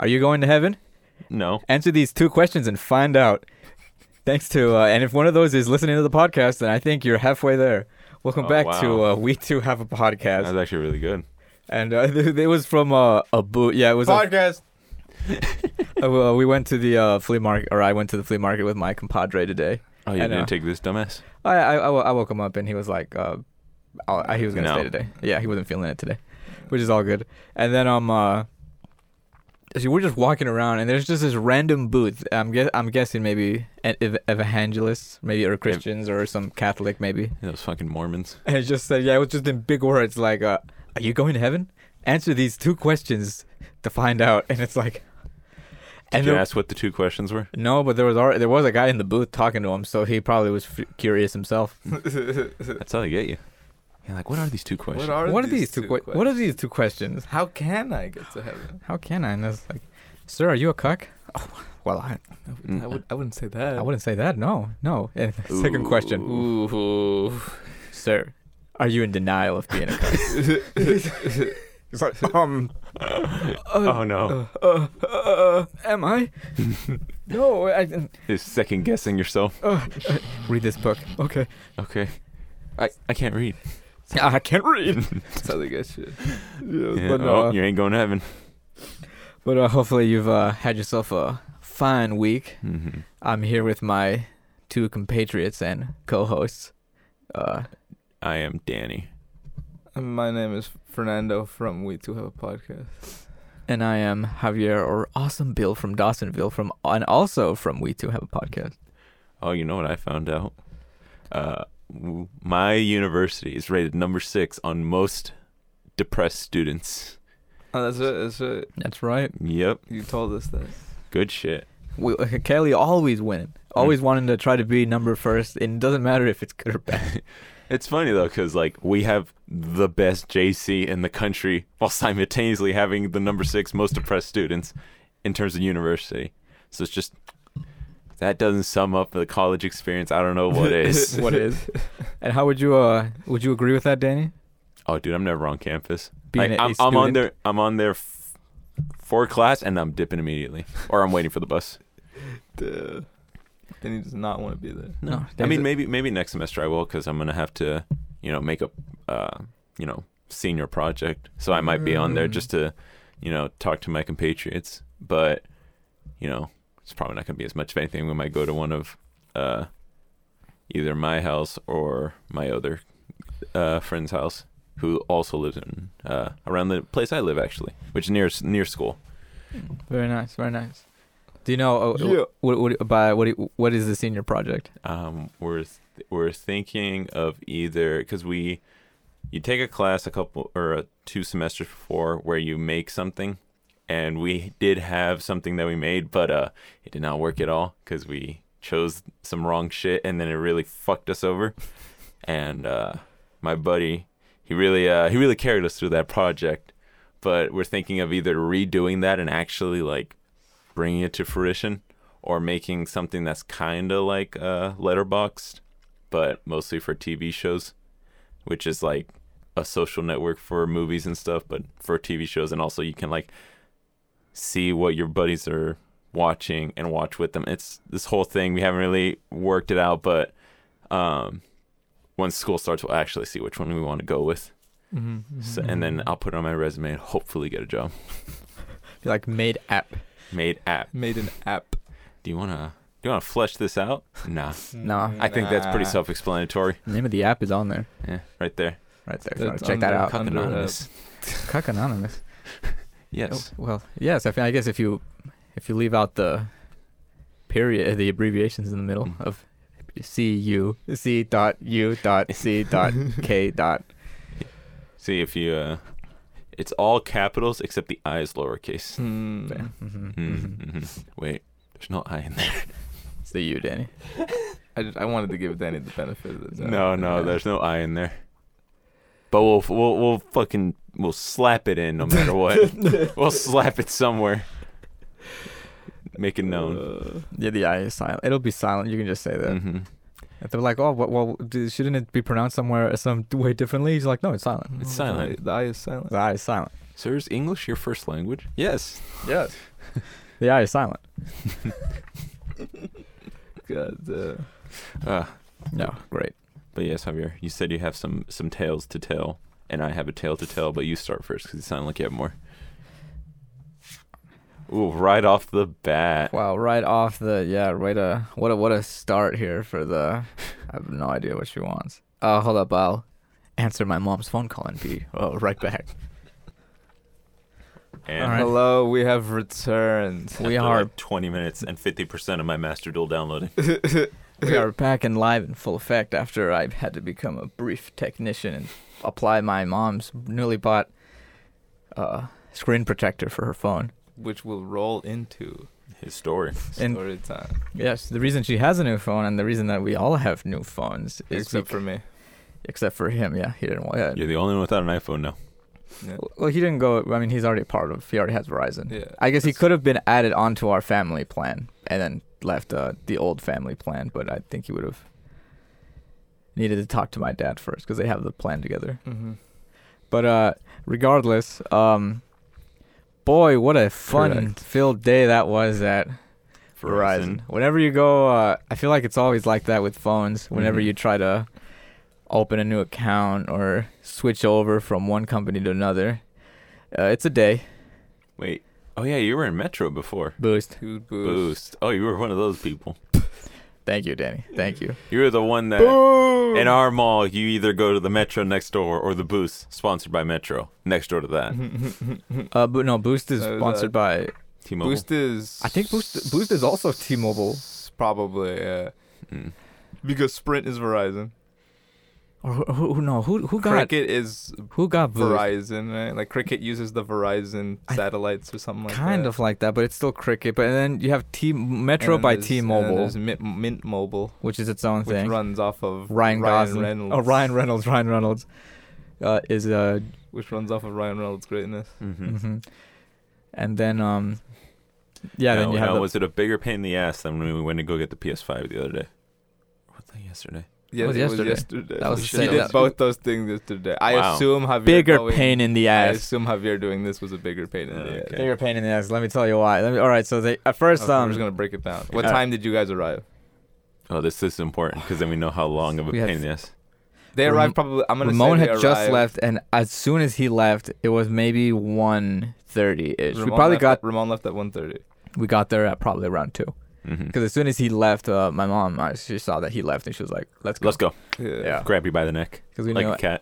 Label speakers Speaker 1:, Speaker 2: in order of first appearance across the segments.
Speaker 1: Are you going to heaven?
Speaker 2: No.
Speaker 1: Answer these two questions and find out. Thanks to, uh, and if one of those is listening to the podcast, then I think you're halfway there. Welcome
Speaker 2: Oh,
Speaker 1: back
Speaker 2: wow.
Speaker 1: to uh, We Too Have a Podcast.
Speaker 2: That was actually really good.
Speaker 1: and uh, it was from uh, a boot. Yeah, it was. A,
Speaker 3: Podcast.
Speaker 1: uh, we went to the uh, flea market, or I went to the flea market with my compadre today.
Speaker 2: Oh, you
Speaker 1: I know.
Speaker 2: didn't take this dumbass?
Speaker 1: I, I, I wo- I woke him up and he was like, uh, oh, I- he was gonna
Speaker 2: No.
Speaker 1: stay today. Yeah, he wasn't feeling it today, which is all good. And then um, uh, so we're just walking around and there's just this random booth. I'm guess I'm guessing maybe an ev- evangelists, maybe or Christians or some Catholic maybe.
Speaker 2: Those fucking Mormons.
Speaker 1: And it just said, yeah, it was just in big words like, uh, are you going to heaven? Answer these two questions to find out. And it's like,
Speaker 2: Did
Speaker 1: and
Speaker 2: you
Speaker 1: there-
Speaker 2: ask what the two questions were?
Speaker 1: no, but there was already, there was a guy in the booth talking to him, so he probably was f- curious himself.
Speaker 2: That's how they get you. You're like, what are these two questions?
Speaker 1: what are these two, que- what are these two questions
Speaker 3: How can I get to heaven?
Speaker 1: how can i and it's like sir are you a cuck oh, well I,
Speaker 2: Mm.
Speaker 3: I, would, I wouldn't say that.
Speaker 1: I wouldn't say that no no And second question
Speaker 3: Ooh.
Speaker 1: sir are you in denial of being a cuck it's like um
Speaker 2: oh no.
Speaker 1: uh, uh, am i no I,
Speaker 2: Is second guessing yourself.
Speaker 1: uh, uh, read this book okay
Speaker 2: Okay. I, I can't read.
Speaker 1: i can't read
Speaker 3: That's how they get you.
Speaker 2: Yeah,
Speaker 1: but,
Speaker 2: oh,
Speaker 1: uh,
Speaker 2: you ain't going to heaven.
Speaker 1: but uh, hopefully you've uh, had yourself a fine week
Speaker 2: Mm-hmm.
Speaker 1: i'm here with my two compatriots and co-hosts uh
Speaker 2: I am Danny.
Speaker 3: And my name is Fernando from We Two Have a Podcast.
Speaker 1: And I am Javier or Awesome Bill from Dawsonville from and also from We Two Have a Podcast.
Speaker 2: Oh, you know what I found out? Uh, w- my university is rated number six on most depressed students.
Speaker 3: Oh, that's it. That's it.
Speaker 1: That's right.
Speaker 2: Yep.
Speaker 3: You told us that.
Speaker 2: Good shit.
Speaker 1: We, Kelly always
Speaker 2: Mm.
Speaker 1: winning, always wanting to try to be number first, and it doesn't matter if it's good or bad.
Speaker 2: It's funny though, because like we have the best JC in the country while simultaneously having the number six most depressed students in terms of university. So it's just that doesn't sum up the college experience. I don't know what is.
Speaker 1: what is? And how would you uh would you agree with that, Danny?
Speaker 2: oh, dude, I'm never on campus.
Speaker 1: Being
Speaker 2: Like,
Speaker 1: a
Speaker 2: I'm, I'm on
Speaker 1: student?
Speaker 2: there. I'm on there f- for class, and I'm dipping immediately, or I'm waiting for the bus.
Speaker 3: Duh. Then he does not want to be there.
Speaker 1: No,
Speaker 2: I
Speaker 1: there's
Speaker 2: mean
Speaker 1: a-
Speaker 2: maybe maybe next semester I will, because I'm gonna have to, you know, make a, uh, you know, senior project. So I might be on there
Speaker 1: Mm.
Speaker 2: just to, you know, talk to my compatriots. But, you know, it's probably not gonna be as much of anything. We might go to one of, uh, either my house or my other, uh, friend's house, who also lives in uh around the place I live actually, which is near near school.
Speaker 1: Very nice, very nice. Do you know uh,
Speaker 3: Yeah.
Speaker 1: what, what by what do- what is the senior project?
Speaker 2: Um, we're th- we're thinking of either because we you take a class a couple or uh two semesters before where you make something, and we did have something that we made, but uh, it did not work at all because we chose some wrong shit, and then it really fucked us over. And uh, my buddy, he really uh, he really carried us through that project, but we're thinking of either redoing that and actually like bringing it to fruition or making something that's kind of like uh, letterboxed but mostly for tv shows which is like a social network for movies and stuff but for tv shows and also you can like see what your buddies are watching and watch with them it's this whole thing we haven't really worked it out but um once school starts we'll actually see which one we want to go with
Speaker 3: Mm-hmm.
Speaker 2: so, and
Speaker 1: uh,
Speaker 2: then i'll put it on my resume and hopefully get a job
Speaker 1: Like made app?
Speaker 2: made app
Speaker 3: Made an app.
Speaker 2: do you want to do you want to flesh this out nah
Speaker 1: No.
Speaker 2: I think that's pretty
Speaker 3: Nah.
Speaker 2: self-explanatory.
Speaker 1: name of the app is on there,
Speaker 2: Ah. Yeah, uh, right there.
Speaker 1: right there. if you wanna
Speaker 3: It's
Speaker 1: check that
Speaker 3: under-
Speaker 1: out.
Speaker 2: Cuck
Speaker 3: under
Speaker 2: anonymous.
Speaker 1: Cuck anonymous.
Speaker 2: Yes.
Speaker 1: Oh, well, yes. I, think- I guess if you if you leave out the period, the abbreviations in the middle
Speaker 2: Mm.
Speaker 1: of C U C dot U dot C dot K dot.
Speaker 2: See if you. Uh, it's all capitals except the I is lowercase.
Speaker 3: Mm.
Speaker 1: There. Mhm, mhm.
Speaker 2: Hmm. Mm-hmm. Wait, there's no I in there.
Speaker 1: It's the U, Danny.
Speaker 3: I, just, I wanted to give Danny the benefit of the doubt.
Speaker 2: No, no, there's no I in there. But we'll we'll we'll fucking we'll slap it in no matter what. we'll slap it somewhere. Make it known.
Speaker 3: Uh,
Speaker 1: Yeah, the I is silent. It'll be silent. You can just say that.
Speaker 2: hmm
Speaker 1: If they're like, oh, well, well d- shouldn't it be pronounced somewhere some way differently? He's like, no, it's silent.
Speaker 2: It's
Speaker 3: no, the
Speaker 2: silent.
Speaker 3: I- The eye is silent.
Speaker 1: The I is silent.
Speaker 2: Sir, is English your first language? Yes.
Speaker 3: Yes.
Speaker 1: The I is silent.
Speaker 3: God. Uh,
Speaker 2: Uh,
Speaker 1: No, great.
Speaker 2: but yes, Javier, you said you have some some tales to tell, and I have a tale to tell. But you start first because you sound like you have more. Ooh, right off the bat.
Speaker 1: Wow, right off the yeah, right a what a what a start here for the. I have no idea what she wants. Uh, hold up, I'll answer my mom's phone call and be uh, right back.
Speaker 2: And
Speaker 1: All right.
Speaker 3: Hello, we have returned.
Speaker 1: We
Speaker 2: after,
Speaker 1: are
Speaker 2: like 20 minutes and 50% of my master duel downloading.
Speaker 1: we are back and live in full effect after I had to become a brief technician and apply my mom's newly bought uh, screen protector for her phone.
Speaker 3: Which will roll into
Speaker 2: His story.
Speaker 1: And-
Speaker 3: story time.
Speaker 1: Yes, the reason she has a new phone and the reason that we all have new phones is
Speaker 3: Except
Speaker 1: bec-
Speaker 3: for me.
Speaker 1: except for him. Yeah, he didn't. want
Speaker 2: You're the only one without an iPhone now.
Speaker 3: Yeah.
Speaker 1: Well, he didn't go. I mean, he's already part of. He already has Verizon.
Speaker 3: Yeah,
Speaker 1: I guess he
Speaker 3: that's-
Speaker 1: could have been added onto our family plan and then left uh, the old family plan, but I think he would have needed to talk to my dad first because they have the plan together.
Speaker 3: hmm
Speaker 1: But uh, regardless, um, boy, what a fun-filled day that was at Verizon. Whenever you go, uh, I feel like it's always like that with phones. Whenever
Speaker 2: Mhm.
Speaker 1: you try to open a new account or switch over from one company to another, uh, it's a day
Speaker 2: Wait. Oh, yeah, you were in Metro before.
Speaker 1: boost.
Speaker 3: Two boosts.
Speaker 2: Boost. Oh, you were one of those people.
Speaker 1: Thank you, Danny. Thank you.
Speaker 2: You were the one that in our mall, you either go to the Metro next door or the Boost, sponsored by Metro, next door to that.
Speaker 1: Mm-hmm. Uh, but no, Boost is
Speaker 3: So is
Speaker 1: sponsored by.
Speaker 2: T-Mobile.
Speaker 3: Boost is.
Speaker 1: I think Boost- Boost is also T-Mobile.
Speaker 3: s- Probably, yeah.
Speaker 2: Mm.
Speaker 3: Because Sprint is Verizon.
Speaker 1: Or who, who, who- no, who who got
Speaker 3: Cricket is
Speaker 1: who got Boost?
Speaker 3: Verizon, right? Like Cricket uses the Verizon
Speaker 1: I-
Speaker 3: satellites or something like that.
Speaker 1: kind of like that, but it's still Cricket. But then you have T Metro
Speaker 3: And then
Speaker 1: by
Speaker 3: there's- and then
Speaker 1: T-Mobile,
Speaker 3: There's Mint, Mint Mobile,
Speaker 1: which is its own
Speaker 3: which
Speaker 1: thing.
Speaker 3: runs off of
Speaker 1: Ryan Gosling.
Speaker 3: Reynolds.
Speaker 1: Oh, Ryan Reynolds. Ryan Reynolds uh, is uh,
Speaker 3: Which runs off of Ryan Reynolds' greatness.
Speaker 2: Mm-hmm.
Speaker 1: mhm. and then um, yeah,
Speaker 2: now,
Speaker 1: then you
Speaker 2: now,
Speaker 1: have the,
Speaker 2: was it a bigger pain in the ass than when we went to go get the PS5 the other day? What the yesterday?
Speaker 3: Yeah,
Speaker 1: was yesterday.
Speaker 3: yesterday.
Speaker 1: That was
Speaker 2: the
Speaker 3: he
Speaker 2: same-
Speaker 3: did
Speaker 1: that-
Speaker 3: both those things yesterday. I
Speaker 2: Wow.
Speaker 3: assume Javier
Speaker 1: bigger
Speaker 3: going-
Speaker 1: pain in the
Speaker 3: I
Speaker 1: ass.
Speaker 3: assume Javier doing this was a bigger pain in the ass.
Speaker 2: Okay.
Speaker 1: Bigger pain in the ass. Let me tell you why. Let me, all right, so they at first
Speaker 3: Okay,
Speaker 1: um,
Speaker 3: we're just gonna break it down. What
Speaker 1: Alright.
Speaker 3: time did you guys arrive?
Speaker 2: Oh, this is important because then we know how long of a
Speaker 1: We had-
Speaker 2: pain in the ass.
Speaker 3: They
Speaker 1: Ram-
Speaker 3: arrived probably. I'm gonna
Speaker 1: Ramon
Speaker 3: say they
Speaker 1: had just
Speaker 3: arrived-
Speaker 1: left, and as soon as he left, it was maybe 1.30 ish. We
Speaker 3: Ramon
Speaker 1: probably
Speaker 3: left
Speaker 1: got
Speaker 3: At, Ramon left at 1:30.
Speaker 1: we got there at probably around two.
Speaker 2: Mm-hmm.
Speaker 1: Because as soon as he left, uh, my mom uh, she saw that he left, and she was like, "Let's go."
Speaker 2: Let's go.
Speaker 1: Yeah,
Speaker 2: Grab you by the neck
Speaker 1: because we
Speaker 2: like
Speaker 1: knew
Speaker 2: a cat.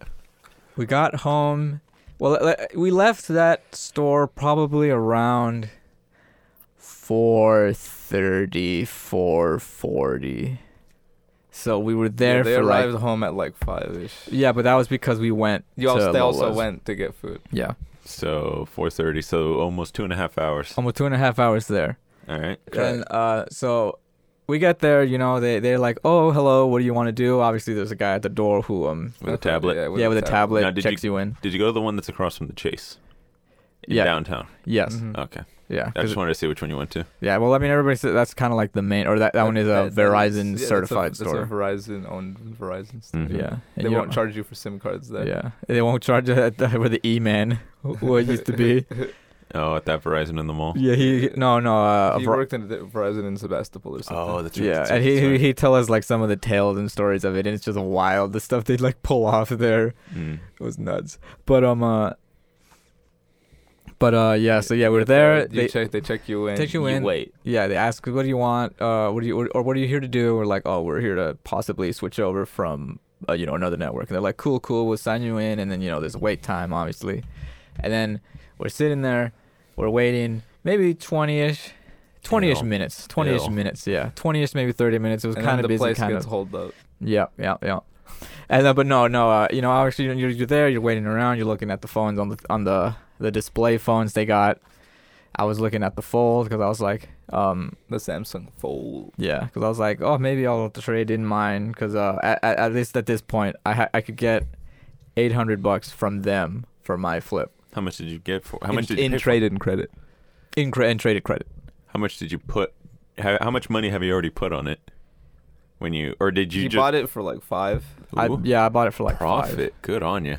Speaker 1: we got home. Well, le- le- we left that store probably around 4.30, 4.40. So we were there
Speaker 3: Yeah, they
Speaker 1: for
Speaker 3: arrived
Speaker 1: like
Speaker 3: home at like five ish.
Speaker 1: yeah, but that was because we went.
Speaker 3: You also
Speaker 1: to
Speaker 3: they also
Speaker 1: Lola's.
Speaker 3: went to get food.
Speaker 1: Yeah,
Speaker 2: So 4:30. So almost two and a half hours.
Speaker 1: almost two and a half hours there.
Speaker 2: All right.
Speaker 1: And uh, so we get there, you know, they they're like, "Oh, hello, what do you want to do?" Obviously, there's a guy at the door who um
Speaker 2: With a tablet.
Speaker 1: yeah with a tablet
Speaker 2: Now, did
Speaker 1: checks you, in.
Speaker 2: Did you go to the one that's across from the Chase? In
Speaker 1: Yeah.
Speaker 2: Downtown.
Speaker 1: Yes.
Speaker 3: Mhm.
Speaker 2: Okay.
Speaker 1: Yeah.
Speaker 2: I
Speaker 1: 'cause-
Speaker 2: just wanted to see which one you went to.
Speaker 1: yeah. Well, I mean, everybody said that's kind of like the main, or that, that one is a
Speaker 3: that- that
Speaker 1: Verizon
Speaker 3: is- yeah,
Speaker 1: certified
Speaker 3: that's a,
Speaker 1: store.
Speaker 3: That's a Verizon owned Verizon store.
Speaker 2: Mhm.
Speaker 1: Yeah. and
Speaker 3: They
Speaker 1: you
Speaker 3: won't
Speaker 1: don't-
Speaker 3: charge you for SIM cards there.
Speaker 1: Yeah, they won't charge it at the, where the E man who it used to be.
Speaker 2: Oh, at that Verizon in the mall.
Speaker 1: Yeah, he no no. Uh,
Speaker 3: he
Speaker 1: Ver-
Speaker 3: worked in the Verizon in Sebastopol or
Speaker 2: Oh,
Speaker 3: something.
Speaker 2: that's right.
Speaker 1: yeah,
Speaker 2: that's
Speaker 1: and
Speaker 2: right,
Speaker 1: he
Speaker 2: that's
Speaker 1: he-
Speaker 2: right.
Speaker 1: he tell us like some of the tales and stories of it, and it's just wild. The stuff they like pull off there.
Speaker 2: Mm.
Speaker 1: It was nuts. But um uh but uh yeah, so yeah, we're there.
Speaker 3: You
Speaker 1: They
Speaker 3: check. They check you in.
Speaker 1: Check you in.
Speaker 3: Wait.
Speaker 1: yeah, they ask what do you want? Uh what do you or what are you here to do? We're like, "Oh, we're here to possibly switch over from uh, you know, another network." And they're like, "Cool, cool. We'll sign you in." And then, you know, there's a wait time, obviously. And then we're sitting there, we're waiting maybe 20ish 20ish
Speaker 2: Ew.
Speaker 1: minutes. 20ish
Speaker 2: Ew.
Speaker 1: minutes, yeah. 20ish maybe 30 minutes. It was
Speaker 3: And
Speaker 1: kind
Speaker 3: then
Speaker 1: of
Speaker 3: the
Speaker 1: busy
Speaker 3: place
Speaker 1: kind
Speaker 3: gets
Speaker 1: of
Speaker 3: holed up.
Speaker 1: yeah, yeah, yeah. And then, but no, no. Uh, you know, obviously you're, you're there. You're waiting around. You're looking at the phones on the on the the display phones they got. I was looking at the fold because I was like, um,
Speaker 3: The Samsung Fold.
Speaker 1: yeah, because I was like, oh, maybe I'll trade in mine because uh, at, at at least at this point, I ha- I could get eight hundred bucks from them for my flip
Speaker 2: How much did you get for? How
Speaker 3: in,
Speaker 2: much did you
Speaker 3: in
Speaker 2: pay for-
Speaker 3: trade-in credit?
Speaker 1: in cre- and traded credit.
Speaker 2: How much did you put? How, how much money have you already put on it? When you or did you
Speaker 3: he
Speaker 2: just
Speaker 3: bought it for like five,
Speaker 1: I,
Speaker 2: Ooh,
Speaker 1: yeah, I bought it for like
Speaker 2: profit?
Speaker 1: five.
Speaker 2: Good on you.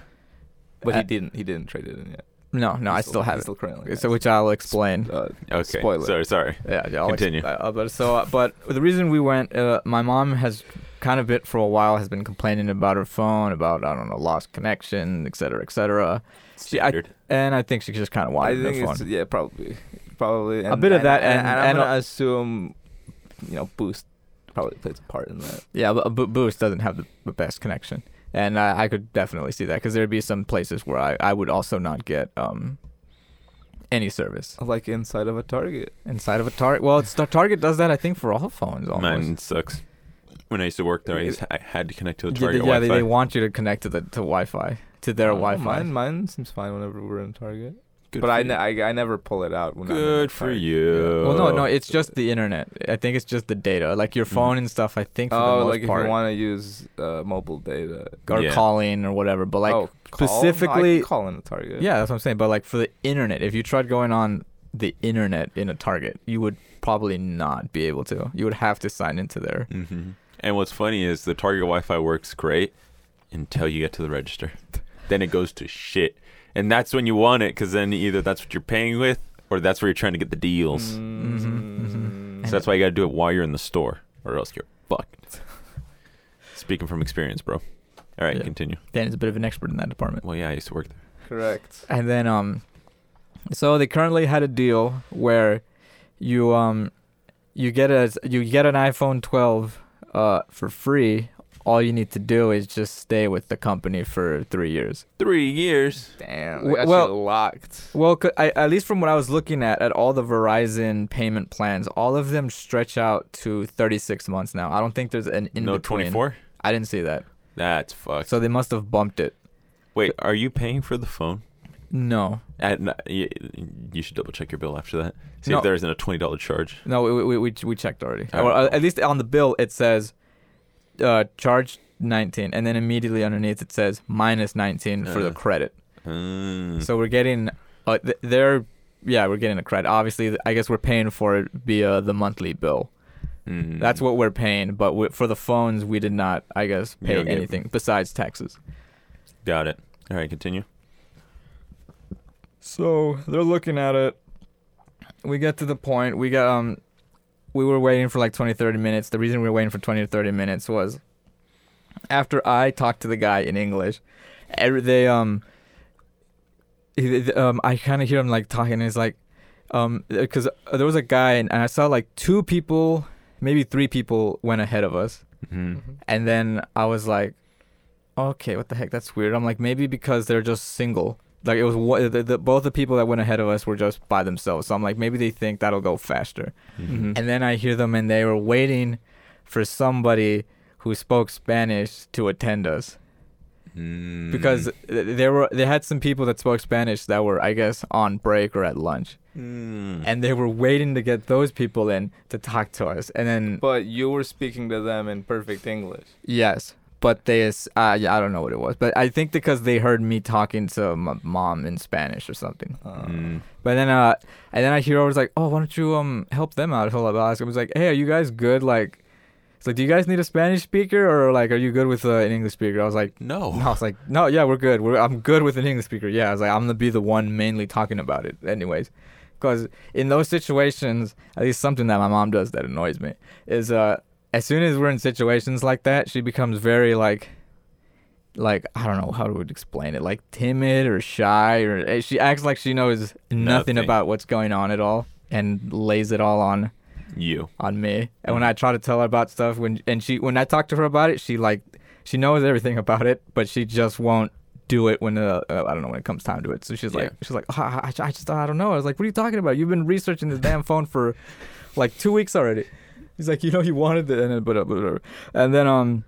Speaker 3: but
Speaker 1: Uh,
Speaker 3: he didn't. He didn't trade it in yet.
Speaker 1: No, no, I still have
Speaker 3: Still currently
Speaker 1: it. So which I'll explain.
Speaker 3: Uh,
Speaker 2: Okay.
Speaker 3: Spoiler.
Speaker 2: Sorry, sorry.
Speaker 1: Yeah, yeah. I'll
Speaker 2: Continue.
Speaker 1: exp- uh, but so, uh, but the reason we went, uh, my mom has kind of bit for a while has been complaining about her phone, about I don't know, lost connection, et cetera, et cetera. See, I-
Speaker 2: Standard.
Speaker 1: And I think she just kind of
Speaker 3: I
Speaker 1: wanted her
Speaker 3: think it's
Speaker 1: phone.
Speaker 3: yeah, probably, probably and-
Speaker 1: bit of
Speaker 3: and-
Speaker 1: that
Speaker 3: and,
Speaker 1: and-
Speaker 3: and, I'm
Speaker 1: and-
Speaker 3: gonna assume, you know, boost probably plays a part in that.
Speaker 1: Yeah, but but Boost doesn't have the, the best connection, and I, I could definitely see that because there'd be some places where I, I would also not get um any service
Speaker 3: Like inside of a Target.
Speaker 1: inside of a Target. Well, it's, Target does that I think for all phones almost.
Speaker 2: Mine sucks. When I used to work there, I, used, I had to connect to the
Speaker 1: Yeah,
Speaker 2: Target
Speaker 1: they, yeah they,
Speaker 2: Wi-Fi.
Speaker 1: they want you to connect to the to Wi-Fi to their
Speaker 3: Oh,
Speaker 1: Wi-Fi.
Speaker 3: Mine, mine seems fine whenever we're in Target.
Speaker 2: Good
Speaker 3: but
Speaker 2: for
Speaker 3: I,
Speaker 2: you.
Speaker 3: ne- I, I never pull it out. When I'm in
Speaker 2: Good
Speaker 3: a
Speaker 2: for
Speaker 3: Target.
Speaker 2: you.
Speaker 1: Well, no, no,
Speaker 2: Oh.
Speaker 1: it's just the internet. I think it's just the data, like your
Speaker 2: Mhm.
Speaker 1: phone and stuff. I think for the
Speaker 3: Oh,
Speaker 1: most
Speaker 3: like if
Speaker 1: part,
Speaker 3: you want to use uh, mobile data.
Speaker 1: or
Speaker 2: Yeah.
Speaker 1: calling or whatever. But like,
Speaker 3: oh, call? no, I
Speaker 1: specifically-
Speaker 3: can call in a Target.
Speaker 1: yeah, that's what I'm saying. But like for the internet, if you tried going on the internet in a Target, you would probably not be able to. You would have to sign into their
Speaker 2: hmm And what's funny is the Target Wi-Fi works great until you get to the register. then it goes to shit, and that's when you want it because then either that's what you're paying with or that's where you're trying to get the deals.
Speaker 1: Mhm,
Speaker 3: Mm-hmm.
Speaker 1: mhm.
Speaker 2: So that's why you got to do it while you're in the store, or else you're fucked. Speaking from experience, bro. All right,
Speaker 1: Yeah.
Speaker 2: continue.
Speaker 1: Dan is a bit of an expert in that department.
Speaker 2: Well, yeah, I used to work there.
Speaker 3: correct.
Speaker 1: And then um so they currently had a deal where you um you get a you get an iPhone 12 uh for free. All you need to do is just stay with the company for 3 years.
Speaker 2: Three years.
Speaker 3: Damn,
Speaker 1: W-
Speaker 3: they got
Speaker 1: well-
Speaker 3: you locked.
Speaker 1: Well, c I at least from what I was looking at at all the Verizon payment plans, all of them stretch out to 36 months now. I don't think there's an in
Speaker 2: no,
Speaker 1: between.
Speaker 2: twenty-four.
Speaker 1: I didn't see that.
Speaker 2: That's fucked.
Speaker 1: So they must have bumped it.
Speaker 2: Wait, are you paying for the phone?
Speaker 1: No.
Speaker 2: At, you, you should double check your bill after that. See
Speaker 1: No.
Speaker 2: if there isn't a twenty dollar charge.
Speaker 1: No, we we we, we checked already.
Speaker 2: All
Speaker 1: Or
Speaker 2: right.
Speaker 1: at least on the bill it says uh, charge 19 and then immediately underneath it says minus 19 for the
Speaker 2: Uh.
Speaker 1: credit.
Speaker 2: Hmm.
Speaker 1: So we're getting uh, th- they're yeah, we're getting a credit. Obviously, th- I guess we're paying for it via the monthly bill.
Speaker 2: Hmm.
Speaker 1: That's what we're paying, but we, for the phones we did not, I guess,
Speaker 2: You
Speaker 1: pay
Speaker 2: don't get-
Speaker 1: anything besides taxes.
Speaker 2: Got it. All right, continue.
Speaker 1: So they're looking at it. We get to the point. We got um, we were waiting for like 20, 30 minutes. The reason we were waiting for 20 to 30 minutes was after I talked to the guy in English, every, they um, he- th- um, I kind of hear him like talking. And he's like, um, because there was a guy and and I saw like two people, maybe three people went ahead of us.
Speaker 2: Mm-hmm.
Speaker 1: And then I was like, okay, what the heck? That's weird. I'm like, maybe because they're just single. Like it was wha- the, the, both the people that went ahead of us were just by themselves. So I'm like, maybe they think that'll go faster.
Speaker 3: Mhm.
Speaker 2: Mm-hmm.
Speaker 1: And then I hear them, and they were waiting for somebody who spoke Spanish to attend us Mm-hmm.
Speaker 2: Mm-hmm. Mm.
Speaker 1: because th there were they had some people that spoke Spanish that were I guess on break or at lunch,
Speaker 2: Mm.
Speaker 1: and they were waiting to get those people in to talk to us. And then
Speaker 3: But you were speaking to them in perfect English.
Speaker 1: Yes, but they, s- uh, yeah, I don't know what it was, but I think because they heard me talking to my mom in Spanish or something.
Speaker 3: Uh,
Speaker 2: Mm.
Speaker 1: But then, uh, and then I hear I was like, oh, why don't you um help them out? Help them out. I was like, hey, are you guys good? Like, it's like, do you guys need a Spanish speaker or like, are you good with uh, an English speaker? I was like.
Speaker 2: no.
Speaker 1: No, I was like, no, yeah, we're good. We're, I'm good with an English speaker. Yeah, I was like, I'm gonna be the one mainly talking about it, anyways, because in those situations, at least something that my mom does that annoys me is uh, as soon as we're in situations like that, she becomes very like, like I don't know how to explain it, like timid or shy, or eh, she acts like she knows nothing,
Speaker 2: Nothing.
Speaker 1: about what's going on at all, and lays it all on
Speaker 2: You.
Speaker 1: on me. And when I try to tell her about stuff, when and she when I talk to her about it, she like she knows everything about it, but she just won't do it when uh, uh, I don't know when it comes time to it. So she's like she's like oh, I, I- I just I don't know. I was like, what are you talking about? You've been researching this damn phone for like two weeks already. He's like, you know, you wanted it, and then- but uh, but whatever. And then um,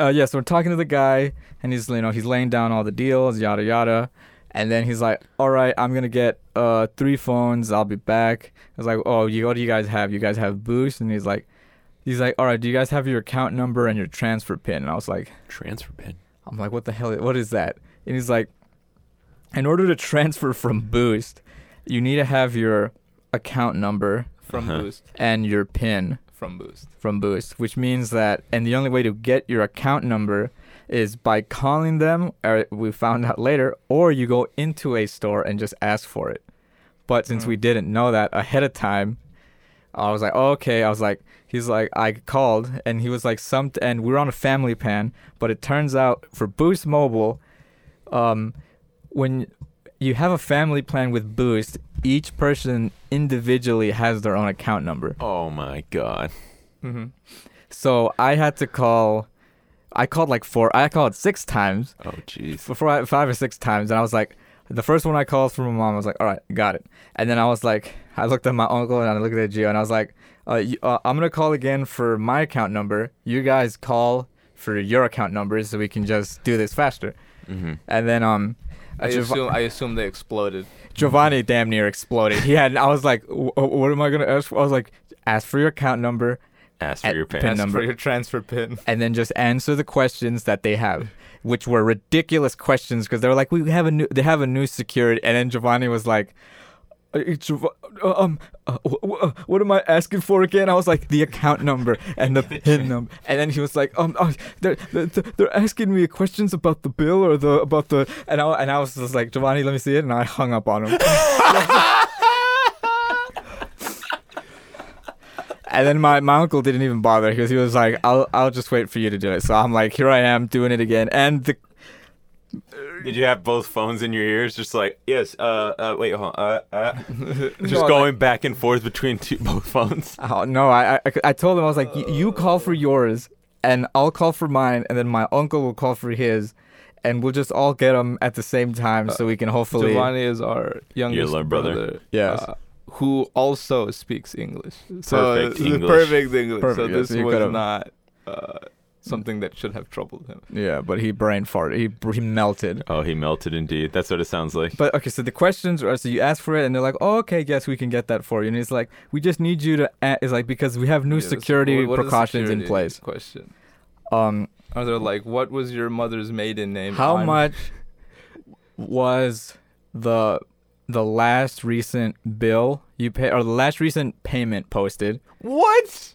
Speaker 1: uh, yeah. So we're talking to the guy, and he's you know he's laying down all the deals, yada yada. And then he's like, all right, I'm gonna get uh three phones. I'll be back. I was like, oh, you what do you guys have? You guys have Boost? And he's like, he's like, all right, do you guys have your account number and your transfer pin? And I was like,
Speaker 2: Transfer pin.
Speaker 1: I'm like, what the hell? What is that? And he's like, in order to transfer from Boost, you need to have your account number
Speaker 3: from
Speaker 2: Uh-huh.
Speaker 3: Boost.
Speaker 1: and your pin
Speaker 3: From Boost.
Speaker 1: from Boost, which means that, and the only way to get your account number is by calling them, or we found out later, or you go into a store and just ask for it. But since we
Speaker 3: Mm.
Speaker 1: didn't know that ahead of time, I was like, oh, okay. I was like, he's like, I called, and he was like, some, and we were on a family plan. But it turns out for Boost Mobile, um, when you have a family plan with Boost, each person individually has their own account number.
Speaker 2: Oh my god.
Speaker 3: Mm-hmm.
Speaker 1: So I had to call. I called like four. I called six times,
Speaker 2: Oh jeez.
Speaker 1: f- four, five or six times, and I was like, the first one I called from my mom. I was like, all right, got it. And then I was like, I looked at my uncle and I looked at Gio, and I was like, uh, you, uh, I'm gonna call again for my account number. You guys call for your account numbers so we can just do this faster.
Speaker 2: Mm-hmm.
Speaker 1: And then um,
Speaker 3: I
Speaker 1: Giov-
Speaker 3: assume I assume they exploded.
Speaker 1: Giovanni damn near exploded. He had. I was like, "Wh- what am I gonna ask for? I was like, ask for your account number,
Speaker 2: Ask for
Speaker 1: At
Speaker 2: your
Speaker 1: the
Speaker 2: parents.
Speaker 1: pen
Speaker 3: Ask
Speaker 1: number.
Speaker 3: for your transfer pin.
Speaker 1: and then just answer the questions that they have, which were ridiculous questions because they were like, "We have a new, they have a new security," and then Giovanni was like, uh, it's, uh, "Um, uh, wh- wh- uh, what am I asking for again?" I was like, "The account number and the PIN number," and then he was like, "Um, uh, they're, they're they're asking me questions about the bill or the about the," and I and I was just like, "Giovanni, let me see it," and I hung up on him. And then my, my uncle didn't even bother because he was like, I'll I'll just wait for you to do it. So I'm like, here I am doing it again. And the
Speaker 2: Did you have both phones in your ears, just like yes? Uh, uh wait, hold on. Uh, uh. Just
Speaker 1: No,
Speaker 2: going back and forth between two both phones.
Speaker 1: Oh no! I I, I told him I was like, "Y- you call for yours, and I'll call for mine, and then my uncle will call for his, and we'll just all get them at the same time, so we can hopefully."
Speaker 3: Giovanni is our youngest
Speaker 2: little brother.
Speaker 3: brother.
Speaker 1: Yes.
Speaker 3: uh, who also speaks English. So
Speaker 2: Perfect
Speaker 3: it's the
Speaker 2: English.
Speaker 3: perfect English.
Speaker 1: Perfect,
Speaker 3: so
Speaker 1: yes,
Speaker 3: this
Speaker 1: you
Speaker 3: was
Speaker 1: could've-
Speaker 3: not uh, something that should have troubled him.
Speaker 1: yeah, but he brain farted. He br- he melted.
Speaker 2: Oh, he melted indeed. That's what it sounds like.
Speaker 1: But okay, so the questions are so you ask for it, and they're like, "Oh, okay, yes, we can get that for you." And he's like, "We just need you to," a-, is like because we have new
Speaker 3: Yes.
Speaker 1: security
Speaker 3: What- what are the
Speaker 1: precautions in
Speaker 3: security
Speaker 1: place.
Speaker 3: Question.
Speaker 1: Um,
Speaker 3: Are they like, what was your mother's maiden name?
Speaker 1: How
Speaker 3: on-
Speaker 1: much was the the last recent bill you pay or the last recent payment posted?
Speaker 2: What?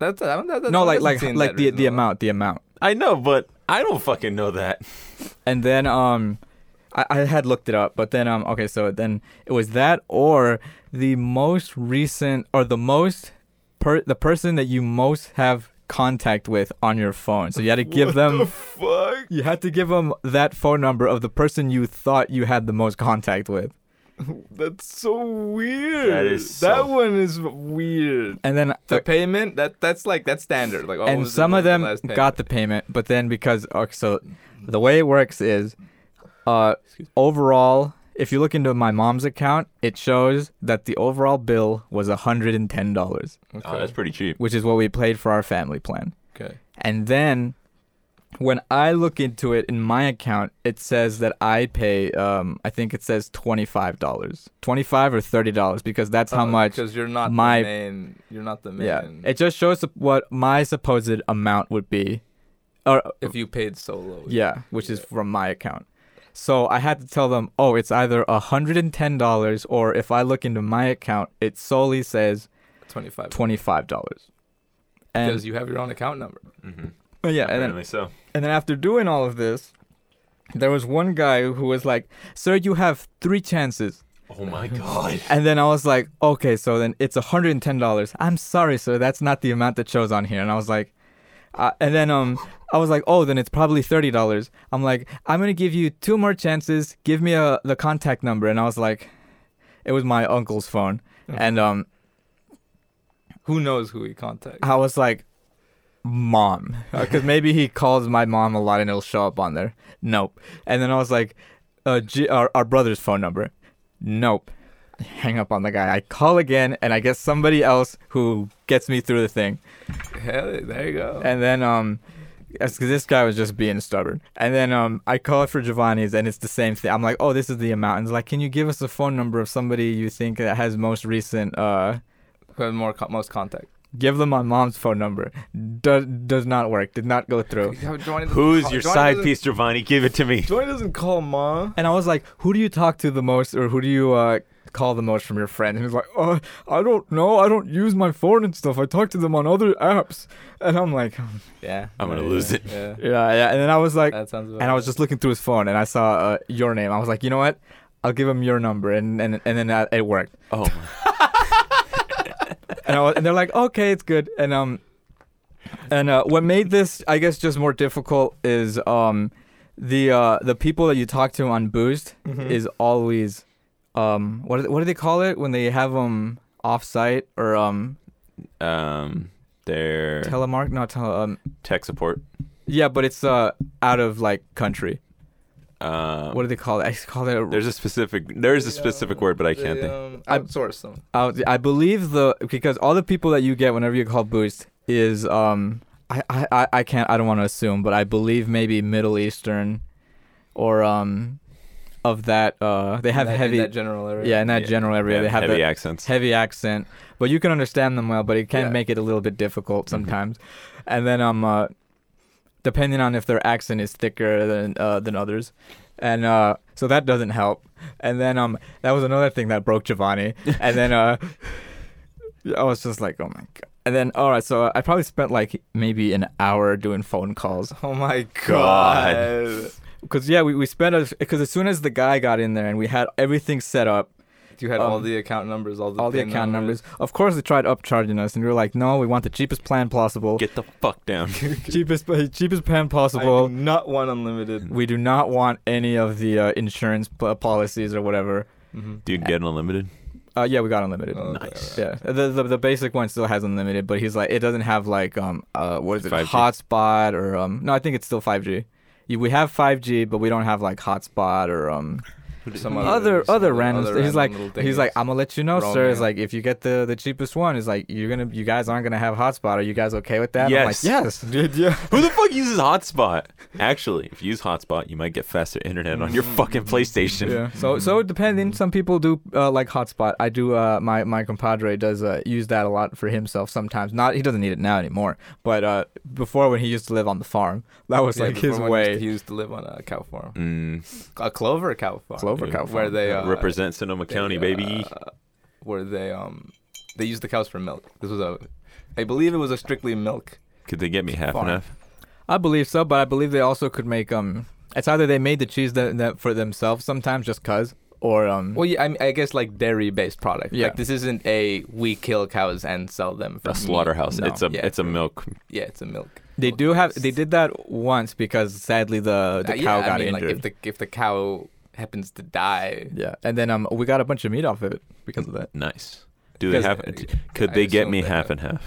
Speaker 3: That's that, that, that
Speaker 1: no, like
Speaker 3: doesn't
Speaker 1: like
Speaker 3: seem
Speaker 1: like
Speaker 3: that
Speaker 1: the the
Speaker 3: reasonable.
Speaker 1: amount, the amount.
Speaker 2: I know, but I don't fucking know that.
Speaker 1: And then um I, I had looked it up, but then um okay, so then it was that or the most recent or the most per the person that you most have contact with on your phone. So you had to give
Speaker 2: What
Speaker 1: them
Speaker 2: the fuck.
Speaker 1: you had to give them that phone number of the person you thought you had the most contact with.
Speaker 3: That's so weird.
Speaker 2: That is so-
Speaker 3: That one is weird.
Speaker 1: And then
Speaker 3: The
Speaker 1: uh,
Speaker 3: payment that that's like that's standard. Like, oh, what
Speaker 1: and
Speaker 3: was the-
Speaker 1: some
Speaker 3: what
Speaker 1: of
Speaker 3: was the
Speaker 1: them
Speaker 3: last payment?
Speaker 1: got the payment, but then because okay, so the way it works is, uh, overall, if you look into my mom's account, it shows that the overall bill was hundred and ten dollars,
Speaker 3: Okay.
Speaker 2: Oh, that's pretty cheap.
Speaker 1: which is what we played for our family plan.
Speaker 3: okay.
Speaker 1: And then, when I look into it in my account, it says that I pay. Um, I think it says twenty five dollars, twenty five or thirty dollars, because that's how much.
Speaker 3: Oh, Uh, Because you're not
Speaker 1: my-
Speaker 3: the main. You're not the main.
Speaker 1: Yeah, it just shows what my supposed amount would be, or
Speaker 3: if you paid solo.
Speaker 1: Yeah, which is
Speaker 3: Yeah.
Speaker 1: from my account. So I had to tell them, oh, it's either hundred and ten dollars, or if I look into my account, it solely says
Speaker 3: twenty five.
Speaker 1: twenty five dollars.
Speaker 3: Because
Speaker 1: And oh,
Speaker 3: you have your own account number.
Speaker 2: Mm-hmm.
Speaker 1: yeah, and then
Speaker 2: Apparently so.
Speaker 1: and then after doing all of this, there was one guy who was like, "Sir, you have three chances."
Speaker 2: Oh my god.
Speaker 1: And then I was like, "Okay, so then it's hundred and ten dollars." I'm sorry, sir, that's not the amount that shows on here. And I was like, uh, and then um, I was like, "Oh, then it's probably thirty dollars." I'm like, "I'm gonna give you two more chances. Give me a the contact number." And I was like, "It was my uncle's phone." And um,
Speaker 3: Who knows who he contacts?
Speaker 1: I was like, "Mom," because maybe he calls my mom a lot and it'll show up on there. Nope. And then I was like, uh, G- our, "Our brother's phone number." Nope. Hang up on the guy. I call again, and I guess somebody else who gets me through the thing.
Speaker 3: Hell, there you go.
Speaker 1: And then um, because this guy was just being stubborn. And then um, I call for Giovanni's, and it's the same thing. I'm like, oh, this is the amount. And it's like, can you give us a phone number of somebody you think that has most recent? Uh,
Speaker 3: Who had more co- most contact.
Speaker 1: give them my mom's phone number. Does does not work. Did not go through.
Speaker 3: Yeah, but Giovanni doesn't
Speaker 2: Who's
Speaker 3: call-
Speaker 2: your
Speaker 3: Giovanni
Speaker 2: side
Speaker 3: doesn't-
Speaker 2: piece, Giovanni? Give it to me.
Speaker 3: Giovanni doesn't call ma.
Speaker 1: And I was like, who do you talk to the most, or who do you uh, call the most from your friend. And he's like, oh, I don't know. I don't use my phone and stuff. I talk to them on other apps. And I'm like, yeah.
Speaker 2: I'm gonna
Speaker 3: Yeah,
Speaker 2: lose it.
Speaker 3: Yeah.
Speaker 1: Yeah, yeah. And then I was like,
Speaker 3: That sounds about
Speaker 1: and I was just looking through his phone and I saw uh, your name. I was like, you know what? I'll give him your number. And, and, and then uh, it worked.
Speaker 2: Oh, my.
Speaker 1: and, I was, and they're like, okay, it's good. And um, and uh, what made this, I guess, just more difficult is um, the uh, the people that you talk to on Boost
Speaker 3: Mhm.
Speaker 1: is always um, what do- what do they call it when they have um off site or um
Speaker 2: um, their
Speaker 1: telemark not tele um
Speaker 2: tech support.
Speaker 1: yeah, but it's uh out of like country.
Speaker 2: Um,
Speaker 1: What do they call it? I call it.
Speaker 2: there's a specific there's a specific word, but I can't think.
Speaker 3: Um,
Speaker 1: I-
Speaker 3: outsource them.
Speaker 1: Uh, I believe the because all the people that you get whenever you call Boost is um I I, I- I can't I don't want to assume, but I believe maybe Middle Eastern, or um, of that uh they have
Speaker 3: in that,
Speaker 1: heavy
Speaker 3: in that general area.
Speaker 1: yeah in that
Speaker 2: Yeah.
Speaker 1: general area they have
Speaker 2: heavy
Speaker 1: that
Speaker 2: accents.
Speaker 1: heavy accent, but you can understand them well, but it can
Speaker 3: Yeah.
Speaker 1: make it a little bit difficult
Speaker 2: Mhm.
Speaker 1: sometimes, and then um uh, depending on if their accent is thicker than uh, than others. And uh, so that doesn't help. And then um, that was another thing that broke Giovanni. And then uh, I was just like, oh my god. And then all right, so I probably spent like maybe an hour doing phone calls
Speaker 3: Oh my
Speaker 2: God.
Speaker 3: god.
Speaker 1: because yeah, we we spent because as soon as the guy got in there and we had everything set up,
Speaker 3: You had all
Speaker 1: Um,
Speaker 3: the account numbers, all the
Speaker 1: all the
Speaker 3: PIN
Speaker 1: account numbers. Of course, they tried upcharging us, and we were like, no, we want the cheapest plan possible,
Speaker 2: Get the fuck down.
Speaker 1: cheapest cheapest plan
Speaker 3: I
Speaker 1: possible.
Speaker 3: do not want unlimited.
Speaker 1: We do not want any of the uh, insurance p- policies or whatever.
Speaker 3: Mm-hmm.
Speaker 2: Dude, get unlimited.
Speaker 1: Uh, yeah, we got unlimited.
Speaker 3: Oh,
Speaker 2: Nice.
Speaker 1: Yeah, the, the the basic one still has unlimited, but he's like it doesn't have like um uh what is it
Speaker 2: 5G?
Speaker 1: hotspot or um no I think it's still 5G. You- We have 5G, but we don't have like hotspot or um
Speaker 3: Some
Speaker 1: other
Speaker 3: some
Speaker 1: other random. stuff. he's
Speaker 3: random
Speaker 1: like
Speaker 3: little
Speaker 1: he's like
Speaker 3: thingies.
Speaker 1: I'm gonna let you know,
Speaker 3: Wrong
Speaker 1: sir. It's
Speaker 3: name.
Speaker 1: like if you get the the cheapest one, it's like you're gonna you guys aren't gonna have hotspot. Are you guys okay with that? And
Speaker 2: Yes.
Speaker 1: I'm like yes, dude. Yeah.
Speaker 2: Who the fuck uses hotspot? Actually, if you use hotspot, you might get faster internet on your
Speaker 3: Mm,
Speaker 2: fucking PlayStation.
Speaker 1: Yeah. So so depending, some people do uh, like hotspot. I do. Uh, my my compadre does uh, use that a lot for himself sometimes. Not he doesn't need it now anymore, but uh, before when he used to live on the farm, that was
Speaker 3: Yeah,
Speaker 1: like
Speaker 3: before
Speaker 1: his
Speaker 3: when he used-
Speaker 1: way.
Speaker 3: He used to live on a cow farm,
Speaker 2: Mm,
Speaker 3: a clover cow farm.
Speaker 1: Clover
Speaker 2: Yeah.
Speaker 1: cow
Speaker 3: Where
Speaker 1: farm.
Speaker 3: they uh,
Speaker 2: represent Sonoma
Speaker 3: they,
Speaker 2: County,
Speaker 3: uh,
Speaker 2: baby.
Speaker 3: Where they um, they used the cows for milk. This was a, I believe it was a strictly milk.
Speaker 2: Could they get me half
Speaker 3: farm.
Speaker 2: enough?
Speaker 1: I believe so, but I believe they also could make um. It's either they made the cheese that, that for themselves sometimes just cause, or um.
Speaker 3: Well, yeah, I, mean, I guess like dairy-based product.
Speaker 1: Yeah.
Speaker 3: Like this isn't a we kill cows and sell them for
Speaker 2: A
Speaker 3: meat.
Speaker 2: slaughterhouse.
Speaker 1: No.
Speaker 2: It's a
Speaker 3: Mm, Yeah.
Speaker 2: it's a milk.
Speaker 3: Yeah, it's a milk.
Speaker 1: They do have. They did that once because sadly the the
Speaker 3: Uh, yeah,
Speaker 1: cow
Speaker 3: I
Speaker 1: got
Speaker 3: mean,
Speaker 1: injured.
Speaker 3: Like if the if the cow happens to die,
Speaker 1: yeah, and then um we got a bunch of meat off of it because of that.
Speaker 2: Nice. Do they
Speaker 1: Because-
Speaker 2: have?
Speaker 3: uh,
Speaker 2: Could
Speaker 3: I
Speaker 2: they get
Speaker 3: assume
Speaker 2: me
Speaker 3: they
Speaker 2: half
Speaker 3: have.
Speaker 2: and half?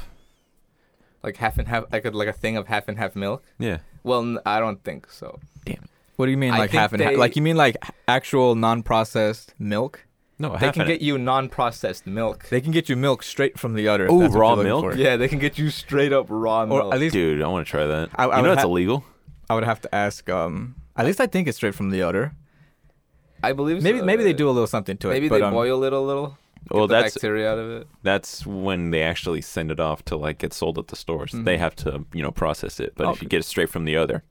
Speaker 3: like half and half, like a, like a thing of half and half milk.
Speaker 2: Yeah.
Speaker 3: Well, n- I don't think so.
Speaker 1: What do you mean
Speaker 3: I
Speaker 1: like
Speaker 3: think
Speaker 1: half and half?
Speaker 3: they-
Speaker 1: Like you mean like actual non-processed milk?
Speaker 2: No,
Speaker 3: They
Speaker 2: half
Speaker 3: can
Speaker 2: and
Speaker 3: get you non-processed milk.
Speaker 1: They can get you milk straight from the udder. if
Speaker 2: Ooh,
Speaker 1: that's what
Speaker 2: raw
Speaker 1: you're looking
Speaker 2: milk?
Speaker 1: for.
Speaker 3: Yeah, they can get you straight up raw milk.
Speaker 1: Or at least
Speaker 2: Dude, I want to try that.
Speaker 1: I- I
Speaker 2: you
Speaker 1: would
Speaker 2: know it's
Speaker 1: ha-
Speaker 2: illegal.
Speaker 1: I would have to ask. Um, at least I think it's straight from the udder.
Speaker 3: I believe
Speaker 1: Maybe
Speaker 3: so.
Speaker 1: maybe they do a little something to it.
Speaker 3: Maybe
Speaker 1: but,
Speaker 3: they
Speaker 1: um,
Speaker 3: boil it a little.
Speaker 2: Well,
Speaker 3: get the
Speaker 2: that's
Speaker 3: bacteria out of it.
Speaker 2: that's when they actually send it off to like get sold at the stores.
Speaker 3: Mm-hmm.
Speaker 2: They have to you know process it.
Speaker 3: Oh,
Speaker 2: But if
Speaker 1: Okay.
Speaker 2: you get it straight from the other,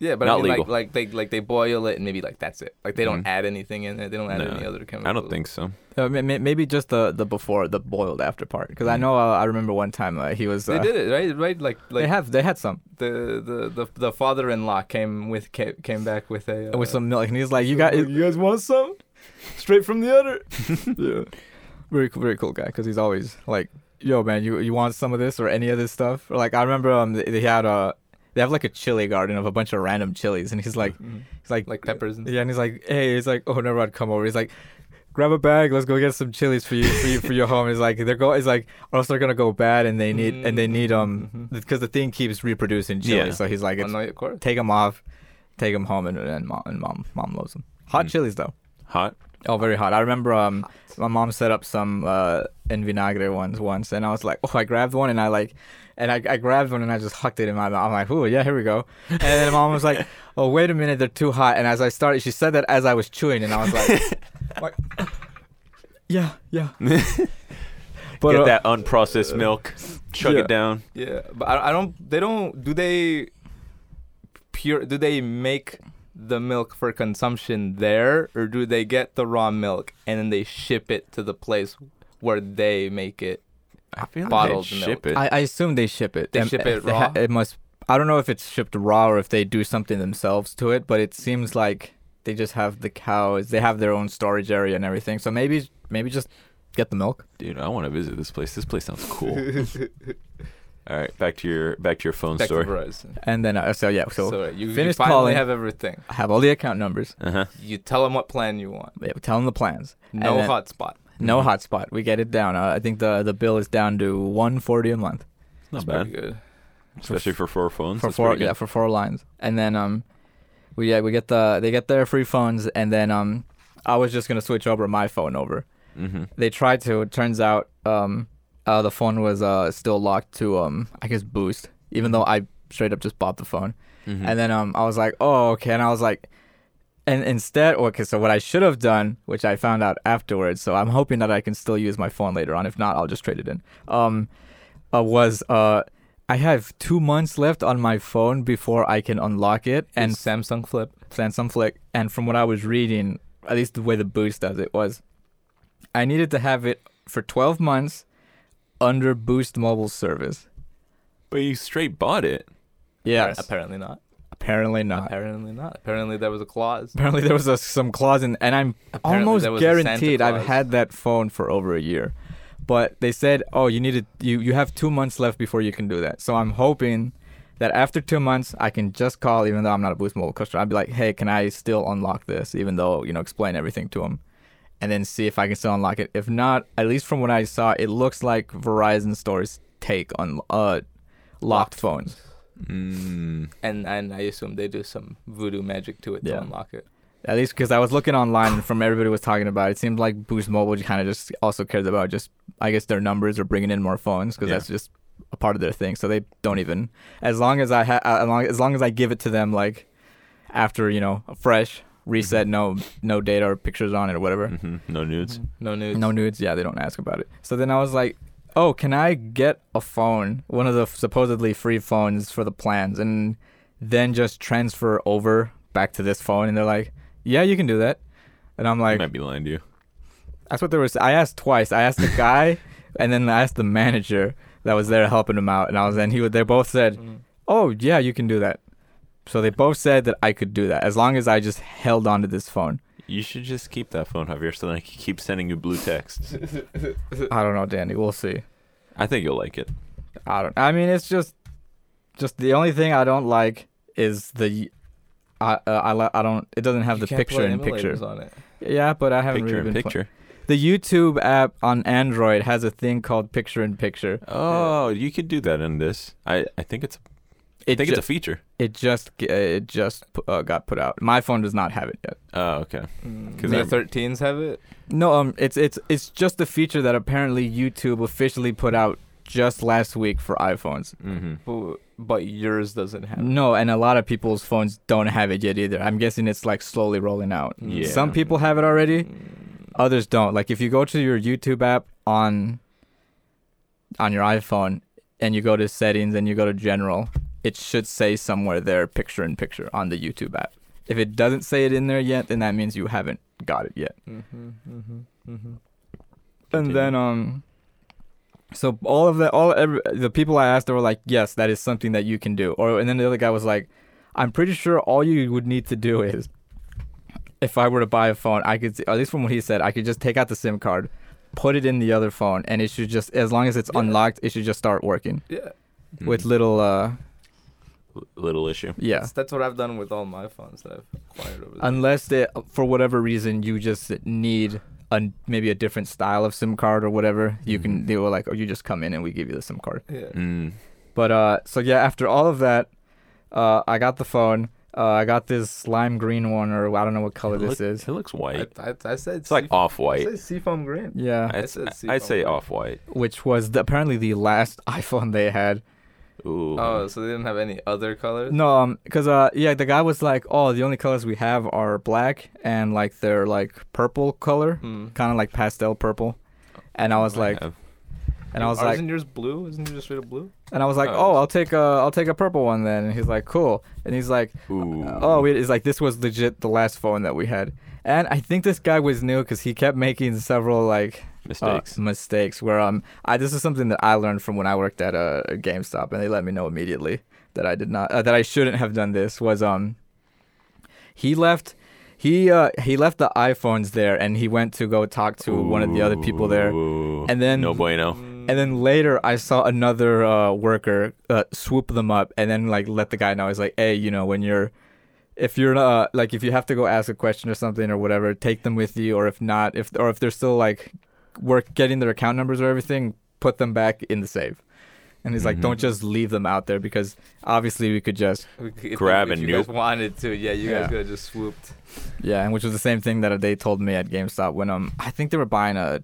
Speaker 3: Yeah, but
Speaker 2: Not
Speaker 3: I mean,
Speaker 2: legal.
Speaker 3: like like they like they boil it and maybe like that's it. Like they don't
Speaker 2: Mhm.
Speaker 1: Mm-hmm.
Speaker 3: add anything in there. They don't add
Speaker 2: No,
Speaker 3: any other chemicals.
Speaker 2: I don't think so.
Speaker 1: uh, may- may- maybe just the the before the boiled after part. Because I know uh, I remember one time uh, he was.
Speaker 3: Mm. they
Speaker 1: Uh,
Speaker 3: did it right. Right, like
Speaker 1: they
Speaker 3: like
Speaker 1: have they had some
Speaker 3: the, the the the father-in-law came with ca- came back with a
Speaker 1: with
Speaker 3: uh,
Speaker 1: some milk, and he's like, "You got
Speaker 3: you guys want some? Straight from the udder.
Speaker 1: yeah. Very cool, very cool guy because he's always like, "Yo, man, you you want some of this or any of this stuff?" Or like I remember um they, they had a they have like a chili garden of a bunch of random chilies, and he's like
Speaker 3: Mhm.
Speaker 1: he's like
Speaker 3: Like peppers and
Speaker 1: yeah, and he's like hey, he's like oh whenever I'd come over, he's like grab a bag, let's go get some chilies for you for you for your home. He's like they're go it's like or else they're gonna go bad and they need and they need um
Speaker 3: Mhm.
Speaker 1: because the thing keeps reproducing chili,
Speaker 2: Yeah.
Speaker 1: so he's like
Speaker 3: Oh,
Speaker 1: it's,
Speaker 3: no, of course.
Speaker 1: take them off, take them home, and and mom and mom mom loves them. Hot
Speaker 2: Mm.
Speaker 1: chilies though.
Speaker 2: Hot.
Speaker 1: Oh, very hot. I remember um, my mom set up some uh, in vinagre ones once, and I was like, oh, I grabbed one, and I like, and I, I grabbed one, and I just hucked it in my mouth. I'm like, oh, yeah, here we go. And then mom was like, oh, wait a minute, they're too hot. And as I started, she said that as I was chewing, and I was like, like yeah, yeah. but
Speaker 2: get
Speaker 1: uh,
Speaker 2: that unprocessed milk. Chug
Speaker 1: yeah.
Speaker 2: it down.
Speaker 3: Yeah, but I, I don't. They don't. Do they pure? Do they make the milk for consumption there, or do they get the raw milk and then they ship it to the place where they make it?
Speaker 2: I feel like
Speaker 3: Bottled
Speaker 2: they ship it.
Speaker 1: I, I assume they ship it.
Speaker 3: They
Speaker 1: Um,
Speaker 3: ship it
Speaker 1: they ha-
Speaker 3: raw?
Speaker 1: It must. I don't know if it's shipped raw or if they do something themselves to it, but it seems like they just have the cows. They have their own storage area and everything. So maybe, maybe just get the milk.
Speaker 2: Dude, I want to visit this place. This place sounds cool. All right, back to your back to your phone
Speaker 3: Back to
Speaker 2: story.
Speaker 3: Verizon.
Speaker 1: And then, uh, so yeah, so,
Speaker 3: So, you, you
Speaker 1: finish
Speaker 3: finally
Speaker 1: calling.
Speaker 3: have everything.
Speaker 1: I have all the account numbers.
Speaker 2: Uh huh.
Speaker 3: You tell them what plan you want.
Speaker 1: Yeah, tell them the plans.
Speaker 3: No
Speaker 1: then-
Speaker 3: hotspot.
Speaker 1: No
Speaker 2: Mhm.
Speaker 1: hotspot. We get it down. Uh, I think the the bill is down to one forty a month
Speaker 2: Not
Speaker 3: Pretty
Speaker 2: bad,
Speaker 3: good.
Speaker 2: especially for four phones.
Speaker 1: for
Speaker 2: that's
Speaker 1: four
Speaker 2: pretty good.
Speaker 1: yeah for four lines. And then um, we yeah we get the they get their free phones and then um, I was just gonna switch over my phone over.
Speaker 2: Mm-hmm.
Speaker 1: they tried to. It turns out um, uh, the phone was uh, still locked to um, I guess Boost, even though I straight up just bought the phone.
Speaker 2: Mm-hmm.
Speaker 1: And then um, I was like, oh okay, and I was like, and instead, okay, so what I should have done, which I found out afterwards, so I'm hoping that I can still use my phone later on. If not, I'll just trade it in. Um, uh, was uh, I have two months left on my phone before I can unlock it,
Speaker 3: And
Speaker 1: and
Speaker 3: Samsung Flip.
Speaker 1: Samsung Flick, and from what I was reading, at least the way the Boost does it was, I needed to have it for 12 months under Boost Mobile service.
Speaker 2: but you straight bought it.
Speaker 1: Yes,
Speaker 3: Apparently not.
Speaker 1: apparently not.
Speaker 3: Apparently not. Apparently there was a clause.
Speaker 1: Apparently there was a, some clause in, and I'm
Speaker 3: Apparently
Speaker 1: almost
Speaker 3: there was a Santa
Speaker 1: guaranteed I've
Speaker 3: Claus.
Speaker 1: had that phone for over a year. But they said, oh, you needed you you have two months left before you can do that. So I'm hoping that after two months I can just call, even though I'm not a Boost Mobile customer. I'd be like, hey, can I still unlock this? Even though you know, explain everything to them, and then see if I can still unlock it. If not, at least from what I saw, it looks like Verizon stores take on uh locked phones.
Speaker 2: Mm.
Speaker 3: And and I assume they do some voodoo magic to it
Speaker 1: Yeah.
Speaker 3: to unlock it.
Speaker 1: At least because I was looking online and from everybody was talking about it, it seemed like Boost Mobile kind of just also cares about just I guess their numbers or bringing in more phones because
Speaker 2: Yeah.
Speaker 1: that's just a part of their thing. So they don't even as long as I ha- as long as long as I give it to them like after you know a fresh reset, no no data or pictures on it or whatever,
Speaker 2: hmm No nudes.
Speaker 3: No news.
Speaker 1: no nudes. Yeah, they don't ask about it. So then I was like, oh, can I get a phone, one of the supposedly free phones for the plans, and then just transfer over back to this phone? And they're like, yeah, you can do that. And I'm
Speaker 2: I
Speaker 1: like,
Speaker 2: might be lying to you.
Speaker 1: that's what there was. I asked twice. I asked the guy, and then I asked the manager that was there helping him out. And I was, and he, would- they both said,
Speaker 3: Mm.
Speaker 1: oh yeah, you can do that. So they both said that I could do that as long as I just held on to this phone.
Speaker 2: You should just keep that phone, Javier, so that I can keep sending you blue texts.
Speaker 3: Mm.
Speaker 1: I don't know, Danny. We'll see.
Speaker 2: I think you'll like it.
Speaker 1: I don't. I mean, it's just, just the only thing I don't like is the, I uh, I li- I don't. It doesn't have
Speaker 3: You
Speaker 1: the
Speaker 3: can't
Speaker 1: picture
Speaker 3: put
Speaker 1: in
Speaker 3: emulators
Speaker 1: picture.
Speaker 3: on it.
Speaker 1: Yeah, but I haven't
Speaker 2: Picture
Speaker 1: really
Speaker 2: in
Speaker 1: been.
Speaker 2: picture.
Speaker 1: fu- the YouTube app on Android has a thing called picture in picture.
Speaker 2: Oh, you could do that in this. I, I think it's I
Speaker 1: It
Speaker 2: think
Speaker 1: ju-
Speaker 2: it's a feature.
Speaker 1: it just g- uh, it just uh, got put out. My phone does not have it yet.
Speaker 2: Oh, okay.
Speaker 3: Mm.
Speaker 2: 'Cause
Speaker 3: Do the
Speaker 2: I'm-
Speaker 3: 13s have it?
Speaker 1: No, um, it's it's it's just a feature that apparently YouTube officially put out just last week for iPhones.
Speaker 2: Mm-hmm.
Speaker 3: Bu- But yours doesn't have it.
Speaker 1: No, and a lot of people's phones don't have it yet either. I'm guessing it's like slowly rolling out.
Speaker 2: Yeah.
Speaker 1: Some people have it already.
Speaker 3: Mm.
Speaker 1: others don't like if you go to your youtube app on on your iphone and you go to settings and you go to general it should say somewhere there picture in picture on the youtube app if it doesn't say it in there yet then that means you haven't got it yet
Speaker 3: Mhm, mhm, mhm.
Speaker 1: and then um so all of the all every, the people i asked they were like yes that is something that you can do or and then the other guy was like i'm pretty sure all you would need to do is if i were to buy a phone i could at least from what he said i could just take out the sim card put it in the other phone and it should just as long as it's
Speaker 3: Yeah.
Speaker 1: unlocked it should just start working
Speaker 3: Yeah,
Speaker 2: mm-hmm.
Speaker 1: with little uh
Speaker 2: little issue.
Speaker 1: yeah
Speaker 3: that's, that's what I've done with all my phones that I've acquired over the
Speaker 1: unless they, for whatever reason you just need a maybe a different style of sim card or whatever
Speaker 3: Mm-hmm.
Speaker 1: you can
Speaker 2: Mhm.
Speaker 1: they were like oh you just come in and we give you the sim card
Speaker 3: Yeah.
Speaker 2: Mm.
Speaker 1: But uh, so yeah, after all of that, uh, I got the phone. Uh, I got this lime green one, or I don't know what color
Speaker 2: it
Speaker 1: this
Speaker 2: look-
Speaker 1: is.
Speaker 2: It looks white.
Speaker 3: I, I, I said
Speaker 2: it's like off
Speaker 3: I
Speaker 2: white.
Speaker 3: said seafoam green.
Speaker 1: Yeah,
Speaker 3: I
Speaker 2: I'd,
Speaker 3: said
Speaker 2: I'd- I'd say
Speaker 3: seafoam.
Speaker 2: off white.
Speaker 1: which was the, apparently the last iPhone they had.
Speaker 2: Ooh.
Speaker 3: Oh, so they didn't have any other colors?
Speaker 1: No, um, cause uh, yeah, the guy was like, "Oh, the only colors we have are black and like they're like purple color,
Speaker 3: Mm.
Speaker 1: kind of like pastel purple," and I was
Speaker 2: I
Speaker 1: like,
Speaker 2: have.
Speaker 1: And I was
Speaker 3: Ours
Speaker 1: like,
Speaker 3: isn't yours blue? Isn't yours straight up blue?
Speaker 1: and I was like, oh,
Speaker 2: Oh.
Speaker 1: I'll take a, I'll take a purple one then. And he's like, cool. And he's like,
Speaker 2: Ooh.
Speaker 1: oh, it is like this was legit the last phone that we had. And I think this guy was new because he kept making several like uh,
Speaker 2: mistakes.
Speaker 1: mistakes. Where um, I this is something that I learned from when I worked at a uh, GameStop, and they let me know immediately that I did not, uh, that I shouldn't have done this. Was um, he left. He uh he left the iPhones there and he went to go talk to one of the other people there
Speaker 2: Ooh.
Speaker 1: and then
Speaker 2: no bueno.
Speaker 3: Mm.
Speaker 1: and then later, I saw another uh, worker uh, swoop them up and then like let the guy know. He's like, "Hey, you know, when you're, if you're uh, like, if you have to go ask a question or something or whatever, take them with you. Or if not, if or if they're still like, work getting their account numbers or everything, put them back in the save." And he's like,
Speaker 2: Mhm.
Speaker 1: "Don't just leave them out there because obviously we could just
Speaker 3: If-
Speaker 2: Grab
Speaker 3: if
Speaker 2: and
Speaker 3: you guys
Speaker 2: nuke.
Speaker 3: wanted to, yeah, you guys
Speaker 1: Yeah.
Speaker 3: could have just swooped.
Speaker 1: yeah." And which was the same thing that they told me at GameStop when um I think they were buying a,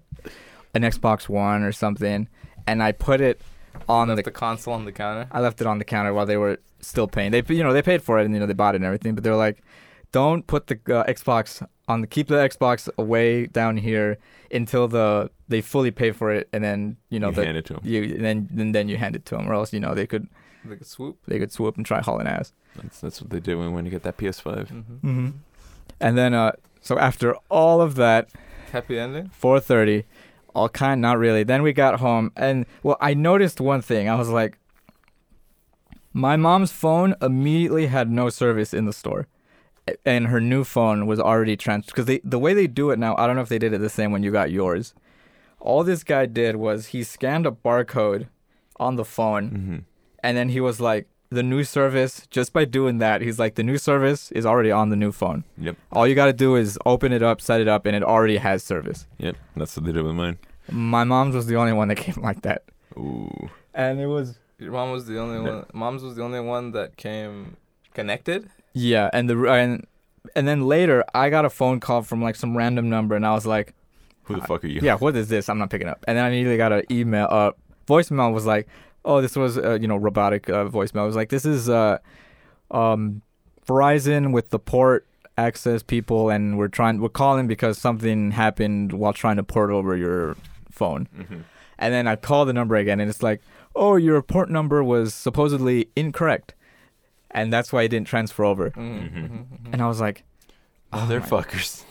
Speaker 1: an Xbox One or something, and I put it on
Speaker 3: Left
Speaker 1: the
Speaker 3: the console on the counter.
Speaker 1: I left it on the counter while they were still paying. They, you know, they paid for it and you know they bought it and everything. But they're like, don't put the uh, Xbox on the keep the Xbox away down here until the they fully pay for it, and then you know
Speaker 2: you
Speaker 1: the,
Speaker 2: hand it to him.
Speaker 1: you and then and then you hand it to them, or else you know they could
Speaker 3: Like a swoop.
Speaker 1: they could swoop and try hauling ass.
Speaker 2: That's, that's what they do when when you get that PS5.
Speaker 3: Mm-hmm.
Speaker 1: Mm-hmm. And then uh, so after all of that,
Speaker 3: Happy ending.
Speaker 1: four thirty, all kind not really. Then we got home and well, I noticed one thing. I was like, my mom's phone immediately had no service in the store, A- and her new phone was already transferred because they the way they do it now. I don't know if they did it the same when you got yours. All this guy did was he scanned a barcode on the phone
Speaker 2: Mm-hmm.
Speaker 1: and then he was like, the new service, just by doing that, he's like, the new service is already on the new phone.
Speaker 2: Yep.
Speaker 1: All you got to do is open it up, set it up, and it already has service.
Speaker 2: Yep. That's what they did with mine.
Speaker 1: My mom's was the only one that came like that.
Speaker 2: Ooh.
Speaker 1: And it was.
Speaker 3: Your mom was the only
Speaker 2: No.
Speaker 3: one. Mom's was the only one that came connected.
Speaker 1: Yeah. And the. And, and then later, I got a phone call from like some random number, and I was like,
Speaker 2: Who the
Speaker 1: Uh,
Speaker 2: fuck are you?
Speaker 1: yeah, what is this? I'm not picking up. And then I immediately got an email, uh, voicemail was like, oh, this was, uh, you know, robotic uh, voicemail. It was like, this is uh, um, Verizon with the port access people, and we're trying, we're calling because something happened while trying to port over your phone.
Speaker 2: Mhm.
Speaker 1: And then I call the number again, and it's like, oh, your port number was supposedly incorrect. And that's why it didn't transfer over.
Speaker 3: Mm-hmm.
Speaker 2: Mhm.
Speaker 1: And I was like, oh,
Speaker 2: They're
Speaker 1: my
Speaker 2: fuckers.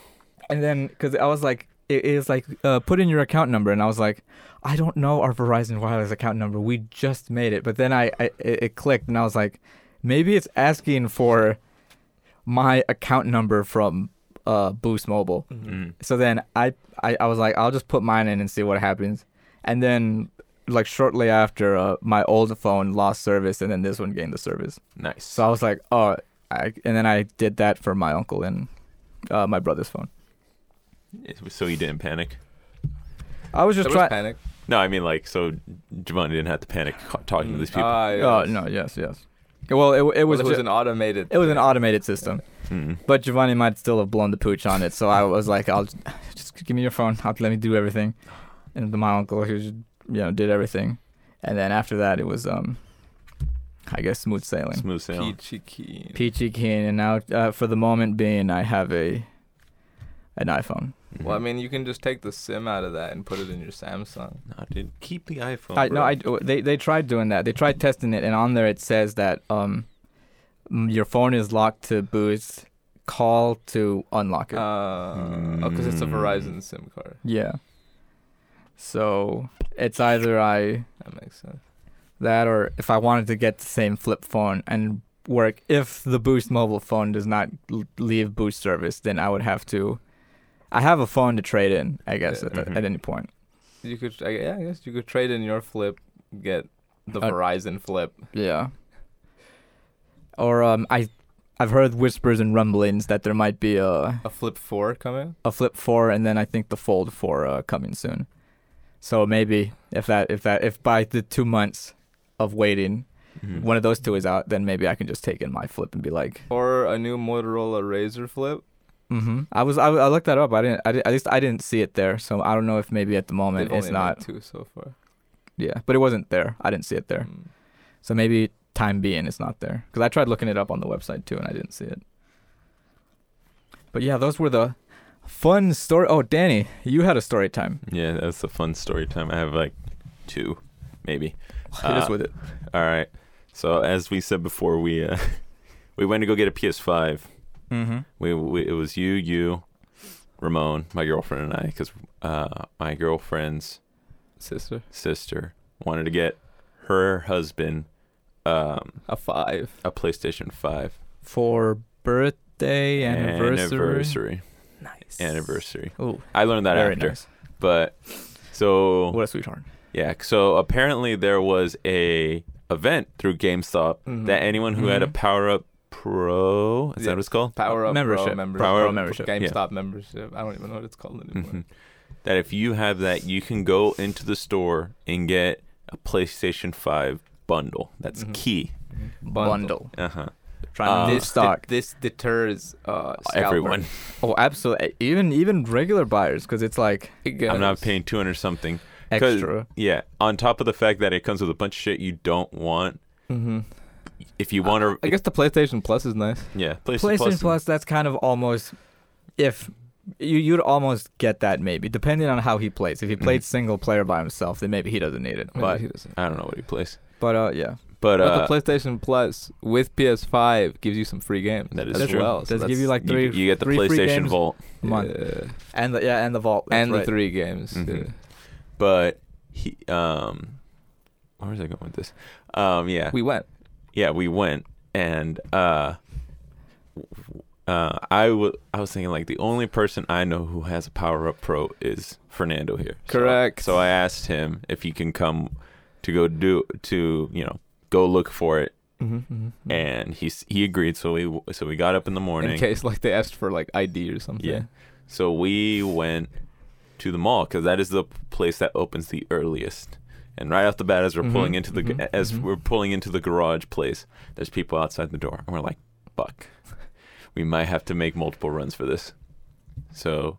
Speaker 1: and then, because I was like, it is like, uh, put in your account number. And I was like, I don't know our Verizon Wireless account number. We just made it. But then I, I it it clicked and I was like, maybe it's asking for my account number from uh, Boost Mobile.
Speaker 3: Mm-hmm.
Speaker 2: Mm.
Speaker 1: So then I, I, I was like, I'll just put mine in and see what happens. And then, like, shortly after, uh, my old phone lost service and then this one gained the service.
Speaker 2: Nice.
Speaker 1: So I was like, oh, I, and then I did that for my uncle and uh, my brother's phone.
Speaker 2: So you didn't panic.
Speaker 1: I was
Speaker 3: There
Speaker 1: just
Speaker 3: was
Speaker 1: trying.
Speaker 3: panic.
Speaker 2: No, I mean like so Javon didn't have to panic ca- talking to these people.
Speaker 3: Ah, yes.
Speaker 1: Oh no, yes, yes. Well, it, it
Speaker 3: Well,
Speaker 1: was
Speaker 3: it was
Speaker 1: ju-
Speaker 3: an automated.
Speaker 1: it was an automated system,
Speaker 2: Mm.
Speaker 1: but Giovanni might still have blown the pooch on it. So I was like, I'll just, just give me your phone. I'll let me do everything. And then my uncle, he was, you know, did everything. And then after that, it was um, I guess smooth sailing.
Speaker 2: Smooth sailing.
Speaker 3: Peachy keen.
Speaker 1: Peachy keen, and now uh, for the moment being, I have a an iPhone.
Speaker 2: Mhm.
Speaker 3: Well, I mean, you can just take the SIM out of that and put it in your Samsung.
Speaker 2: no, dude, keep the iPhone.
Speaker 1: I
Speaker 2: bro.
Speaker 1: no, I they they tried doing that. They tried testing it, and on there it says that um, m- your phone is locked to boost. Call to unlock it.
Speaker 3: Uh, oh, because it's a
Speaker 2: Mm.
Speaker 3: Verizon SIM card.
Speaker 1: yeah. So it's either I
Speaker 3: That makes sense.
Speaker 1: that or if I wanted to get the same flip phone and work. If the Boost mobile phone does not l- leave Boost service, then I would have to. I have a phone to trade in, I guess,
Speaker 3: Yeah.
Speaker 1: at, the,
Speaker 2: Mhm.
Speaker 1: at any point.
Speaker 3: You could, I, yeah, I guess you could trade in your flip, get the
Speaker 1: Uh,
Speaker 3: Verizon flip.
Speaker 1: Yeah. Or um, I, I've heard whispers and rumblings that there might be a
Speaker 3: A flip four coming.
Speaker 1: a flip four, and then I think the fold four uh, coming soon. So maybe if that if that if by the two months of waiting,
Speaker 2: Mhm.
Speaker 1: one of those two is out, then maybe I can just take in my flip and be like,
Speaker 3: Or a new Motorola Razr flip.
Speaker 1: mm-hmm. I was I, I looked that up. I didn't, I didn't at least I didn't see it there. So I don't know if maybe at the moment
Speaker 3: They've only
Speaker 1: it's not.
Speaker 3: made two so far.
Speaker 1: Yeah, but it wasn't there. I didn't see it there.
Speaker 3: Mm.
Speaker 1: So maybe time being it's not there because I tried looking it up on the website too and I didn't see it. But yeah, those were the fun story. Oh, Danny, you had a story time.
Speaker 2: Yeah, that's a fun story time. I have like two, maybe.
Speaker 1: Hit us
Speaker 2: Uh,
Speaker 1: with it.
Speaker 2: All right. So as we said before, we uh, we went to go get a PS5.
Speaker 1: Mm-hmm.
Speaker 2: We, we it was you, you, Ramon, my girlfriend, and I, because uh, my girlfriend's
Speaker 3: sister.
Speaker 2: sister wanted to get her husband um,
Speaker 3: A five.
Speaker 2: a PlayStation Five
Speaker 1: For birthday anniversary.
Speaker 2: anniversary.
Speaker 3: Nice.
Speaker 2: Anniversary.
Speaker 1: Ooh,
Speaker 2: I learned that
Speaker 1: very
Speaker 2: after,
Speaker 1: nice.
Speaker 2: but so
Speaker 1: What a sweetheart.
Speaker 2: Yeah, so apparently there was a event through GameStop
Speaker 3: Mhm.
Speaker 2: that anyone who had a
Speaker 1: Mhm.
Speaker 2: Power Up Pro, is
Speaker 3: Yeah.
Speaker 2: that what it's called?
Speaker 3: Power up
Speaker 1: Membership.
Speaker 3: Pro membership.
Speaker 2: Power Up
Speaker 1: membership,
Speaker 2: yeah.
Speaker 3: GameStop membership. I don't even know what it's called anymore.
Speaker 2: Mhm. That if you have that, you can go into the store and get a PlayStation 5 bundle. That's
Speaker 1: Mm-hmm.
Speaker 3: Mhm.
Speaker 2: key.
Speaker 1: Bundle.
Speaker 2: Uh-huh.
Speaker 1: Trying to
Speaker 2: Uh,
Speaker 1: move
Speaker 3: this
Speaker 1: stock.
Speaker 3: de- this deters uh,
Speaker 2: Everyone.
Speaker 1: oh, absolutely. Even even regular buyers, because it's like
Speaker 2: I'm not paying 200 something. 'Cause-
Speaker 1: extra.
Speaker 2: Yeah, on top of the fact that it comes with a bunch of shit you don't want.
Speaker 3: Mm-hmm.
Speaker 2: If you want to,
Speaker 3: I guess the PlayStation Plus is nice.
Speaker 2: yeah, PlayStation,
Speaker 1: Uh, PlayStation Plus, that's kind of almost if you you'd almost get that maybe depending on how he plays. If he played
Speaker 2: Mhm.
Speaker 1: single player by himself, then maybe he doesn't need it. But
Speaker 3: Maybe he doesn't.
Speaker 2: I don't know what he plays,
Speaker 1: but uh yeah,
Speaker 2: but,
Speaker 3: But
Speaker 2: uh,
Speaker 3: the PlayStation Plus with PS5 gives you some free games
Speaker 2: That is
Speaker 3: as
Speaker 2: true.
Speaker 3: well.
Speaker 1: does it give you like
Speaker 2: you,
Speaker 1: three
Speaker 2: you get the
Speaker 1: three free
Speaker 2: PlayStation
Speaker 1: games
Speaker 2: Vault.
Speaker 1: a month.
Speaker 3: yeah.
Speaker 1: and the, yeah and the vault that's
Speaker 3: and
Speaker 1: right.
Speaker 3: the three games.
Speaker 2: Mhm.
Speaker 3: yeah.
Speaker 2: but he um where was I going with this? Um yeah.
Speaker 3: We went.
Speaker 2: yeah, we went and uh w- uh I wa- I was thinking like the only person I know who has a Power Up Pro is Fernando here. So-
Speaker 3: Correct.
Speaker 2: So, I asked him if he can come to go do to, you know, go look for it
Speaker 3: Mm-hmm.
Speaker 2: and he s- he agreed so we w- so we got up in the morning.
Speaker 3: in case like they asked for like ID or something.
Speaker 2: Yeah. So we went to the mall because that is the place that opens the earliest. And right off the bat, as we're
Speaker 3: Mhm,
Speaker 2: pulling into the
Speaker 3: mhm,
Speaker 2: as
Speaker 3: mhm.
Speaker 2: we're pulling into the garage place, there's people outside the door, and we're like, "Fuck, we might have to make multiple runs for this." So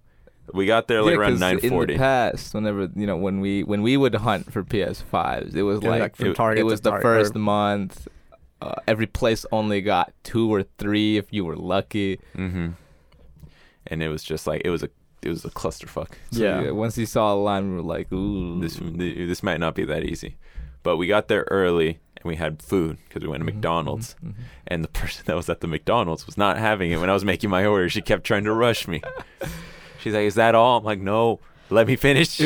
Speaker 2: we got there like
Speaker 3: Yeah,
Speaker 2: around
Speaker 3: 'cause
Speaker 2: nine
Speaker 3: In
Speaker 2: forty.
Speaker 3: the past, whenever you know when we when we would hunt for PS5s, it was
Speaker 1: Yeah,
Speaker 3: like,
Speaker 1: like from
Speaker 3: it,
Speaker 1: Target
Speaker 3: it
Speaker 1: to
Speaker 3: was the
Speaker 1: Target,
Speaker 3: first
Speaker 1: or-
Speaker 3: month. Uh, every place only got two or three if you were lucky.
Speaker 2: Mm-hmm. And it was just like it was a it was a clusterfuck.
Speaker 3: So,
Speaker 1: Yeah.
Speaker 3: Once you saw a line, we were like, ooh.
Speaker 2: This this might not be that easy, but we got there early and we had food because we went to
Speaker 3: Mhm, mhm,
Speaker 2: McDonald's.
Speaker 3: mhm.
Speaker 2: and the person that was at the McDonald's was not having it when I was making my order. She kept trying to rush me. She's like, "Is that all?" I'm like, "No, let me finish."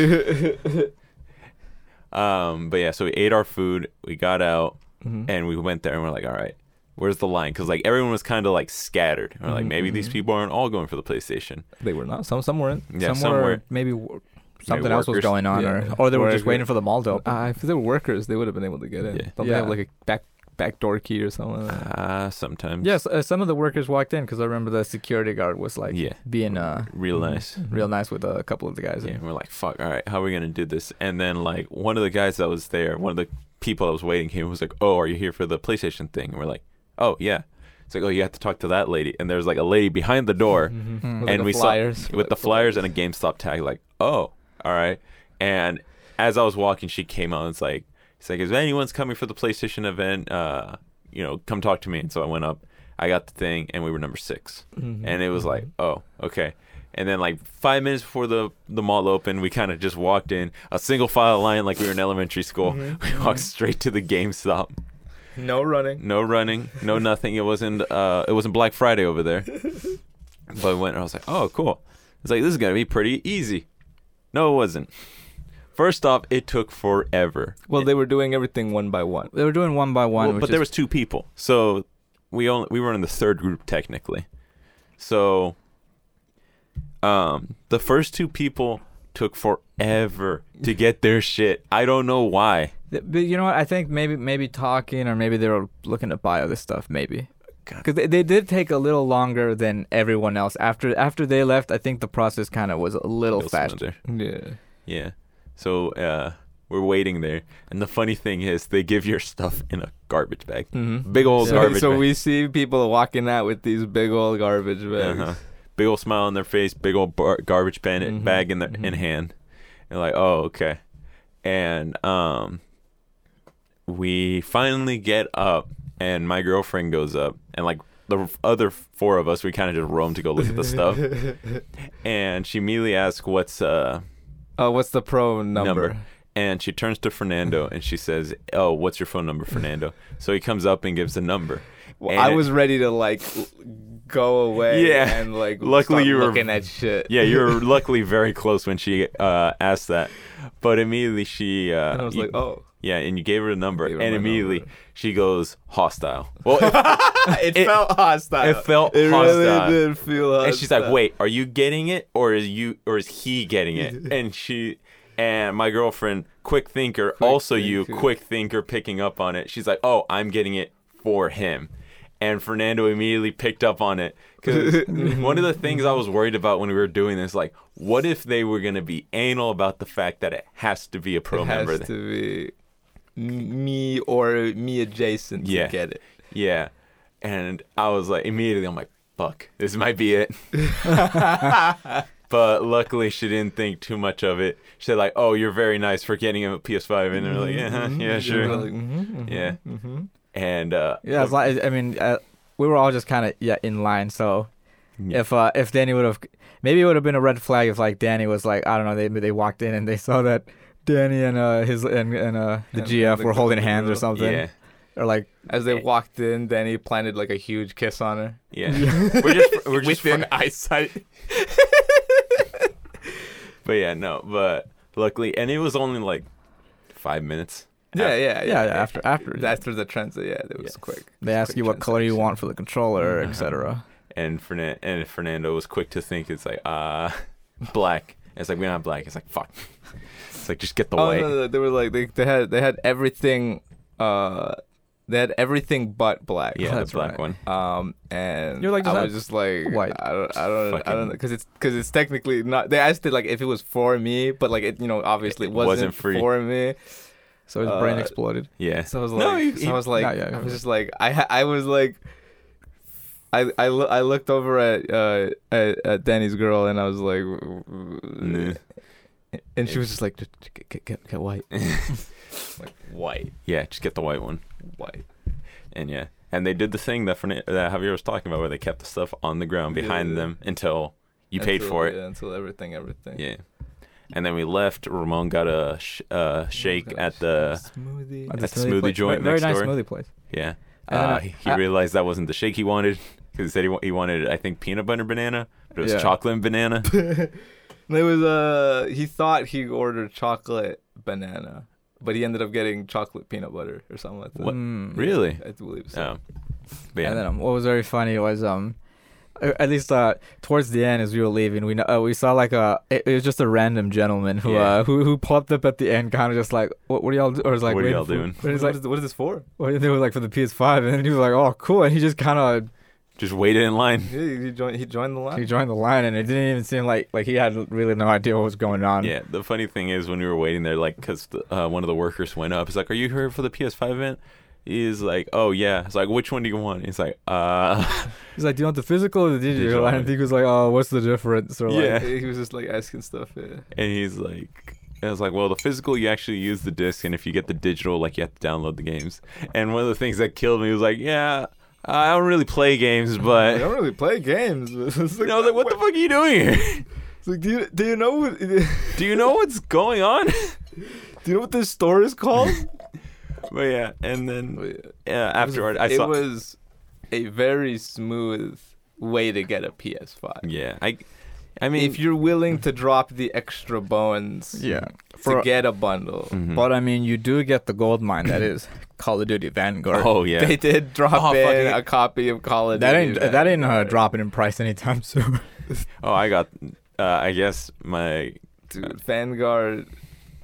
Speaker 2: um, but yeah, so we ate our food, we got out,
Speaker 3: Mhm.
Speaker 2: and we went there, and we're like, "All right, where's the line?" Because like everyone was kind of like scattered. And we're like,
Speaker 3: Mhm,
Speaker 2: maybe these
Speaker 3: mhm.
Speaker 2: people aren't all going for the PlayStation.
Speaker 3: They were not. Some some weren't.
Speaker 2: Yeah,
Speaker 1: Mm-hmm. somewhere,
Speaker 2: somewhere.
Speaker 1: maybe w- something else was
Speaker 2: workers-
Speaker 1: going on
Speaker 3: yeah.
Speaker 1: or or they were just
Speaker 3: Worker-
Speaker 1: waiting for the mall to open.
Speaker 3: Uh, if they were workers, they would have been able to get in.
Speaker 2: Yeah.
Speaker 3: Don't they have
Speaker 1: Yeah.
Speaker 3: like a back back door key or something? like that?
Speaker 2: Ah, sometimes.
Speaker 1: yes, uh, some of the workers walked in because I remember the security guard was like
Speaker 2: yeah.
Speaker 1: being uh
Speaker 2: Real nice.
Speaker 1: real nice with a couple of the guys.
Speaker 2: Yeah, and we're like, fuck, all right, how are we gonna do this? And then like one of the guys that was there, one of the people that was waiting here was like, Oh, are you here for the PlayStation thing? And we're like, Oh yeah. It's like, Oh, you have to talk to that lady and there's like a lady behind the door
Speaker 3: Mhm.
Speaker 1: Mm.
Speaker 3: With,
Speaker 2: And
Speaker 3: the
Speaker 2: we saw-
Speaker 3: flyers.
Speaker 2: with the flyers and a GameStop tag, like, Oh, all right. And as I was walking, she came out and it's like it's like, if anyone's coming for the PlayStation event, uh, you know, come talk to me. And so I went up, I got the thing, and we were number six
Speaker 3: Mhm.
Speaker 2: and it was like, oh, okay. And then like five minutes before the the mall opened, we kind of just walked in a single file line like we were in elementary school. We walked straight to the GameStop.
Speaker 3: no running.
Speaker 2: No running, no nothing. It wasn't uh, it wasn't Black Friday over there. But we went and I was like, oh, cool. It's like this is gonna be pretty easy. No, it wasn't. First off, it took forever.
Speaker 3: Well, they were doing everything one by one.
Speaker 1: They were doing one by one,
Speaker 2: Well,
Speaker 1: which
Speaker 2: but there
Speaker 1: is-
Speaker 2: was two people, so we only we were in the third group technically. So, um, the first two people took forever to get their shit. I don't know why.
Speaker 1: Th- But you know what? I think maybe maybe talking or maybe they were looking to buy other stuff. Maybe
Speaker 2: God.
Speaker 1: because they, they did take a little longer than everyone else. After after they left, I think the process kind of was a little
Speaker 2: Goes
Speaker 1: faster.
Speaker 2: under.
Speaker 3: Yeah.
Speaker 2: Yeah. So uh, we're waiting there, and the funny thing is, they give your stuff in a garbage bag,
Speaker 3: Mm-hmm.
Speaker 2: big old
Speaker 3: So,
Speaker 2: garbage.
Speaker 3: so
Speaker 2: bag.
Speaker 3: we see people walking out with these big old garbage bags.
Speaker 2: Uh-huh. Big old smile on their face, big old bar- garbage pan
Speaker 3: Mhm,
Speaker 2: bag in their in
Speaker 3: mhm.
Speaker 2: hand, and like, oh okay, and um, we finally get up, and my girlfriend goes up, and like the other four of us, we kind of just roam to go look at the stuff, and she immediately asks, "What's uh?"
Speaker 3: Oh, what's the pro number?
Speaker 2: Number. And she turns to Fernando and she says, "Oh, what's your phone number, Fernando?" So he comes up and gives the number.
Speaker 3: Well, I
Speaker 2: And-
Speaker 3: was ready to like l- go away.
Speaker 2: Yeah.
Speaker 3: And like,
Speaker 2: Luckily
Speaker 3: start
Speaker 2: you were-
Speaker 3: looking at shit.
Speaker 2: Yeah, you were luckily very close when she uh, asked that, but immediately she. Uh,
Speaker 3: And I was
Speaker 2: you-
Speaker 3: like, oh,
Speaker 2: Yeah, and you gave her the number,
Speaker 3: Gave her
Speaker 2: and
Speaker 3: my
Speaker 2: immediately
Speaker 3: number.
Speaker 2: she goes hostile. Well, if-
Speaker 3: it,
Speaker 2: It-
Speaker 3: felt hostile.
Speaker 2: it felt
Speaker 3: It
Speaker 2: hostile.
Speaker 3: really did feel hostile.
Speaker 2: and she's like, "Wait, are you getting it, or is you, or is he getting it?" And she, and my girlfriend, quick thinker, also you,
Speaker 3: thinker.
Speaker 2: quick thinker, picking up on it. She's like, "Oh, I'm getting it for him," and Fernando immediately picked up on it because one of the things I was worried about when we were doing this, like, what if they were gonna be anal about the fact that it has to be a pro
Speaker 3: It
Speaker 2: member?
Speaker 3: has to be m- me or me adjacent
Speaker 2: Yeah.
Speaker 3: to get it.
Speaker 2: Yeah. And I was like, immediately, I'm like, fuck, this might be it. but luckily, she didn't think too much of it. She said, like, oh, you're very nice for getting him a PS5. And they're like, yeah, huh, yeah,
Speaker 3: And I was
Speaker 2: sure.
Speaker 3: like, mhm, mhm,
Speaker 2: Yeah.
Speaker 3: mhm.
Speaker 2: And, uh,
Speaker 1: Yeah, as long, I mean, uh, we were all just kind of yeah in line. So
Speaker 2: Yeah.
Speaker 1: if uh, if Danny would have, maybe it would have been a red flag if like Danny was like I don't know they they walked in and they saw that Danny and uh his and and uh the
Speaker 3: And
Speaker 1: GF
Speaker 3: the-
Speaker 1: were holding
Speaker 3: the
Speaker 1: hands or
Speaker 3: girl.
Speaker 1: something
Speaker 2: yeah.
Speaker 1: or like
Speaker 3: As they walked in, Danny planted like a huge kiss on her.
Speaker 2: Yeah. we're just, we're just,
Speaker 3: Within eyesight.
Speaker 2: but yeah, no, but luckily, and it was only like five minutes.
Speaker 3: Yeah, yeah,
Speaker 1: yeah, yeah, after after
Speaker 3: That's for the transit. Yeah, it was
Speaker 2: Yeah.
Speaker 3: quick.
Speaker 1: they ask you what color you want for the controller
Speaker 2: Mhm.
Speaker 1: etc.
Speaker 2: And, Fernan- and Fernando was quick to think, it's like, uh, black. It's like, we're not black. It's like, fuck. It's like, just get the
Speaker 3: Oh
Speaker 2: white.
Speaker 3: no, no, they were like they, they had they had everything. Uh, they had everything but black.
Speaker 2: Yeah,
Speaker 1: That's
Speaker 2: the black
Speaker 1: right.
Speaker 2: one.
Speaker 3: Um, and
Speaker 1: You're like, just
Speaker 3: I
Speaker 1: have
Speaker 3: was just like,
Speaker 1: white.
Speaker 3: I don't, I don't, I don't,
Speaker 2: Fucking-
Speaker 3: because it's because it's technically not. They asked it like if it was for me, but like it, you know, obviously
Speaker 2: It
Speaker 3: wasn't,
Speaker 2: wasn't free.
Speaker 3: for me.
Speaker 1: So his brain
Speaker 3: Uh,
Speaker 1: exploded.
Speaker 2: Yeah.
Speaker 3: So I was like,
Speaker 2: No, you-
Speaker 3: so I was like,
Speaker 1: no, yeah,
Speaker 3: I
Speaker 1: yeah.
Speaker 3: was just like, I, ha- I was like, I, I, loo- I looked over at, uh, at, at Danny's girl and I was like,
Speaker 2: Nah.
Speaker 3: and she was just like, "Just get, get, get, get white, like white,
Speaker 2: Yeah, just get the white one.
Speaker 3: white.
Speaker 2: And yeah. And they did the thing that, Fernan- that Javier was talking about where they kept the stuff on the ground behind
Speaker 3: Yeah.
Speaker 2: them until you paid for it.
Speaker 3: yeah, until everything, everything.
Speaker 2: Yeah. And then we left. Ramon got a sh- uh, shake at the.
Speaker 3: smoothie.
Speaker 2: At the
Speaker 1: smoothie
Speaker 2: smoothie
Speaker 1: place.
Speaker 2: joint
Speaker 1: Very,
Speaker 2: next
Speaker 1: very nice
Speaker 2: door.
Speaker 1: smoothie place.
Speaker 2: Yeah.
Speaker 1: I don't
Speaker 2: Uh,
Speaker 1: know.
Speaker 2: he
Speaker 1: I-
Speaker 2: realized that wasn't the shake he wanted because he said he, wa- he wanted, I think, peanut butter banana, but it was
Speaker 1: Yeah.
Speaker 2: chocolate and banana.
Speaker 3: There was uh he thought he ordered chocolate banana, but he ended up getting chocolate peanut butter or something like that.
Speaker 2: What?
Speaker 1: Mm.
Speaker 2: really?
Speaker 3: I believe so.
Speaker 2: Oh. But yeah.
Speaker 1: And then um, what was very funny was um, uh, at least uh, towards the end as we were leaving, we kn- uh, we saw like a it, it was just a random gentleman who
Speaker 2: Yeah.
Speaker 1: uh, who who popped up at the end, kind of just like, what what are y'all do? Or was like,
Speaker 2: What are
Speaker 1: waiting
Speaker 2: y'all
Speaker 1: for-
Speaker 2: doing?
Speaker 1: And
Speaker 3: What,
Speaker 1: he's
Speaker 3: is,
Speaker 1: like,
Speaker 3: what is- what is this for?
Speaker 1: well, they were like for the PS5, and then he was like, oh cool, and he just kind of
Speaker 2: Just waited in line.
Speaker 3: Yeah, he joined. He joined the
Speaker 1: uh, he
Speaker 3: line.
Speaker 1: joined the line, and it didn't even seem like like he had really no idea what was going on.
Speaker 2: Yeah, the funny thing is when we were waiting there, like, because the, uh, one of the workers went up. He's like, "Are you here for the PS5 event?" He's like, "Oh yeah." It's like, "Which one do you want?" He's like, "Uh,
Speaker 1: He's like, do you want the physical or the digital?
Speaker 2: Digital,
Speaker 1: And I
Speaker 2: yeah.
Speaker 1: think he was like, oh, what's the difference? Or like,
Speaker 2: Yeah.
Speaker 3: He was just like asking stuff. Yeah.
Speaker 2: and he's like." And I was like, well, the physical, you actually use the disc, and if you get the digital, like, you have to download the games. And one of the things that killed me was like, yeah, I don't really play games,
Speaker 3: I
Speaker 2: but.
Speaker 3: don't really play games. It's
Speaker 2: You
Speaker 3: like,
Speaker 2: know, I was like, what the fuck are you doing here?
Speaker 3: It's like, do you do you know what do
Speaker 2: Do you know what's going on?
Speaker 3: you know what this store is called?
Speaker 2: But yeah, and then
Speaker 3: It
Speaker 2: yeah,
Speaker 3: was-
Speaker 2: afterward, I saw.
Speaker 3: It was a very smooth way to get a PS5.
Speaker 2: yeah, I, I mean,
Speaker 3: If you're willing to drop the extra bones,
Speaker 1: yeah.
Speaker 3: to
Speaker 1: For,
Speaker 3: get a bundle.
Speaker 2: Mhm.
Speaker 1: but I mean, you do get the gold mine that is Call of Duty Vanguard.
Speaker 2: oh yeah,
Speaker 3: They did drop
Speaker 2: Oh,
Speaker 3: in
Speaker 2: fucking-
Speaker 3: a copy of Call of
Speaker 1: That
Speaker 3: Duty.
Speaker 1: ain't
Speaker 3: man.
Speaker 1: that ain't uh, dropping in price anytime soon.
Speaker 2: Oh, I got. Uh, I guess my.
Speaker 3: Dude, Vanguard.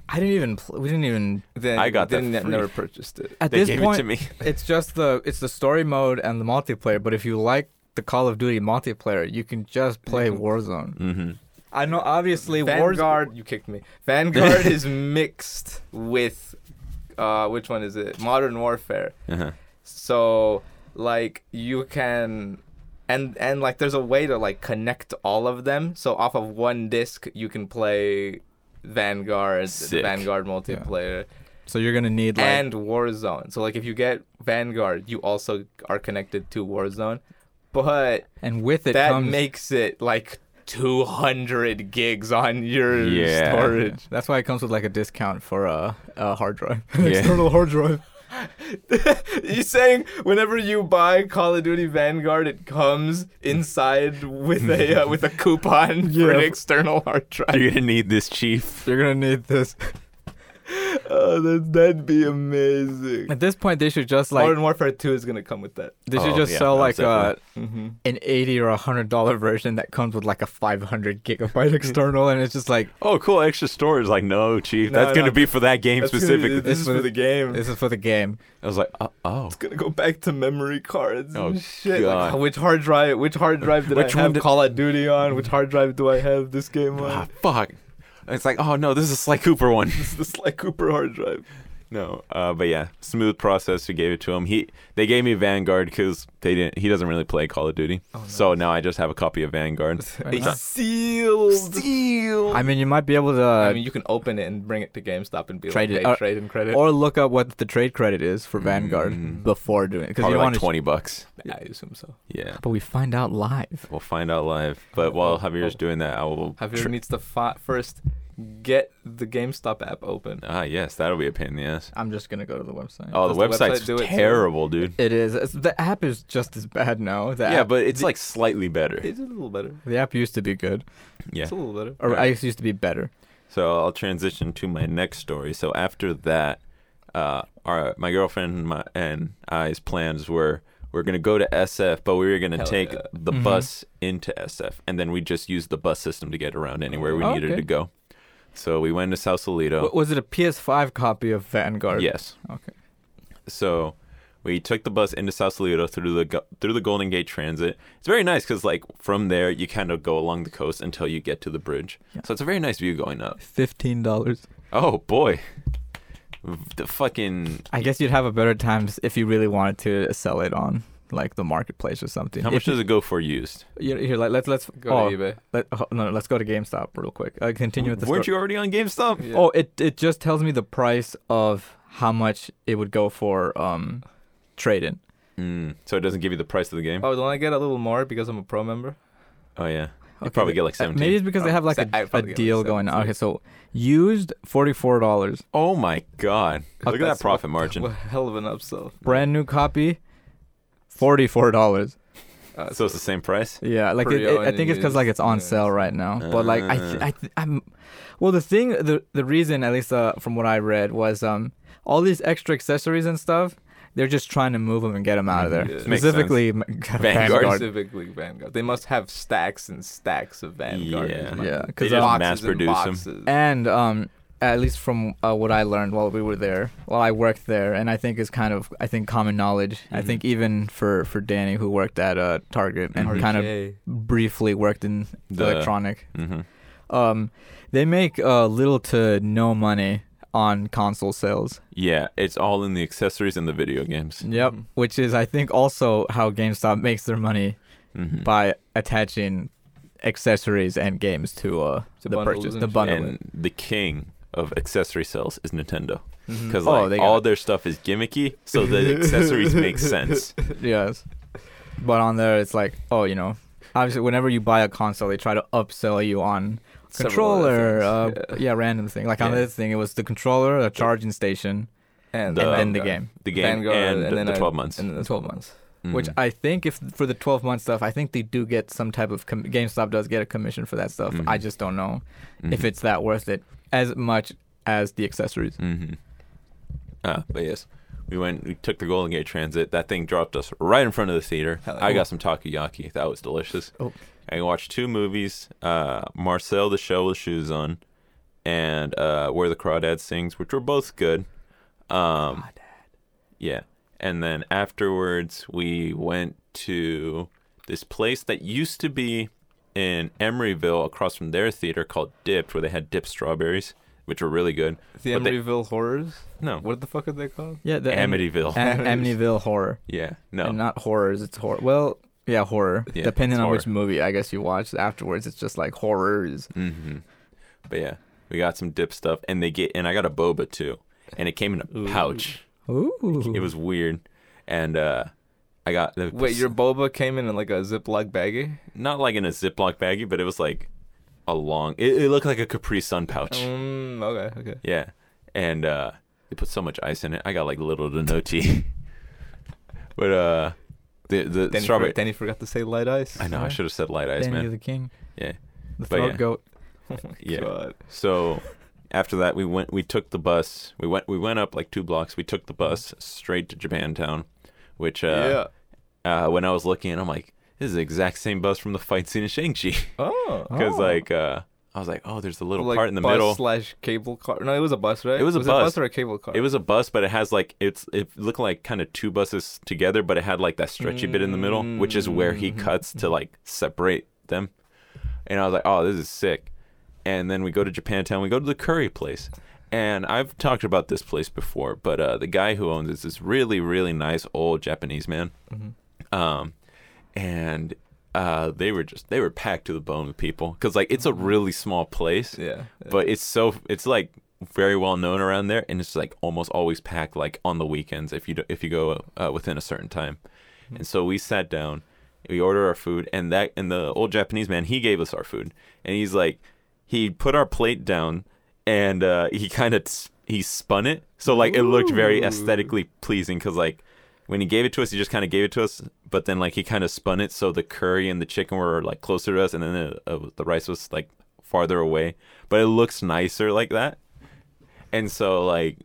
Speaker 1: I didn't even. Pl- we didn't even.
Speaker 3: Then
Speaker 2: I got that
Speaker 3: didn't
Speaker 2: free.
Speaker 3: never purchased it.
Speaker 1: At
Speaker 2: They
Speaker 1: this
Speaker 2: gave it to
Speaker 1: point,
Speaker 2: me.
Speaker 1: it's just the it's the story mode and the multiplayer. But if you like the Call of Duty multiplayer, you can just play
Speaker 3: can-
Speaker 1: Warzone.
Speaker 2: Mm-hmm.
Speaker 1: I know, obviously, Warzone.
Speaker 3: Vanguard, you kicked me. Vanguard is mixed with, uh, which one is it? Modern Warfare.
Speaker 2: Uh-huh.
Speaker 3: So like you can. And, and like there's a way to like connect all of them so off of one disc you can play vanguard
Speaker 2: Sick.
Speaker 3: vanguard multiplayer
Speaker 1: So you're gonna need like.
Speaker 3: and Warzone. So like if you get Vanguard, you also are connected to Warzone. But
Speaker 1: and with it
Speaker 3: that
Speaker 1: comes.
Speaker 3: makes it like 200 gigs on your
Speaker 2: Yeah.
Speaker 3: storage.
Speaker 1: That's why it comes with like a discount for a, a hard drive,
Speaker 2: Yeah.
Speaker 1: external hard drive.
Speaker 3: You're saying whenever you buy Call of Duty Vanguard, it comes inside with a uh, with a coupon for an
Speaker 1: Yeah.
Speaker 3: external hard drive.
Speaker 2: You're gonna need this, Chief.
Speaker 1: You're gonna need this.
Speaker 3: Oh, that, that'd be amazing.
Speaker 1: At this point, they should just like
Speaker 3: Modern Warfare 2 is gonna come with that.
Speaker 1: they should
Speaker 2: Oh,
Speaker 1: just
Speaker 2: yeah,
Speaker 1: sell
Speaker 2: no,
Speaker 1: like uh, a,
Speaker 2: definitely.
Speaker 3: Mm-hmm.
Speaker 1: an eighty or a hundred dollar version that comes with like a five hundred gigabyte external, and it's just like
Speaker 2: Oh, cool, extra storage. Like, no, Chief,
Speaker 3: No,
Speaker 2: that's gonna
Speaker 3: no.
Speaker 2: be for that game specifically.
Speaker 3: this is for the game.
Speaker 1: this is for the game.
Speaker 2: I was like, uh, oh,
Speaker 3: It's gonna go back to memory cards
Speaker 2: Oh,
Speaker 3: and shit. Like,
Speaker 2: God.
Speaker 3: which hard drive? Which hard drive did
Speaker 2: Which
Speaker 3: I
Speaker 2: one
Speaker 3: have
Speaker 2: did-
Speaker 3: Call of Duty on? Which hard drive do I have this game
Speaker 2: ah,
Speaker 3: on?
Speaker 2: fuck. It's like, oh no, this is a Sly Cooper one.
Speaker 3: this is the Sly Cooper hard drive.
Speaker 2: No, uh, but yeah, smooth process. We gave it to him. He they gave me Vanguard because they didn't. He doesn't really play Call of Duty, so now I just have a copy of Vanguard.
Speaker 1: Nice.
Speaker 3: Sealed.
Speaker 1: I mean, you might be able to
Speaker 3: I mean, you can open it and bring it to GameStop and be
Speaker 1: Trade it,
Speaker 3: like, hey,
Speaker 1: or-
Speaker 3: Uh, trade and credit.
Speaker 1: or look up what the trade credit is for Vanguard before doing it because
Speaker 2: Mm-hmm. Probably
Speaker 1: you
Speaker 2: like
Speaker 1: want to.
Speaker 2: twenty bucks.
Speaker 3: I assume so.
Speaker 2: Yeah,
Speaker 1: But we find out live.
Speaker 2: we'll find out live. But while Javier's
Speaker 3: Oh.
Speaker 2: doing that, I will.
Speaker 3: Javier
Speaker 2: tr-
Speaker 3: needs to fi- first get the GameStop app open.
Speaker 2: ah, yes, that'll be a pain in the ass.
Speaker 1: I'm just gonna go to the website.
Speaker 2: Oh, the
Speaker 3: Does the
Speaker 2: website's
Speaker 3: website do it too?
Speaker 2: terrible, dude.
Speaker 1: It is. It's, the app is just as bad now. The
Speaker 2: Yeah,
Speaker 1: app,
Speaker 2: but it's like slightly better.
Speaker 3: It's a little better.
Speaker 1: the app used to be good,
Speaker 2: Yeah.
Speaker 3: It's a little better.
Speaker 1: or
Speaker 2: Yeah.
Speaker 1: I used to be better.
Speaker 2: So I'll transition to my next story. So after that, uh, our my girlfriend and, my, and I's plans were we're gonna go to SF, but we were gonna
Speaker 3: Hell
Speaker 2: take
Speaker 3: yeah.
Speaker 2: the
Speaker 1: Mhm.
Speaker 2: bus into SF, and then we just used the bus system to get around anywhere we
Speaker 1: Oh,
Speaker 2: needed
Speaker 1: okay.
Speaker 2: to go. So we went to Sausalito.
Speaker 1: W- was it a PS5 copy of Vanguard?
Speaker 2: Yes.
Speaker 1: Okay.
Speaker 2: So we took the bus into Sausalito through the go- through the Golden Gate Transit. It's very nice because like from there you kind of go along the coast until you get to the bridge.
Speaker 1: Yeah.
Speaker 2: So it's a very nice view going up.
Speaker 1: Fifteen dollars.
Speaker 2: Oh boy, the fucking
Speaker 1: I guess you'd have a better time s- if you really wanted to sell it on like the marketplace or something.
Speaker 2: How
Speaker 1: If
Speaker 2: much does it go for used?
Speaker 1: you, here, let, let's let's
Speaker 3: Go
Speaker 1: oh,
Speaker 3: to eBay.
Speaker 1: Let, oh, no, no, let's go to GameStop real quick. Uh, continue with the
Speaker 2: Weren't
Speaker 1: story.
Speaker 2: you already on GameStop?
Speaker 3: Yeah.
Speaker 1: Oh, it it just tells me the price of how much it would go for um trade in.
Speaker 2: Mm, so it doesn't give you the price of the game. Oh,
Speaker 3: oh, don't I get a little more because I'm a pro member?
Speaker 2: yeah, you probably get like
Speaker 1: Uh,
Speaker 2: seventeen.
Speaker 1: Maybe it's because they
Speaker 3: Oh,
Speaker 1: have like
Speaker 3: se-
Speaker 1: a,
Speaker 3: I'd
Speaker 1: a
Speaker 3: probably get like
Speaker 1: deal going on.
Speaker 3: 17.
Speaker 1: Okay, so used forty four dollars,
Speaker 2: Oh my god,
Speaker 1: Uh,
Speaker 2: look at that
Speaker 1: that's-
Speaker 2: profit margin.
Speaker 3: Well, hell of an upsell.
Speaker 1: brand new copy, forty four dollars.
Speaker 3: Uh,
Speaker 2: So it's the same price.
Speaker 1: Yeah, like it, it,
Speaker 3: Pre-owned
Speaker 1: I think it's because like it's on
Speaker 3: used,
Speaker 1: sale
Speaker 3: yeah.
Speaker 1: right now. But like I, th-
Speaker 2: Ah.
Speaker 1: I th- I'm, well, the thing, the the reason, at least uh, from what I read, was um all these extra accessories and stuff. They're just trying to move them and get them out of there.
Speaker 3: Yeah.
Speaker 2: sense.
Speaker 3: Makes
Speaker 1: Specifically, m-
Speaker 2: Vanguard.
Speaker 1: Vanguard.
Speaker 3: specifically Vanguard. They must have stacks and stacks of Vanguard.
Speaker 2: Yeah.
Speaker 1: Yeah,
Speaker 2: They
Speaker 1: because
Speaker 2: just
Speaker 1: um,
Speaker 2: mass produce 'em.
Speaker 1: And um, at least from uh, what I learned while we were there, while I worked there, and I think is kind of I think common knowledge. I
Speaker 2: Mhm.
Speaker 1: think even for for Danny who worked at uh, Target and kind of briefly worked in
Speaker 2: The-
Speaker 1: electronic,
Speaker 2: Mm-hmm.
Speaker 1: um, they make uh, little to no money on console sales.
Speaker 2: Yeah, it's all in the accessories and the video games.
Speaker 1: Yep,
Speaker 3: Mhm.
Speaker 1: which is I think also how GameStop makes their money
Speaker 2: Mm-hmm.
Speaker 1: by attaching accessories and games to uh
Speaker 3: To
Speaker 1: the
Speaker 3: bundles
Speaker 1: purchase
Speaker 3: and
Speaker 1: the
Speaker 3: shit.
Speaker 1: bundle.
Speaker 2: And the king of accessory sales is Nintendo
Speaker 3: Mhm.
Speaker 2: because
Speaker 1: Oh,
Speaker 2: like
Speaker 1: they got
Speaker 2: all
Speaker 1: it.
Speaker 2: their stuff is gimmicky, so the accessories make sense.
Speaker 1: yes. But on there, it's like, oh, you know, obviously, whenever you buy a console, they try to upsell you on
Speaker 3: Several other
Speaker 1: controller, uh,
Speaker 3: things,
Speaker 1: yeah.
Speaker 3: yeah.
Speaker 1: random thing. Like on
Speaker 2: Yeah.
Speaker 1: this thing, it was the controller, a charging station,
Speaker 3: and,
Speaker 2: The-
Speaker 1: and then the
Speaker 3: Vanguard.
Speaker 1: game,
Speaker 2: The game
Speaker 3: Vanguard,
Speaker 2: and,
Speaker 3: and then
Speaker 2: the
Speaker 3: I-
Speaker 2: twelve months,
Speaker 3: And then the
Speaker 1: 12
Speaker 3: 12 months.
Speaker 1: which
Speaker 2: Mhm.
Speaker 1: I think if for the 12 month stuff, I think they do get some type of com- GameStop does get a commission for that stuff. I
Speaker 2: Mhm.
Speaker 1: just don't know if
Speaker 2: Mhm.
Speaker 1: it's that worth it as much as the accessories.
Speaker 2: Mm-hmm. Ah, but yes, we went. We took the Golden Gate Transit. That thing dropped us right in front of the theater.
Speaker 3: Hell yeah.
Speaker 2: I got some takoyaki. That was delicious.
Speaker 1: Oh.
Speaker 2: I watched two movies: uh, Marcel the Shell with Shoes on, and uh, Where the Crawdad Sings, which were both good. Um, yeah, and then afterwards we went to this place that used to be in Emeryville, across from their theater, called Dipped, where they had dipped strawberries, which were really good.
Speaker 3: The
Speaker 2: But they-
Speaker 3: Emeryville Horrors?
Speaker 2: No,
Speaker 3: What the fuck are they called?
Speaker 1: Yeah, the Am-
Speaker 2: Amityville.
Speaker 1: Am- Amityville horror.
Speaker 2: yeah, no.
Speaker 1: And not horrors, it's horror. Well, yeah, horror.
Speaker 2: Yeah,
Speaker 1: Depending
Speaker 2: it's
Speaker 1: on which movie I guess you watch afterwards, it's just like horrors.
Speaker 2: hmm But yeah, we got some dip stuff, and they get and I got a boba too, and it came in a pouch.
Speaker 1: Ooh.
Speaker 2: It was weird, and uh, I got the
Speaker 3: Wait, your boba came in in like a Ziploc baggie?
Speaker 2: not like in a Ziploc baggie, but it was like a long. It, it looked like a Capri Sun pouch.
Speaker 1: Oh.
Speaker 3: Mm, okay, okay.
Speaker 2: Yeah, and uh, they put so much ice in it. I got like little to no tea. but uh, the the
Speaker 3: Danny,
Speaker 2: strawberry.
Speaker 3: for, Danny forgot to say light ice.
Speaker 2: I know. I
Speaker 1: Sorry.
Speaker 2: should have said light ice,
Speaker 1: Danny
Speaker 2: man.
Speaker 1: the King,
Speaker 2: Yeah.
Speaker 1: the
Speaker 2: But
Speaker 1: throat
Speaker 2: yeah.
Speaker 1: goat.
Speaker 2: Yeah.
Speaker 3: God.
Speaker 2: So after that, we went. We took the bus. We went. We went up like two blocks. We took the bus straight to Japantown, which uh, uh, when I was looking, I'm like, this is the exact same bus from the fight scene in Shang Chi.
Speaker 3: yeah. Oh.
Speaker 2: Because
Speaker 1: Oh.
Speaker 2: Uh, like uh, I was like, oh, there's a little
Speaker 3: Like
Speaker 2: part in the
Speaker 3: bus
Speaker 2: middle.
Speaker 3: slash cable car. No, it was a bus, right?
Speaker 2: It was a bus.
Speaker 3: or a cable car.
Speaker 2: It was a bus, but it has like it's it looked like kind of two buses together, but it had like that stretchy bit in the middle, which is where he cuts to like separate them. And I was like, oh, this is sick. And then we go to Japantown. We go to the curry place, and I've talked about this place before, but uh, the guy who owns it is this really really nice old Japanese man, um, and. Uh, they were just they were packed to the bone with people because like it's a really small place
Speaker 3: Yeah. yeah.
Speaker 2: but it's so it's like very well known around there and it's like almost always packed like on the weekends if you do, if you go uh, within a certain time and so we sat down we ordered our food and that and the old japanese man he gave us our food and he's like he put our plate down and uh, he kind of he spun it so like it looked very
Speaker 3: Ooh.
Speaker 2: aesthetically pleasing because like when he gave it to us he just kind of gave it to us but then like he kind of spun it so the curry and the chicken were like closer to us and then the, uh, the rice was like farther away but it looks nicer like that and so like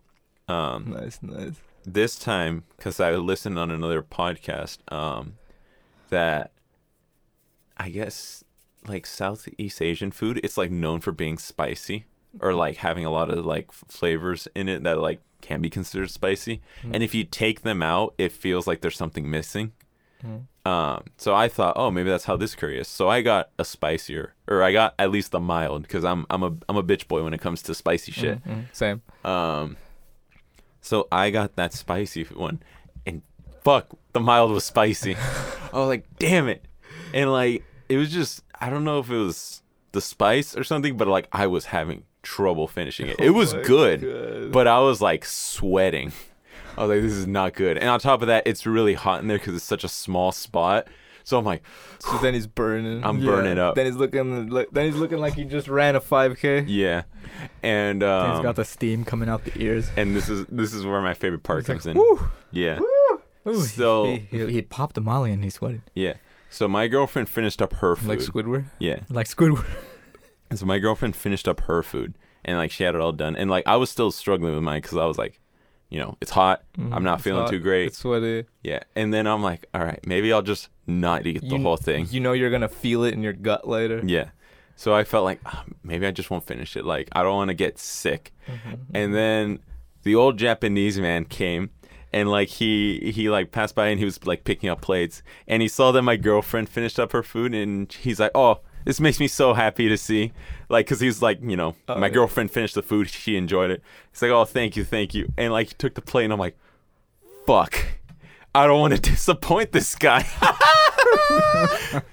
Speaker 2: um
Speaker 3: nice, nice.
Speaker 2: this time because I listened on another podcast um, that I guess like Southeast Asian food, it's like known for being spicy or like having a lot of like f- flavors in it that like can be considered spicy. And if you take them out, it feels like there's something missing. Um, so I thought, oh, maybe that's how this curry is. So I got a spicier, or I got at least the mild, because I'm I'm a I'm a bitch boy when it comes to spicy shit.
Speaker 3: Mm, same.
Speaker 2: Um, so I got that spicy one, and fuck, the mild was spicy. I was like, damn it, and like it was just I don't know if it was the spice or something, but like I was having trouble finishing it. It was
Speaker 3: Oh my
Speaker 2: good,
Speaker 3: God.
Speaker 2: but I was like sweating. I was like, this is not good. And on top of that, it's really hot in there because it's such a small spot. So I'm like,
Speaker 3: So then he's burning.
Speaker 2: I'm burning up.
Speaker 3: Then he's looking. Look, then he's looking like he just ran a 5k.
Speaker 2: yeah, and
Speaker 1: He's
Speaker 2: um,
Speaker 1: got the steam coming out the ears.
Speaker 2: and this is this is where my favorite part comes in.
Speaker 1: Woo!
Speaker 2: Yeah.
Speaker 1: Ooh,
Speaker 2: So-
Speaker 1: he, he, he popped the molly and he sweated
Speaker 2: Yeah. So my girlfriend finished up her food.
Speaker 3: Like Squidward.
Speaker 2: yeah.
Speaker 1: like Squidward.
Speaker 2: And so my girlfriend finished up her food and like she had it all done. And like I was still struggling with mine because I was like, you know, it's hot. I'm not
Speaker 3: Mm, It's
Speaker 2: feeling
Speaker 3: hot,
Speaker 2: too great.
Speaker 3: It's sweaty.
Speaker 2: Yeah. And then I'm like, all right, maybe I'll just not eat the
Speaker 3: You-
Speaker 2: whole thing.
Speaker 3: You know you're gonna feel it in your gut later.
Speaker 2: Yeah. So I felt like "Ah, maybe I just won't finish it. Like I don't want to get sick. Mm-hmm. And then the old Japanese man came and like he he like passed by and he was like picking up plates and he saw that my girlfriend finished up her food and he's like, "Oh, this makes me so happy to see." Like cuz he's like, you know, my
Speaker 3: yeah.
Speaker 2: girlfriend finished the food, she enjoyed it. He's like, "Oh, thank you, thank you." And like he took the plate and I'm like, "Fuck. I don't want to disappoint this guy."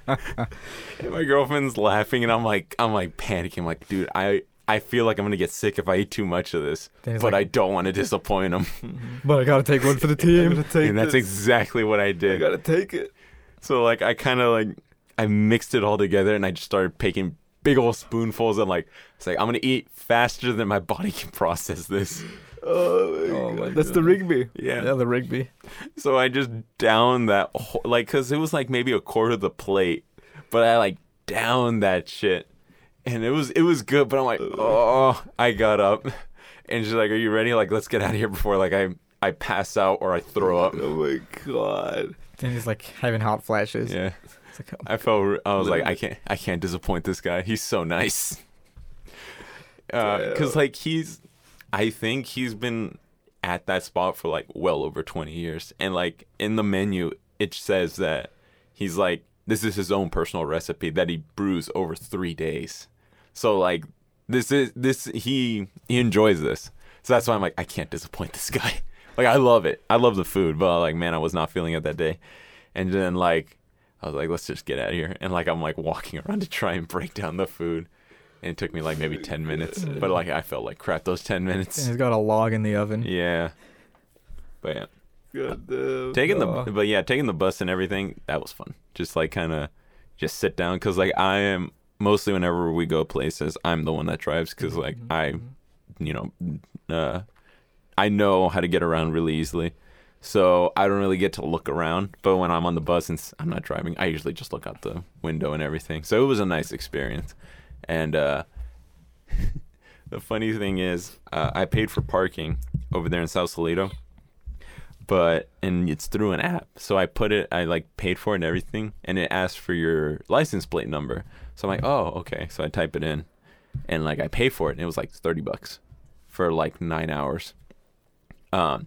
Speaker 2: And my girlfriend's laughing and I'm like I'm like panicking. I'm like, dude, I I feel like I'm gonna get sick if I eat too much of this,
Speaker 1: Then
Speaker 2: but
Speaker 1: he's
Speaker 2: I
Speaker 1: like-
Speaker 2: don't want to disappoint him.
Speaker 1: But I gotta take one for the team.
Speaker 2: and that's exactly what I
Speaker 3: You
Speaker 2: did.
Speaker 3: gotta take it.
Speaker 2: So like I kind of like I mixed it all together and I just started picking big old spoonfuls and like it's like I'm gonna eat faster than my body can process this.
Speaker 3: Oh, my God. that's the Rigby.
Speaker 1: yeah, the Rigby.
Speaker 2: So I just downed that whole, like because it was like maybe a quarter of the plate, but I like downed that shit, and it was it was good. But I'm like, oh, I got up, and she's like, "Are you ready? Like, let's get out of here before like I I pass out or I throw up."
Speaker 3: Oh my god.
Speaker 1: And he's like having hot flashes.
Speaker 2: Yeah,
Speaker 1: It's like, oh,
Speaker 2: I felt re- I was like, I can't I can't disappoint this guy. He's so nice. Because like he's, I think he's been at that spot for like well over 20 years. And like in the menu, it says that he's like, this is his own personal recipe that he brews over three days. So like this is this he he enjoys this. So that's why I'm like, I can't disappoint this guy. Like I love it. I love the food, but like man, I was not feeling it that day. And then like I was like, let's just get out of here. And like I'm like walking around to try and break down the food. And it took me like maybe ten minutes. But like I felt like crap those ten minutes.
Speaker 1: and he's got a log in the oven.
Speaker 2: Yeah. But yeah.
Speaker 3: God damn.
Speaker 2: Taking
Speaker 1: Oh.
Speaker 2: the but yeah, taking the bus and everything, that was fun. Just like kind of just sit down cuz like I am mostly whenever we go places, I'm the one that drives cuz like I you know uh I know how to get around really easily. So I don't really get to look around, but when I'm on the bus and s- I'm not driving, I usually just look out the window and everything. So it was a nice experience. And uh the funny thing is, uh, I paid for parking over there in South Salito, but and it's through an app. So I put it, I like paid for it and everything, and it asked for your license plate number. So I'm like, oh, okay. So I type it in, and like I pay for it, and it was like thirty bucks for like nine hours. Um,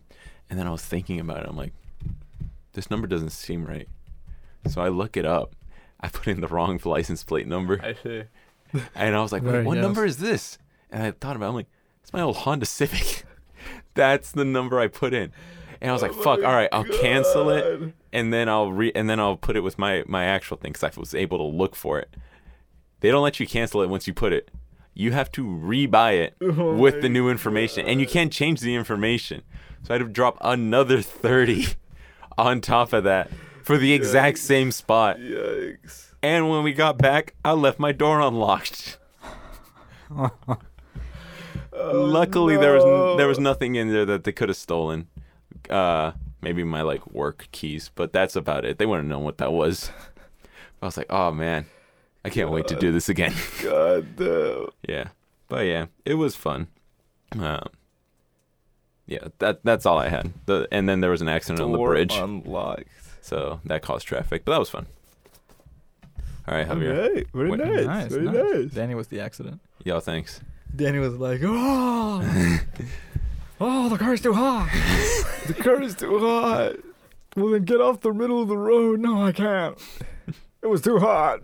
Speaker 2: and then I was thinking about it. I'm like, this number doesn't seem right. So I look it up. I put in the wrong license plate number.
Speaker 3: I see.
Speaker 2: And I was like,
Speaker 1: Very
Speaker 2: Wait, what
Speaker 1: nice.
Speaker 2: number is this? And I thought about it. I'm like, it's my old Honda Civic. That's the number I put in. And I was like, fuck, all right, I'll cancel it. And then I'll re and then I'll put it with my, my actual thing because I was able to look for it. They don't let you cancel it once you put it. You have to rebuy it with the new information. And you can't change the information. So I had to drop another 30 on top of that for the exact same spot.
Speaker 3: Yikes.
Speaker 2: And when we got back, I left my door unlocked.
Speaker 3: Oh
Speaker 2: Luckily, there was n- there was nothing in there that they could have stolen. Uh, maybe my like work keys, but that's about it. They wouldn't know what that was. I was like, oh man, I can't wait to do this again.
Speaker 3: God damn.
Speaker 2: yeah, but yeah, it was fun. Um, yeah, that that's all I had. The, and then there was an accident on the
Speaker 3: Door
Speaker 2: bridge,
Speaker 3: Unlocked.
Speaker 2: so that caused traffic. But that was fun. All right, Javier.
Speaker 3: Alright, very
Speaker 2: Wait,
Speaker 3: nice. very nice.
Speaker 1: Danny was the accident.
Speaker 2: Yo, thanks.
Speaker 1: Danny was like, oh, oh, the car's too hot.
Speaker 3: The car is too hot.
Speaker 1: Well, then get off the middle of the road. No, I can't.
Speaker 3: It was too hot.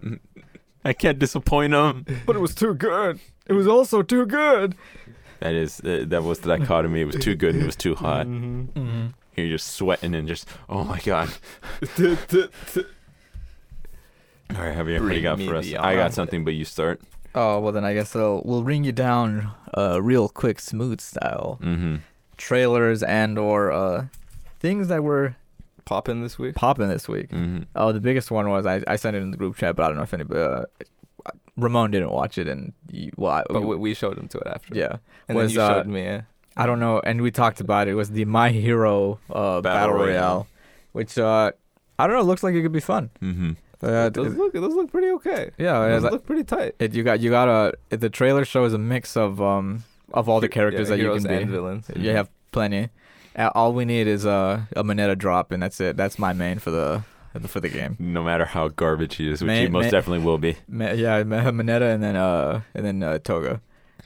Speaker 2: I can't disappoint him.
Speaker 1: But it was too good. It was also too good.
Speaker 2: That is, uh, that was the dichotomy. It was too good and it was too hot.
Speaker 3: Mhm.
Speaker 1: Mm-hmm.
Speaker 2: You're just sweating and just, oh my god.
Speaker 3: T- t- t-
Speaker 2: All right, Javier, what do you
Speaker 3: Bring
Speaker 2: got
Speaker 3: me
Speaker 2: for us?
Speaker 3: the
Speaker 2: I got
Speaker 3: almond.
Speaker 2: something, but you start.
Speaker 1: Oh, well, then I guess I'll, we'll ring you down uh, real quick, smooth style.
Speaker 2: Mm-hmm.
Speaker 1: Trailers and or uh, things that were
Speaker 3: Pop in this week.
Speaker 1: popping this week.
Speaker 2: Mm-hmm.
Speaker 1: Oh, the biggest one was I, I sent it in the group chat, but I don't know if anybody. Uh, Ramon didn't watch it, and you, well, I,
Speaker 3: But we, we showed him to it after.
Speaker 1: yeah,
Speaker 3: Oh. And
Speaker 1: was,
Speaker 3: then you showed
Speaker 1: uh,
Speaker 3: me. Yeah.
Speaker 1: I don't know, and we talked about it. It was the My Hero uh, Battle, Royale,
Speaker 2: Royale.
Speaker 1: which uh, I don't know. Looks like it could be fun.
Speaker 2: Mm-hmm.
Speaker 1: Uh,
Speaker 3: those look those look pretty okay.
Speaker 1: yeah, it,
Speaker 3: Those
Speaker 1: was like-
Speaker 3: look pretty tight.
Speaker 1: it- you got you got a the trailer shows a mix of um of all the characters
Speaker 3: yeah,
Speaker 1: that you
Speaker 3: heroes
Speaker 1: can be.
Speaker 3: and villains.
Speaker 1: You have plenty. Uh, all we need is uh, a Moneta drop, and that's it. That's my main for the for the game.
Speaker 2: No matter how garbage he is, which he
Speaker 1: May-
Speaker 2: most
Speaker 1: may-
Speaker 2: definitely will be.
Speaker 1: Ma- yeah, Ma- Moneta, and then uh, and then uh, Toga.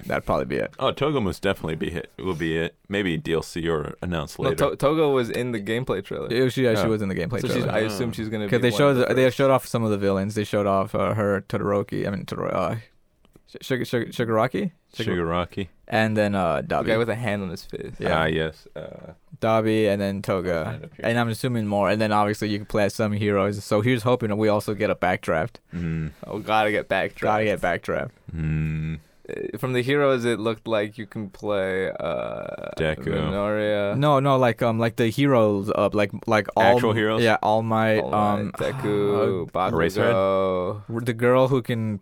Speaker 1: That'd probably be it.
Speaker 2: Oh, Togo must definitely be hit. Will be it. Maybe DLC or announced
Speaker 3: No,
Speaker 2: later.
Speaker 3: to- Togo was in the gameplay trailer.
Speaker 1: It was- yeah, she
Speaker 2: Oh.
Speaker 1: was in the gameplay
Speaker 3: so she's,
Speaker 1: trailer.
Speaker 3: I assume she's gonna.
Speaker 1: Because
Speaker 3: be
Speaker 1: they
Speaker 3: one
Speaker 1: showed
Speaker 3: of the
Speaker 1: they
Speaker 3: first.
Speaker 1: showed off some of the villains. They showed off uh, her Todoroki. I mean Todor- uh, Shig- Shig- Shigaraki,
Speaker 2: Shigaraki.
Speaker 1: and then uh,
Speaker 3: the guy
Speaker 1: Dabi.
Speaker 3: with a hand on his face.
Speaker 2: Yeah.
Speaker 1: Yeah.
Speaker 2: Ah, yes. Uh,
Speaker 1: Dabi, and then Toga, and I'm assuming more. And then obviously you can play as some heroes. So here's hoping that we also get a backdraft.
Speaker 2: Mm.
Speaker 3: Oh, gotta get back.
Speaker 1: Gotta get backdraft.
Speaker 2: Mm.
Speaker 3: Uh, From the heroes, it looked like you can play uh,
Speaker 2: Deku.
Speaker 3: Minoria.
Speaker 1: No, no, like um, like the heroes up, like like all
Speaker 2: Actual heroes?
Speaker 1: Yeah, all my
Speaker 3: All right,
Speaker 1: um, uh,
Speaker 3: Deku, Bakugo,
Speaker 2: Eraserhead?
Speaker 1: the girl who can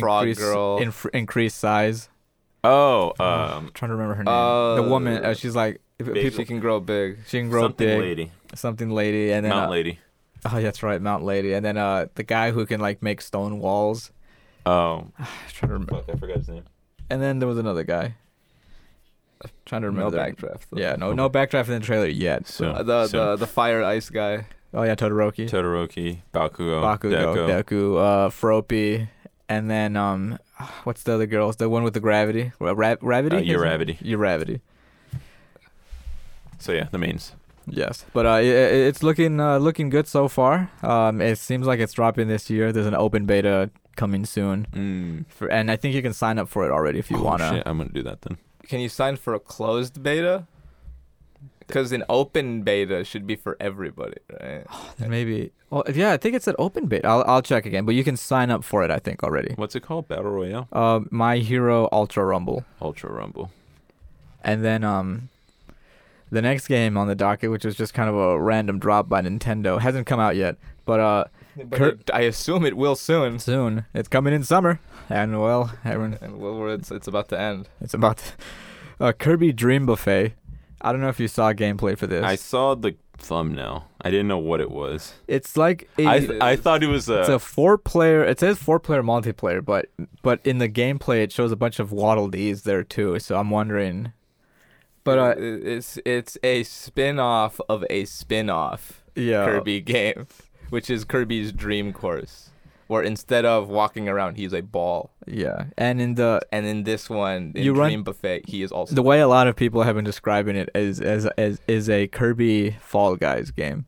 Speaker 3: Frog
Speaker 1: increase,
Speaker 3: Girl.
Speaker 1: inf- increase size.
Speaker 2: Oh, um,
Speaker 1: trying to remember her name.
Speaker 3: Uh,
Speaker 1: the woman. Uh, she's like if-
Speaker 2: Big-
Speaker 1: people.
Speaker 3: she can grow big.
Speaker 1: She can grow
Speaker 2: something
Speaker 1: big.
Speaker 2: lady.
Speaker 1: Something lady, and then
Speaker 2: Mount
Speaker 1: uh,
Speaker 2: lady.
Speaker 1: oh, yeah, that's right, Mount Lady, and then uh, the guy who can like make stone walls.
Speaker 2: Oh,
Speaker 1: trying to remember.
Speaker 2: fuck, I forgot his name.
Speaker 1: And then there was another guy. trying to
Speaker 3: No
Speaker 1: remember. their-
Speaker 3: backdraft. though.
Speaker 1: Yeah, no, no backdraft in the trailer yet.
Speaker 2: So,
Speaker 3: Uh, the,
Speaker 2: so
Speaker 3: the the fire ice guy.
Speaker 1: Oh yeah, Todoroki.
Speaker 2: Todoroki, Bakugo,
Speaker 1: Bakugo,
Speaker 2: oh, Deku.
Speaker 1: Deku, uh, Froppy, and then um, what's the other girls? The one with the gravity, Ra- Ra-
Speaker 2: Uh,
Speaker 1: Ravity,
Speaker 2: Uravity.
Speaker 1: Uravity.
Speaker 2: So yeah, the mains.
Speaker 1: Yes, but uh, i- i it's looking uh, looking good so far. Um, it seems like it's dropping this year. There's an open beta coming soon,
Speaker 2: Mm.
Speaker 1: for, and I think you can sign up for it already if you
Speaker 2: Oh,
Speaker 1: wanna.
Speaker 2: shit, I'm gonna do that then.
Speaker 3: Can you sign for a closed beta? Because an open beta should be for everybody, right?
Speaker 1: Then Maybe. Well, yeah, I think it's an open beta. I'll I'll check again, but you can sign up for it. I think already.
Speaker 2: What's it called? Battle Royale,
Speaker 1: Uh, My Hero Ultra Rumble.
Speaker 2: Ultra Rumble.
Speaker 1: And then um The next game on the docket, which was just kind of a random drop by Nintendo, hasn't come out yet, but uh,
Speaker 3: But
Speaker 1: Kurt-
Speaker 3: it- I assume it will soon.
Speaker 1: soon it's coming in summer, and well, everyone,
Speaker 3: And well, we're- it's it's about to end.
Speaker 1: it's about uh, Kirby Dream Buffet. I don't know if you saw gameplay for this.
Speaker 2: I saw the thumbnail. I didn't know what it was.
Speaker 1: it's like a,
Speaker 2: I th- I thought it was uh,
Speaker 1: it's
Speaker 2: a.
Speaker 1: a four-player. It says four-player multiplayer, but but in the gameplay it shows a bunch of waddle dees there too. So I'm wondering, but uh,
Speaker 3: It- it's it's a spin-off of a spin-off
Speaker 1: yeah,
Speaker 3: Kirby game, which is Kirby's Dream Course, where instead of walking around, he's a ball.
Speaker 1: yeah, and in the
Speaker 3: And in this one, in
Speaker 1: You run-
Speaker 3: Dream Buffet, he is also
Speaker 1: the way a lot of people have been describing it is as as is a Kirby Fall Guys game.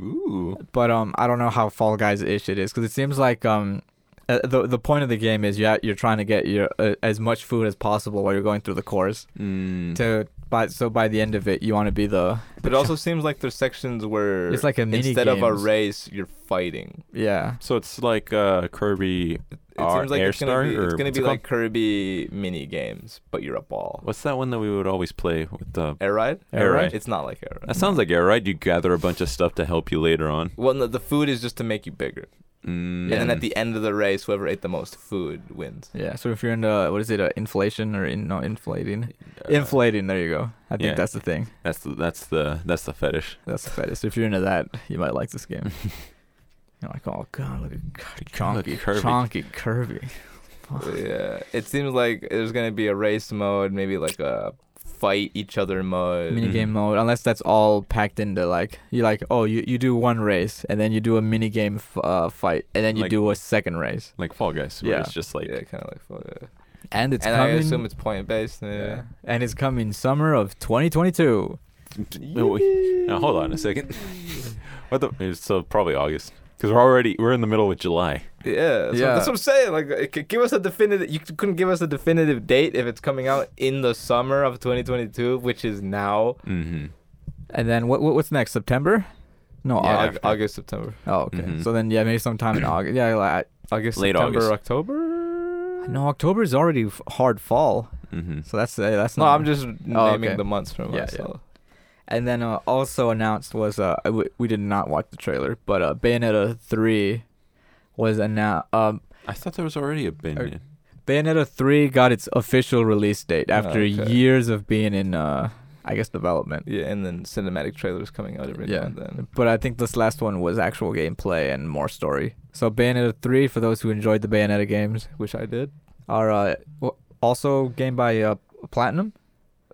Speaker 2: Ooh.
Speaker 1: But um, I don't know how Fall Guys ish it is because it seems like um, uh, the the point of the game is yeah you're trying to get your uh, as much food as possible while you're going through the course.
Speaker 3: Mm-hmm.
Speaker 2: Mm.
Speaker 1: To by so by the end of it you want to be the
Speaker 3: But it also seems like there's sections where
Speaker 1: It's like a mini
Speaker 3: instead of a
Speaker 1: games.
Speaker 3: race, you're fighting.
Speaker 1: yeah
Speaker 2: So it's like uh, Kirby.
Speaker 3: It
Speaker 2: Ar-
Speaker 3: seems like
Speaker 2: Air
Speaker 3: it's gonna
Speaker 2: Star,
Speaker 3: be, it's
Speaker 2: or
Speaker 3: gonna
Speaker 2: what's
Speaker 3: be
Speaker 2: it
Speaker 3: like Kirby mini games, but you're a ball.
Speaker 2: What's that one that we would always play with the?
Speaker 3: Air ride?
Speaker 2: Air Ride.
Speaker 3: It's not like air ride.
Speaker 2: That sounds like air right. You gather a bunch of stuff to help you later on.
Speaker 3: Well, no, the food is just to make you bigger,
Speaker 2: Mm.
Speaker 3: and then at the end of the race, whoever ate the most food wins.
Speaker 1: yeah so if you're into what is it uh, inflation or in no inflating
Speaker 2: Uh,
Speaker 1: inflating there you go I think
Speaker 2: yeah.
Speaker 1: that's the thing
Speaker 2: that's the, that's the that's the fetish.
Speaker 1: that's the fetish if you're into that you might like this game you're like oh god look at God, chonky
Speaker 2: Kirby.
Speaker 1: chonky Kirby
Speaker 3: yeah, it seems like there's gonna be a race mode, maybe like a fight each other mode.
Speaker 1: mini game mode unless that's all packed into like you like oh you, you do one race and then you do a mini game f- uh, fight and then you
Speaker 2: Like-
Speaker 1: do a second race
Speaker 2: Like Fall Guys, where
Speaker 1: Yeah.
Speaker 2: it's just like
Speaker 3: yeah, kind of like well, yeah.
Speaker 1: and it's
Speaker 3: and
Speaker 1: coming
Speaker 3: I assume it's point based. Yeah.
Speaker 1: yeah. and it's coming summer of 2022
Speaker 2: No, wait. Now hold on a second. what the? It's so probably August because we're already we're in the middle of July.
Speaker 3: Yeah, that's, What,
Speaker 1: Yeah.
Speaker 3: that's what I'm saying. Like, it could give us a definitive. You couldn't give us a definitive date if it's coming out in the summer of 2022, which is now.
Speaker 2: Mm-hmm.
Speaker 1: And then what, what what's next? September? No,
Speaker 3: Au-
Speaker 1: August.
Speaker 2: after.
Speaker 3: August, September,
Speaker 1: Oh, okay.
Speaker 3: Mm-hmm.
Speaker 2: Mhm.
Speaker 1: So then yeah, maybe sometime in August. Yeah, like,
Speaker 3: August,
Speaker 2: Late
Speaker 3: September,
Speaker 2: August.
Speaker 3: October.
Speaker 1: no, October is already f- hard fall.
Speaker 2: Mm-hmm.
Speaker 1: So that's uh, that's
Speaker 3: no,
Speaker 1: not- Oh,
Speaker 3: I'm just naming
Speaker 1: okay.
Speaker 3: the months for
Speaker 1: Yeah, yeah.
Speaker 3: myself.
Speaker 1: And then uh, also announced was uh we, we did not watch the trailer, but uh Bayonetta 3 was announced um
Speaker 2: I thought there was already a bin.
Speaker 1: Or- Bayonetta 3 got its official release date
Speaker 3: Oh,
Speaker 1: after
Speaker 3: okay.
Speaker 1: years of being in uh I guess development.
Speaker 3: Yeah. and then cinematic trailers coming out every
Speaker 1: Yeah.
Speaker 3: now and then.
Speaker 1: But I think this last one was actual gameplay and more story. So Bayonetta 3 for those who enjoyed the Bayonetta games
Speaker 3: Wish I did.
Speaker 1: are uh, w- also game by uh, Platinum.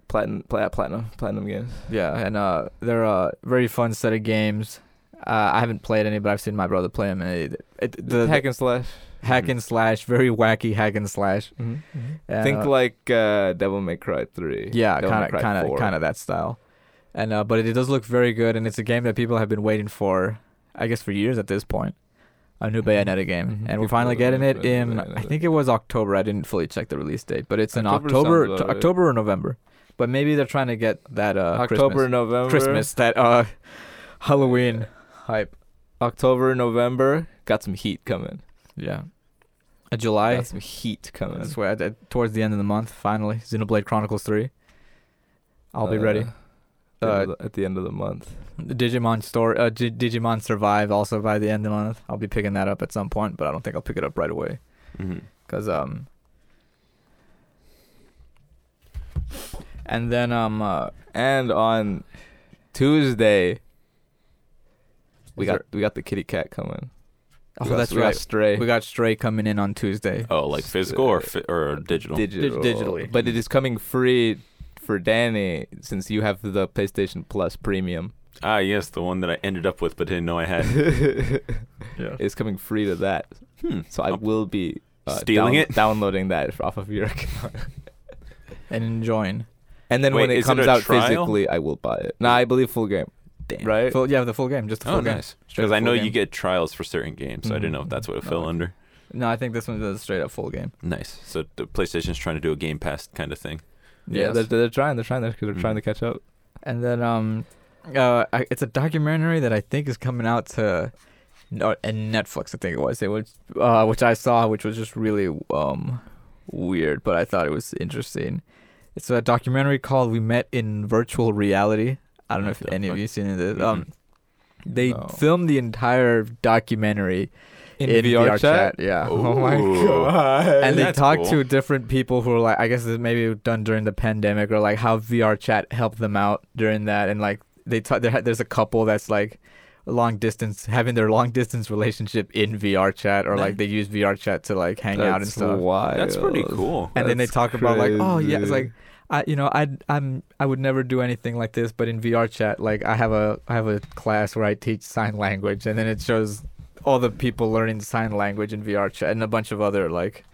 Speaker 3: Platinum, plat, platinum, platinum games.
Speaker 1: Yeah, and uh, they're a very fun set of games. Uh, I haven't played any, but I've seen my brother play them. And it, it, the
Speaker 3: hack
Speaker 1: hack,
Speaker 3: and slash.
Speaker 1: and slash, very wacky hack and slash. And,
Speaker 3: Mm-hmm, Think
Speaker 1: uh,
Speaker 3: like uh, Devil May Cry three.
Speaker 1: yeah,
Speaker 3: Devil May
Speaker 1: kind of,
Speaker 3: Cry
Speaker 1: kind of,
Speaker 3: 4.
Speaker 1: kind of that style. And uh, but it, does look very good, and it's a game that people have been waiting for, I guess, for years at this point. A new
Speaker 3: Mhm.
Speaker 1: Bayonetta game,
Speaker 3: Mhm.
Speaker 1: and we're
Speaker 3: People
Speaker 1: finally
Speaker 3: have
Speaker 1: getting
Speaker 3: been
Speaker 1: it
Speaker 3: waiting
Speaker 1: in.
Speaker 3: for Bayonetta.
Speaker 1: I think it was October. I didn't fully check the release date, but it's in
Speaker 3: October
Speaker 1: October,
Speaker 3: sounds
Speaker 1: t-
Speaker 3: about right.
Speaker 1: October or November. But maybe they're trying to get that uh,
Speaker 3: October,
Speaker 1: Christmas.
Speaker 3: November.
Speaker 1: Christmas, that uh, Halloween hype.
Speaker 3: October, November. Got some heat coming.
Speaker 1: Yeah, a July.
Speaker 3: Got some heat coming.
Speaker 1: That's where I, towards the end of the month, finally, Xenoblade Chronicles Three. I'll be
Speaker 3: Uh,
Speaker 1: ready.
Speaker 3: at
Speaker 1: Uh,
Speaker 3: the- at the end of the month.
Speaker 1: The Digimon Store, uh, G- Digimon Survive, also by the end of the month. I'll be picking that up at some point, but I don't think I'll pick it up right away
Speaker 2: Mm-hmm.
Speaker 1: because um. And then um, uh,
Speaker 3: And on Tuesday, we
Speaker 1: Is
Speaker 3: got we got the kitty cat coming.
Speaker 1: oh,
Speaker 3: We got-
Speaker 1: that's
Speaker 3: we got
Speaker 1: right.
Speaker 3: Stray.
Speaker 1: We got Stray coming in on Tuesday.
Speaker 2: Oh, like physical or fi- or digital?
Speaker 3: digital.
Speaker 1: digitally.
Speaker 3: But it is coming free for Danny since you have the PlayStation Plus Premium.
Speaker 2: ah, yes, the one that I ended up with but didn't know I had.
Speaker 1: Yeah.
Speaker 3: It's coming free to that.
Speaker 2: Hmm.
Speaker 3: So I
Speaker 2: Um,
Speaker 3: will be uh,
Speaker 2: Stealing
Speaker 3: down-
Speaker 2: it?
Speaker 3: downloading that off of your account.
Speaker 1: And enjoying.
Speaker 3: And then when
Speaker 2: Wait,
Speaker 3: it
Speaker 2: is it
Speaker 3: comes
Speaker 2: a
Speaker 3: out
Speaker 2: trial?
Speaker 3: physically, I will buy it. No, I believe full game.
Speaker 1: Damn.
Speaker 3: Right?
Speaker 1: Full, yeah, the full game, just the full
Speaker 2: Oh,
Speaker 1: game.
Speaker 2: nice.
Speaker 1: Straight
Speaker 2: Because
Speaker 1: up
Speaker 2: I
Speaker 1: full
Speaker 2: know you
Speaker 1: game.
Speaker 2: get trials for certain games, so I didn't know if that's what it
Speaker 1: Mhm.
Speaker 2: fell
Speaker 1: No,
Speaker 2: under.
Speaker 1: No, I think this one's a straight up full game.
Speaker 2: Mm-hmm. Nice. So the PlayStation's trying to do a Game Pass kind of thing.
Speaker 3: Yeah,
Speaker 1: Yes.
Speaker 3: they're, they're trying. They're trying. They're,
Speaker 2: Hmm.
Speaker 3: they're trying to catch up.
Speaker 1: And then um, uh, I, it's a documentary that I think is coming out to, no, and Netflix I think it was. It was uh, which I saw, which was just really um, weird, but I thought it was interesting. It's a documentary called "We Met in Virtual Reality," I don't know
Speaker 2: Yeah,
Speaker 1: if any of
Speaker 2: definitely.
Speaker 1: you seen it. Um, they
Speaker 3: No.
Speaker 1: filmed the entire documentary in, VR, chat. Yeah.
Speaker 3: Oh my
Speaker 2: Ooh.
Speaker 3: god.
Speaker 1: And they
Speaker 2: That's
Speaker 1: talked
Speaker 2: cool.
Speaker 1: to different people who were like, I guess this maybe done during the pandemic or like how VR chat helped them out during that. And like they ta- there there's a couple that's like long distance having their long distance relationship in VR chat or like they use VR chat to like hang out and stuff.
Speaker 3: Wild.
Speaker 2: That's pretty cool.
Speaker 1: and then they
Speaker 3: That's
Speaker 1: talk about like, oh yeah, it's
Speaker 3: crazy.
Speaker 1: like I you know I I'm I would never do anything like this, but in VR chat like I have a I have a class where I teach sign language, and then it shows all the people learning sign language in VR chat and a bunch of other like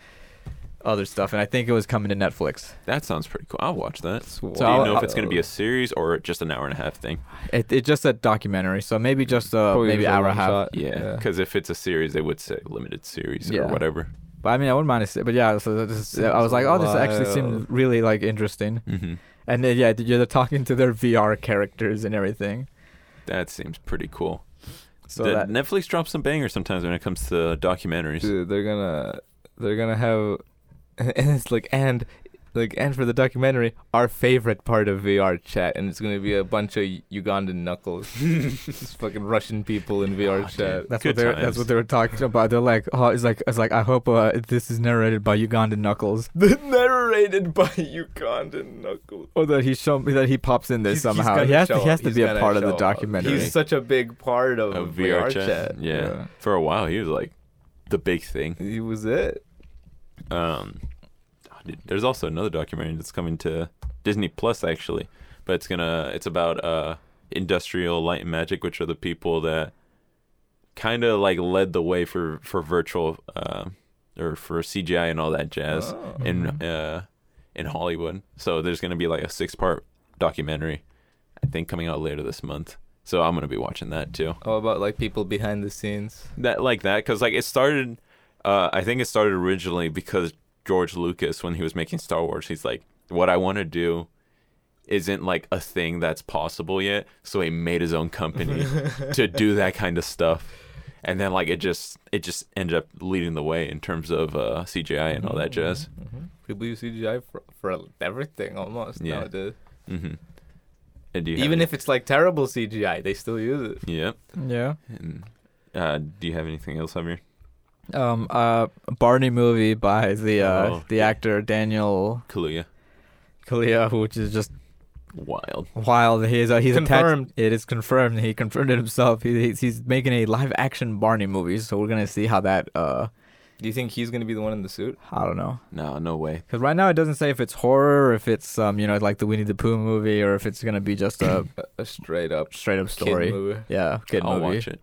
Speaker 1: other stuff, and I think it was coming to Netflix.
Speaker 2: That sounds pretty cool. I'll watch that.
Speaker 3: So
Speaker 2: Do you
Speaker 1: I'll-
Speaker 2: know if it's going to be a series or just an hour and a half thing?
Speaker 1: It it just a documentary, so maybe just uh
Speaker 3: Probably
Speaker 1: maybe
Speaker 3: just a
Speaker 1: hour
Speaker 3: one
Speaker 1: and a half.
Speaker 3: shot.
Speaker 2: Yeah, because if it's a series, they would say limited series
Speaker 1: Yeah.
Speaker 2: or whatever.
Speaker 1: But I mean, I wouldn't mind it, but yeah. So this is, I
Speaker 3: Sounds
Speaker 1: was like, oh, this actually
Speaker 3: wild.
Speaker 1: seemed really like interesting,
Speaker 2: hmm
Speaker 1: and then, yeah, they're talking to their VR characters and everything.
Speaker 2: That seems pretty cool.
Speaker 1: So
Speaker 2: The-
Speaker 1: that
Speaker 2: Netflix drops some bangers sometimes when it comes to documentaries.
Speaker 3: Dude, they're gonna they're gonna have and it's like and like and for the documentary, our favorite part of VR chat, and it's gonna be a bunch of Ugandan knuckles, Just fucking Russian people in VR
Speaker 2: God,
Speaker 3: chat.
Speaker 1: That's
Speaker 2: Good
Speaker 1: what they were,
Speaker 2: times.
Speaker 1: that's what they were talking about. They're like, oh, it's like it's like I hope uh, this is narrated by Ugandan Knuckles,
Speaker 3: Narrated by Ugandan knuckles.
Speaker 1: or that he show that he pops in there
Speaker 3: He's- he's
Speaker 1: somehow.
Speaker 3: gonna
Speaker 1: he has to,
Speaker 3: show
Speaker 1: he has
Speaker 3: up.
Speaker 1: to
Speaker 3: He's
Speaker 1: be a
Speaker 3: gonna
Speaker 1: part of
Speaker 3: show
Speaker 1: the
Speaker 3: up.
Speaker 1: documentary.
Speaker 3: He's such a big part of,
Speaker 2: Of
Speaker 3: VR,
Speaker 2: VR
Speaker 3: chat.
Speaker 2: chat. Yeah. For a while, he was like the big thing.
Speaker 3: Yeah. He was it.
Speaker 2: Um, oh, dude, there's also another documentary that's coming to Disney Plus actually, but it's gonna it's about uh industrial light and magic, which are the people that kind of like led the way for for virtual uh, or for CGI and all that jazz
Speaker 3: Oh.
Speaker 2: in uh in Hollywood. So there's gonna be like a six part documentary, I think coming out later this month. So I'm gonna be watching that too
Speaker 3: Oh, about like people behind the scenes.
Speaker 2: that like that because like it started uh i think it started originally because george lucas when he was making star wars he's like what i want to do isn't like a thing that's possible yet so he made his own company to do that kind of stuff and then like it just it just ended up leading the way in terms of uh cgi and all that jazz
Speaker 3: People use CGI for, for everything almost
Speaker 2: Yeah.
Speaker 3: nowadays.
Speaker 2: mm-hmm. and do you
Speaker 3: Even
Speaker 2: have
Speaker 3: if it's like terrible CGI, they still use it.
Speaker 2: any- yeah
Speaker 1: yeah.
Speaker 2: and uh do you have anything else Javier?
Speaker 1: Um. Uh. Barney movie by the uh
Speaker 2: Oh,
Speaker 1: the
Speaker 2: yeah.
Speaker 1: actor Daniel
Speaker 2: kaluuya
Speaker 1: Kalia, which is just
Speaker 2: wild
Speaker 1: wild. He is. Uh, he's attached-
Speaker 3: Confirmed.
Speaker 1: It is confirmed. He confirmed it himself. He, he's, he's making a live action Barney movie, so we're gonna see how that. Uh.
Speaker 3: Do you think he's gonna be the one in the suit?
Speaker 1: I don't know.
Speaker 2: no no way
Speaker 1: Because right now it doesn't say if it's horror, or if it's um, you know, like the Winnie the Pooh movie, or if it's gonna be just a
Speaker 3: A, a straight up
Speaker 1: straight up
Speaker 3: Kid
Speaker 1: story.
Speaker 3: movie.
Speaker 1: Yeah, kid
Speaker 2: i'll
Speaker 1: movie.
Speaker 2: watch it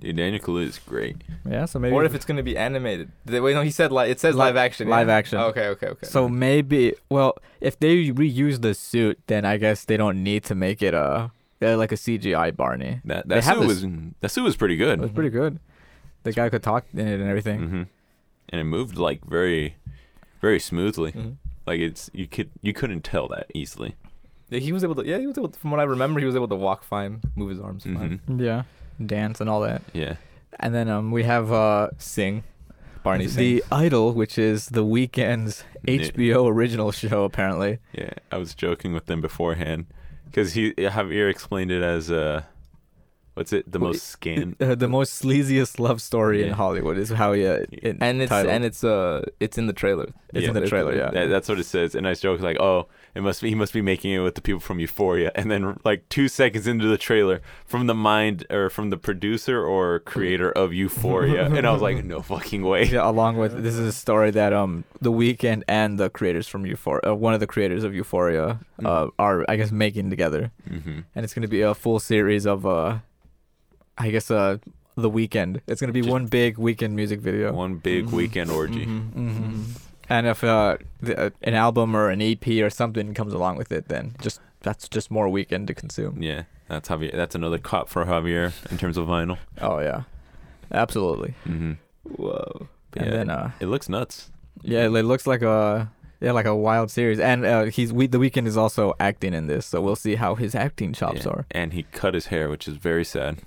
Speaker 2: dude daniel kaluuya is great
Speaker 1: Yeah, so maybe.
Speaker 3: Or if it's gonna be animated. Did they- Wait, no, he said li- it says
Speaker 1: Li-
Speaker 3: live action.
Speaker 1: live
Speaker 3: yeah?
Speaker 1: action.
Speaker 3: Okay, okay, okay.
Speaker 1: so maybe well, if they reuse the suit, then I guess they don't need to make it a they're like a CGI Barney.
Speaker 2: That
Speaker 1: They
Speaker 2: that
Speaker 1: have
Speaker 2: suit
Speaker 1: this-
Speaker 2: was that suit was pretty
Speaker 1: It was
Speaker 2: good.
Speaker 1: pretty good. The guy could talk in it and everything.
Speaker 2: hmm And it moved like very, very smoothly.
Speaker 3: Mhm.
Speaker 2: Like it's you could you couldn't tell that easily.
Speaker 3: Yeah, he was able to. Yeah, he was able. To, from what I remember, he was able to walk fine, move his arms
Speaker 2: hmm
Speaker 3: fine,
Speaker 1: Yeah, Mm-hmm. dance and all that.
Speaker 2: Yeah,
Speaker 1: And then um, we have uh,
Speaker 3: sing. Barney sing.
Speaker 1: the Idol, which is the weekend's
Speaker 2: Yeah.
Speaker 1: HBO original show, apparently.
Speaker 2: yeah. I was joking with them beforehand because he Javier explained it as uh, what's it? The
Speaker 1: Well,
Speaker 2: most scanned.
Speaker 1: Uh, the most sleaziest love story in
Speaker 2: Yeah.
Speaker 1: Hollywood is how uh, yeah, it,
Speaker 3: and it's
Speaker 1: titled.
Speaker 3: and it's uh it's in the trailer.
Speaker 1: It's in the trailer, yeah.
Speaker 2: That, that's what it says. And I joke like, oh, it must be he must be making it with the people from Euphoria. And then like two seconds into the trailer, from the mind or from the producer or creator of Euphoria, and I was like, no fucking way.
Speaker 1: yeah, along with this is a story that um the weekend and the creators from Euphoria, uh, one of the creators of Euphoria,
Speaker 2: Hmm.
Speaker 1: uh, are I guess making together,
Speaker 2: Mm-hmm.
Speaker 1: and it's gonna be a full series of uh, I guess uh the weekend. It's gonna be
Speaker 2: Just-
Speaker 1: one big weekend music video,
Speaker 2: One big
Speaker 1: Mm-hmm.
Speaker 2: weekend orgy.
Speaker 3: Mm-hmm,
Speaker 1: hmm and if uh, the, uh an album or an EP or something comes along with it, then just that's just more weekend to consume.
Speaker 2: Yeah, that's Javier. That's another cop for Javier in terms of vinyl.
Speaker 1: Oh yeah, absolutely.
Speaker 2: Mm-hmm.
Speaker 3: Whoa.
Speaker 2: Yeah,
Speaker 1: And then uh,
Speaker 2: it looks nuts.
Speaker 1: Yeah, it looks like a yeah, like a wild series. And uh, he's we, the weekend is also acting in this, so we'll see how his acting chops
Speaker 2: Yeah.
Speaker 1: are.
Speaker 2: And he cut his hair, which is very sad.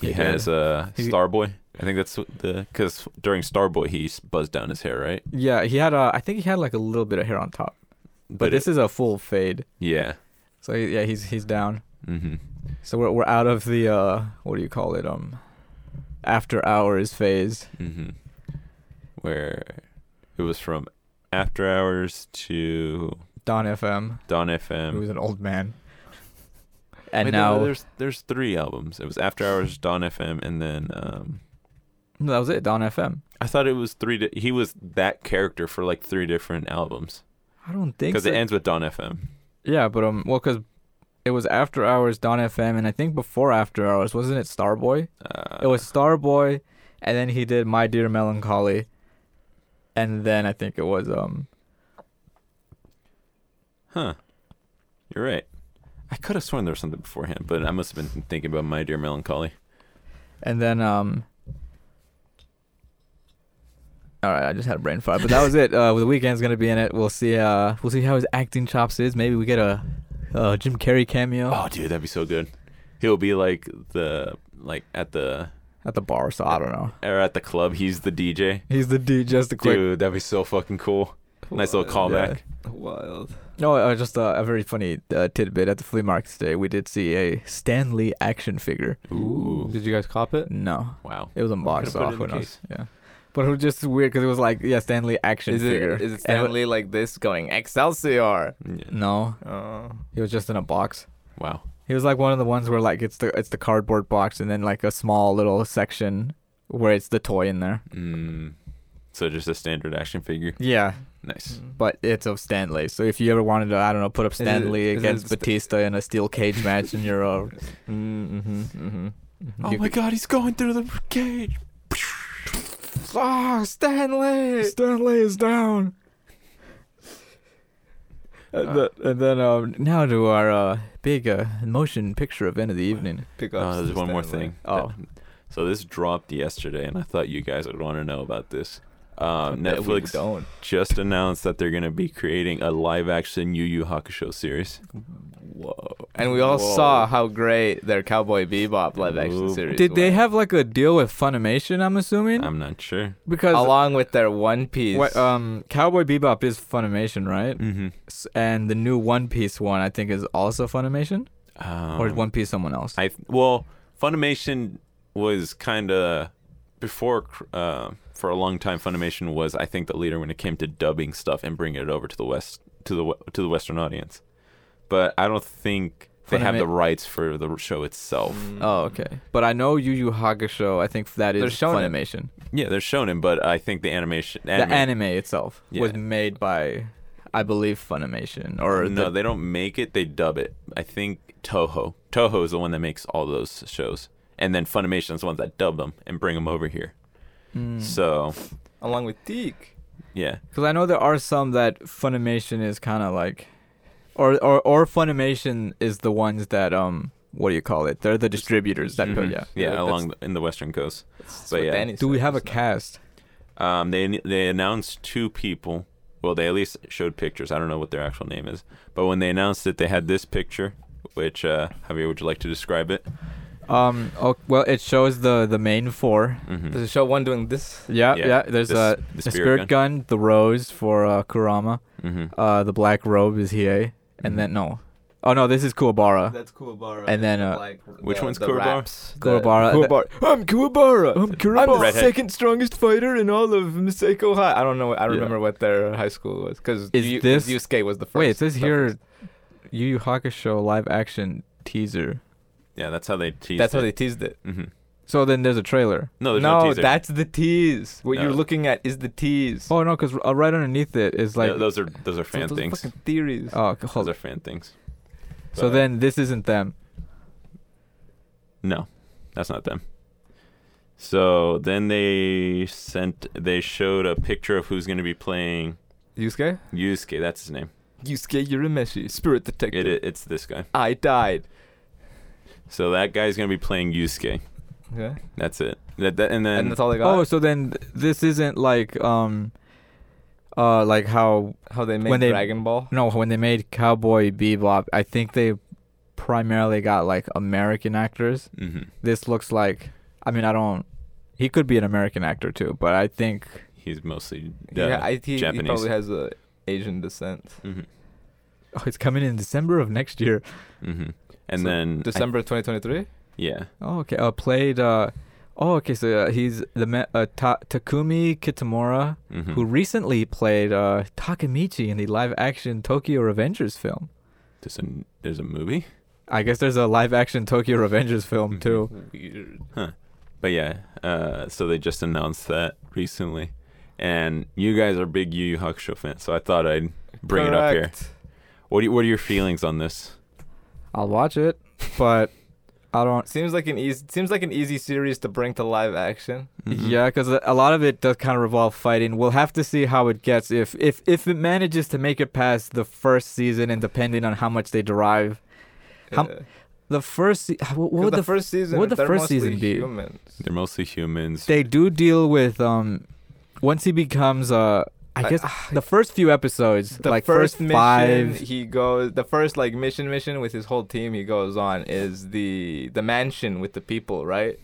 Speaker 2: He
Speaker 1: He
Speaker 2: has uh,
Speaker 1: He-
Speaker 2: Starboy. I think that's what the because during Starboy he s- buzzed down his hair, right?
Speaker 1: Yeah, he had a I think he had like a little bit of hair on top, but,
Speaker 2: But
Speaker 1: this is a full fade.
Speaker 2: Yeah,
Speaker 1: So yeah, he's he's down.
Speaker 2: Mm-hmm.
Speaker 1: So we're we're out of the uh what do you call it um after hours phase.
Speaker 2: Mm-hmm. Where it was from After Hours to
Speaker 1: Don FM,
Speaker 2: Don
Speaker 1: who was
Speaker 2: FM.
Speaker 1: an old man, and
Speaker 2: Um, Wait, no,
Speaker 1: now
Speaker 2: there's there's three albums. It was After Hours, Don FM, and then um,
Speaker 1: no, that was it. Don FM.
Speaker 2: I thought it was three. Di- he was that character for like three different albums
Speaker 1: I don't think
Speaker 2: because
Speaker 1: so.
Speaker 2: it ends with Don FM.
Speaker 1: yeah, but um, well, because it was after hours Don FM, and I think before after hours wasn't it Starboy?
Speaker 2: Uh,
Speaker 1: it was Starboy, and then he did My Dear Melancholy, and then I think it was um
Speaker 2: Huh. You're right. I could have sworn there was something beforehand, but I must have been thinking about My Dear Melancholy.
Speaker 1: And then um all right, I just had a brain fart, but that was it. Uh, the weekend's gonna be in it. We'll see. Uh, we'll see how his acting chops is. Maybe we get a, uh Jim Carrey cameo
Speaker 2: Oh, dude, that'd be so good. He'll be like the like at the
Speaker 1: at the bar. So I don't know.
Speaker 2: or at the club. He's the DJ.
Speaker 1: He's the dude. Just a quick.
Speaker 2: Dude, that'd be so fucking cool. Nice little
Speaker 1: yeah.
Speaker 2: callback.
Speaker 3: Wild.
Speaker 1: No, uh, just uh, a very funny uh, tidbit. At the flea market today, we did see a Stan Lee action figure.
Speaker 2: Ooh.
Speaker 3: Did you guys cop it?
Speaker 1: No,
Speaker 2: Wow.
Speaker 1: it was unboxed.
Speaker 2: Could've
Speaker 1: So
Speaker 2: put it in
Speaker 1: who
Speaker 2: the
Speaker 1: knows? Yeah, but it was just weird because it was like yeah, Stan Lee action
Speaker 3: Is
Speaker 1: figure.
Speaker 3: it, is it
Speaker 1: And-
Speaker 3: Stanley like this going Excelsior?
Speaker 2: Yeah.
Speaker 1: No,
Speaker 3: Oh.
Speaker 1: it was just in a box.
Speaker 2: Wow.
Speaker 1: He was like one of the ones where like it's the it's the cardboard box and then like a small little section where it's the toy in there.
Speaker 2: Mm. So just a standard action figure.
Speaker 1: Yeah,
Speaker 2: Nice.
Speaker 1: but it's of Stanley. So if you ever wanted to, I don't know, put up
Speaker 3: it-
Speaker 1: Stanley
Speaker 3: is it
Speaker 1: against
Speaker 3: Sta-
Speaker 1: Batista in a steel cage match in your uh,
Speaker 3: Mm-hmm, mm-hmm.
Speaker 2: Oh
Speaker 1: You
Speaker 2: my god, he's going through the cage.
Speaker 3: Oh, Stanley!
Speaker 1: Stanley is down.
Speaker 3: Uh.
Speaker 1: And, uh, the, and then um, now to our uh, big uh, motion picture event of the evening.
Speaker 3: Pick up.
Speaker 2: Oh, there's one more
Speaker 3: Stanley.
Speaker 2: thing.
Speaker 1: Oh.
Speaker 2: So this dropped yesterday, and I thought you guys would want to know about this.
Speaker 3: I
Speaker 2: Um,
Speaker 3: bet we
Speaker 2: Netflix
Speaker 3: don't.
Speaker 2: just announced that they're going to be creating a live-action Yu Yu Hakusho series.
Speaker 3: Whoa. And we all saw how great their Cowboy Bebop live action
Speaker 2: Ooh.
Speaker 3: series
Speaker 1: Did they
Speaker 3: was.
Speaker 1: have like a deal with Funimation? I'm assuming
Speaker 2: I'm not sure.
Speaker 1: because
Speaker 3: Along with their One Piece.
Speaker 1: what, um, Cowboy Bebop is Funimation, right?
Speaker 2: Mm-hmm.
Speaker 1: S- and the new One Piece one I think is also Funimation
Speaker 2: Um,
Speaker 1: or is One Piece someone else.
Speaker 2: I well, Funimation was kind of before uh, for a long time. Funimation was, I think, the leader when it came to dubbing stuff and bringing it over to the west to the we- to the Western audience. But I don't think they have
Speaker 1: Funima-
Speaker 2: the rights for the show itself.
Speaker 1: oh, okay. But I know Yu Yu Hakusho. I think that is
Speaker 3: They're shown it.
Speaker 1: Funimation.
Speaker 2: Yeah, they're shonen, but I think the animation anime,
Speaker 1: The anime itself was
Speaker 2: Yeah.
Speaker 1: made by, I believe, Funimation or
Speaker 2: no,
Speaker 1: the,
Speaker 2: they don't make it. They dub it. I think Toho. Toho is the one that makes all those shows, and then Funimation is the ones that dub them and bring them over here.
Speaker 1: Mm.
Speaker 2: So
Speaker 3: Along with Deke.
Speaker 2: yeah,
Speaker 1: Because I know there are some that Funimation is kind of like, or or or Funimation is the ones that um what do you call it? They're the distributors that go
Speaker 2: Mhm.
Speaker 1: yeah.
Speaker 2: yeah,
Speaker 3: Yeah,
Speaker 2: along the, in the western coast.
Speaker 3: That's
Speaker 2: But
Speaker 3: what
Speaker 2: yeah.
Speaker 3: Danny
Speaker 1: Do we
Speaker 3: said,
Speaker 1: have a
Speaker 3: isn't it?
Speaker 1: cast?
Speaker 2: Um, they they announced two people. Well, they at least showed pictures. I don't know what their actual name is, but when they announced it, they had this picture. Which uh, Javier, would you like to describe it?
Speaker 1: Um. Oh, well, it shows the the main four.
Speaker 2: Mm-hmm.
Speaker 3: Does it show one doing this?
Speaker 1: Yeah, yeah.
Speaker 2: Yeah,
Speaker 1: There's
Speaker 2: this-
Speaker 1: a
Speaker 2: the
Speaker 1: the
Speaker 2: spirit
Speaker 1: spirit gun. the rose for uh, Kurama,
Speaker 2: mm-hmm.
Speaker 1: uh, the black robe is Hiei, and then no, oh no, this is Kuwabara.
Speaker 3: That's Kuwabara.
Speaker 1: And then, uh,
Speaker 2: Which one's Kuwabara?
Speaker 1: Kuwabara.
Speaker 3: I'm Kuwabara.
Speaker 1: I'm Kurama.
Speaker 3: I'm the
Speaker 2: Redhead.
Speaker 3: second strongest fighter in all of Miseko High. I don't know. I remember what their high school was because
Speaker 1: Is this-
Speaker 3: Yusuke was the first.
Speaker 1: Wait, it says
Speaker 3: the
Speaker 1: here,
Speaker 3: first.
Speaker 1: Yu Yu Hakusho live action teaser.
Speaker 2: Yeah, that's how they tease.
Speaker 3: That's how they teased it.
Speaker 2: Mm-hmm.
Speaker 1: So then Oh, there's a trailer.
Speaker 2: No, there's no,
Speaker 3: no,
Speaker 2: teaser.
Speaker 3: that's the tease. What you're
Speaker 2: No.
Speaker 3: looking at is the tease.
Speaker 1: Oh no, because uh, right underneath it is like.
Speaker 2: Yeah, those are those are
Speaker 3: So
Speaker 2: fan
Speaker 3: those
Speaker 2: things.
Speaker 3: fucking theories.
Speaker 1: oh, c- hold
Speaker 2: Those
Speaker 1: on.
Speaker 2: are fan things.
Speaker 1: So
Speaker 2: But,
Speaker 1: then this isn't them.
Speaker 2: no, that's not them. So then they sent they showed a picture of who's going to be playing
Speaker 3: Yusuke?
Speaker 2: Yusuke. That's his name.
Speaker 3: Yusuke Urameshi, spirit
Speaker 2: It,
Speaker 3: detective.
Speaker 2: it it's this guy.
Speaker 3: I died.
Speaker 2: So that guy's going to be playing Yusuke.
Speaker 3: Yeah.
Speaker 2: That's it. That, that and then
Speaker 3: And, that's all they got.
Speaker 1: Oh, so then th- this isn't like um, uh, like how
Speaker 3: how they made
Speaker 1: when they-
Speaker 3: Dragon Ball.
Speaker 1: No, when they made Cowboy Bebop, I think they primarily got like American actors.
Speaker 2: Mhm.
Speaker 1: This looks like, I mean, I don't. He could be an American actor too, but I think
Speaker 2: he's mostly uh,
Speaker 3: yeah, I, he, he
Speaker 2: Japanese.
Speaker 3: probably has a Asian descent.
Speaker 2: Mhm.
Speaker 1: Oh, it's coming in December of next year.
Speaker 2: hmm And
Speaker 3: So,
Speaker 2: then I-
Speaker 3: December 2023.
Speaker 2: yeah,
Speaker 1: Oh, okay. Uh, played. Uh, oh, okay. So uh, he's the ma- uh, Ta- Takumi Kitamura,
Speaker 2: hmm
Speaker 1: who recently played uh, Takemichi in the live-action Tokyo Revengers film.
Speaker 2: there's a there's a movie,
Speaker 1: I guess there's a live-action Tokyo Revengers film
Speaker 3: Mm-hmm.
Speaker 2: Mhm.
Speaker 1: too.
Speaker 3: Weird.
Speaker 2: but yeah, uh, so they just announced that recently, and you guys are big Yu Yu Hakusho fans, so I thought I'd bring it up here.
Speaker 3: Correct.
Speaker 2: What do you, what are your feelings on this?
Speaker 1: I'll watch it, but I don't.
Speaker 3: Seems like an easy seems like an easy series to bring to live action.
Speaker 2: Mhm.
Speaker 1: Yeah, because a lot of it does kind of revolve fighting. We'll have to see how it gets. If if if it manages to make it past the first season, and depending on how much they derive, How-
Speaker 3: Yeah.
Speaker 1: the first se- how- what would
Speaker 3: 'Cause the,
Speaker 1: the, f
Speaker 3: first season?
Speaker 1: would the
Speaker 3: they're
Speaker 1: first
Speaker 3: mostly
Speaker 1: season be?
Speaker 3: Humans.
Speaker 2: they're mostly humans.
Speaker 1: they do deal with um once he becomes uh I
Speaker 3: I-
Speaker 1: guess the first few episodes
Speaker 3: The
Speaker 1: like
Speaker 3: first,
Speaker 1: first
Speaker 3: mission
Speaker 1: five
Speaker 3: he goes the first like mission mission with his whole team he goes on is the the mansion with the people, right?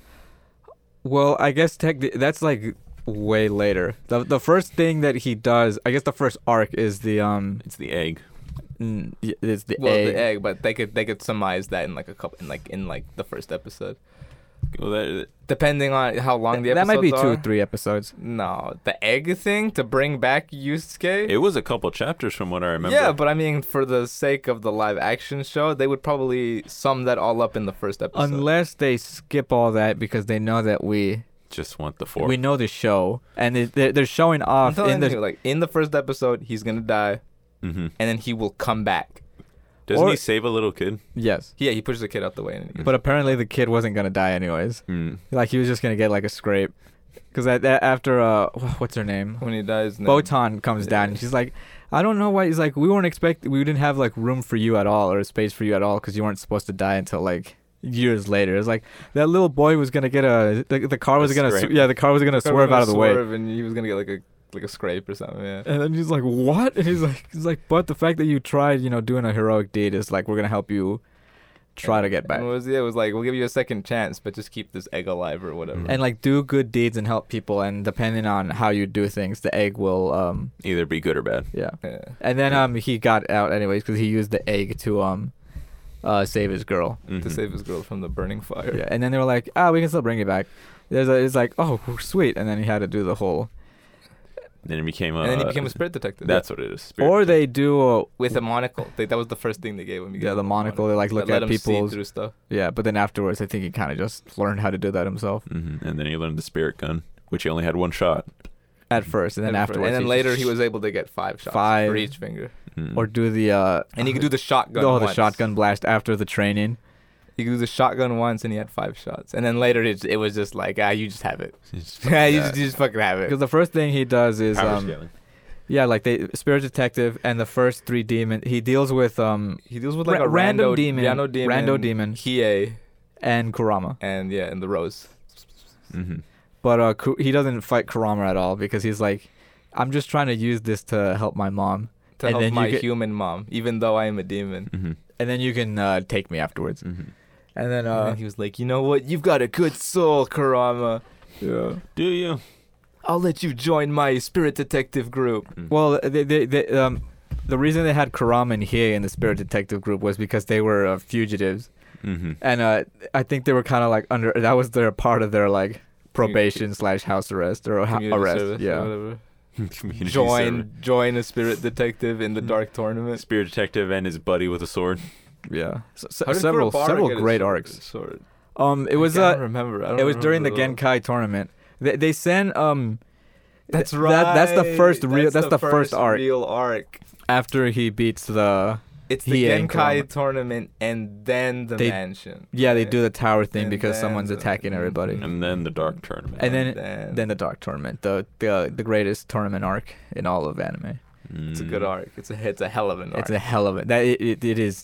Speaker 1: Well, I guess tech that's like way later. The the first thing that he does, I guess the first arc is the um
Speaker 2: it's the egg.
Speaker 1: mm, y- it's the
Speaker 3: well,
Speaker 1: egg.
Speaker 3: the egg, but they could they could surmise that in like a couple in like in like the first episode.
Speaker 2: Well, that,
Speaker 3: Depending on how long the
Speaker 1: Th- that
Speaker 3: episodes
Speaker 1: might be two
Speaker 3: are.
Speaker 1: or three episodes.
Speaker 3: No, the egg thing to bring back Yusuke?
Speaker 2: it was a couple chapters from what I remember.
Speaker 3: Yeah, but I mean, for the sake of the live action show, they would probably sum that all up in the first episode.
Speaker 1: Unless they skip all that because they know that we
Speaker 2: just want the four.
Speaker 1: we know the show and they- they're, they're showing
Speaker 3: I'm
Speaker 1: off
Speaker 3: telling
Speaker 1: in the
Speaker 3: you, like in the first episode, he's gonna die,
Speaker 2: mm-hmm.
Speaker 3: and then he will come back.
Speaker 2: Doesn't
Speaker 1: Or-
Speaker 2: he save a little kid?
Speaker 1: yes.
Speaker 3: Yeah, he pushes the kid out the way, and
Speaker 1: But apparently the kid wasn't gonna die anyways.
Speaker 2: Mm.
Speaker 1: Like he was just gonna get like a scrape. Because that, that after uh wh- what's her name
Speaker 3: when he dies, then-
Speaker 1: Botan comes down and she's like, I don't know why. He's like, we weren't expect, we didn't have like room for you at all or space for you at all because you weren't supposed to die until like years later. It's like that little boy was gonna get a the, the car was
Speaker 2: A
Speaker 1: gonna sw-
Speaker 2: scrape.
Speaker 1: yeah the car was gonna
Speaker 3: Kurt
Speaker 1: swerve
Speaker 3: was
Speaker 1: out of the way.
Speaker 3: swerve, and he was gonna get like a like a scrape or something. Yeah.
Speaker 1: And then he's like, what? And he's like, he's like, but the fact that you tried, you know, doing a heroic deed is like we're gonna help you try to get
Speaker 3: And
Speaker 1: back
Speaker 3: It was, yeah, it was like we'll give you a second chance, but just keep this egg alive or whatever.
Speaker 2: Mhm.
Speaker 1: and like do good deeds and help people. And depending on how you do things, the egg will um
Speaker 2: Either be good or bad.
Speaker 1: yeah.
Speaker 3: yeah.
Speaker 1: And then um he got out anyways because he used the egg to um uh save his girl.
Speaker 2: Mhm.
Speaker 3: To save his girl from the burning fire.
Speaker 1: Yeah. And then they were like, ah, we can still bring it back. There's a, it's like, oh, sweet. And then he had to do the whole.
Speaker 2: Then he became a.
Speaker 3: And then he became a spirit detective.
Speaker 2: Uh, That's what it is. spirit
Speaker 1: Or they do a,
Speaker 3: with a monocle. They, that was the first thing they gave him. He gave
Speaker 1: yeah
Speaker 3: him
Speaker 1: the
Speaker 3: a
Speaker 1: monocle. They like
Speaker 3: that
Speaker 1: look
Speaker 3: let
Speaker 1: at
Speaker 3: him see
Speaker 1: people's
Speaker 3: through stuff.
Speaker 1: yeah. But then afterwards, I think he kind of just learned how to do that himself
Speaker 2: hmm And then he learned the spirit gun, which he only had one shot.
Speaker 1: at first, and then
Speaker 3: Mm-hmm. And for-
Speaker 1: afterwards,
Speaker 3: and then later he was able to get five shots
Speaker 1: Five.
Speaker 3: for each finger,
Speaker 2: Mm.
Speaker 1: or do the uh
Speaker 3: and he could do the shotgun.
Speaker 1: oh the
Speaker 3: once.
Speaker 1: shotgun blast after the training.
Speaker 3: He could do the shotgun once, and he had five shots. And then later it, it was just like, ah, you just have it.
Speaker 2: It's
Speaker 3: you,
Speaker 2: fucking
Speaker 3: just,
Speaker 2: bad.
Speaker 3: you just fucking have
Speaker 1: Because
Speaker 3: it.
Speaker 1: the first thing he does is
Speaker 2: Power
Speaker 1: um
Speaker 2: scaling.
Speaker 1: yeah like they spirit detective and the first three demon he deals with um
Speaker 3: He deals with like
Speaker 1: Ra-
Speaker 3: a
Speaker 1: random
Speaker 3: rando,
Speaker 1: demon,
Speaker 3: rando demon,
Speaker 1: rando demon.
Speaker 3: Hiei,
Speaker 1: and Kurama.
Speaker 3: and yeah, and the rose.
Speaker 2: Mhm.
Speaker 1: But uh, Ku- he doesn't fight Kurama at all because he's like, I'm just trying to use this to help my mom,
Speaker 3: To
Speaker 1: And
Speaker 3: help
Speaker 1: then you
Speaker 3: my
Speaker 1: get-
Speaker 3: human mom, even though I am a demon.
Speaker 2: Mhm.
Speaker 1: and then you can uh, take me afterwards.
Speaker 2: Mhm.
Speaker 1: And then,
Speaker 3: and
Speaker 1: uh,
Speaker 3: then he was like, you know what? You've got a good soul, Karama.
Speaker 1: yeah.
Speaker 2: Do you?
Speaker 3: I'll let you join my spirit detective group.
Speaker 2: Mm-hmm.
Speaker 1: well, they, they, they, um, the reason they had Kurama and Hiei in the Spirit Detective group was because they were uh, fugitives,
Speaker 2: Mm-hmm.
Speaker 1: and uh, I think they were kind of like under. That was their part of their like probation slash house arrest or ha-
Speaker 3: Community
Speaker 1: arrest.
Speaker 3: service or
Speaker 1: yeah.
Speaker 3: whatever.
Speaker 2: Mm-hmm.
Speaker 3: join join a spirit detective in the dark tournament.
Speaker 2: Spirit detective and his buddy with a sword.
Speaker 1: Yeah. So, so-
Speaker 3: How did
Speaker 1: several
Speaker 3: Kurapara
Speaker 1: several
Speaker 3: get his
Speaker 1: great
Speaker 3: sword-
Speaker 1: arcs.
Speaker 3: sword?
Speaker 1: Um, it was
Speaker 3: I can't
Speaker 1: uh,
Speaker 3: remember. I don't
Speaker 1: it was during the
Speaker 3: remember at all.
Speaker 1: Genkai tournament. They they send um
Speaker 3: That's
Speaker 1: th-
Speaker 3: right.
Speaker 1: that- that's the first real- that's the first arc.
Speaker 3: Real arc.
Speaker 1: after he beats the
Speaker 3: It's
Speaker 1: He
Speaker 3: the
Speaker 1: ain't
Speaker 3: Genkai
Speaker 1: Kurama.
Speaker 3: tournament and then the
Speaker 1: They-
Speaker 3: mansion.
Speaker 1: yeah they do the tower thing
Speaker 3: And
Speaker 1: because
Speaker 3: then
Speaker 1: someone's
Speaker 3: the- mm-hmm.
Speaker 1: attacking everybody
Speaker 2: And then the dark tournament.
Speaker 1: and then-
Speaker 3: then,
Speaker 1: then the dark tournament the the, the greatest tournament arc in all of anime
Speaker 3: it's a good
Speaker 2: Mm.
Speaker 3: arc. It's a it's a hell of an arc.
Speaker 1: it's a hell of it that it, it, it is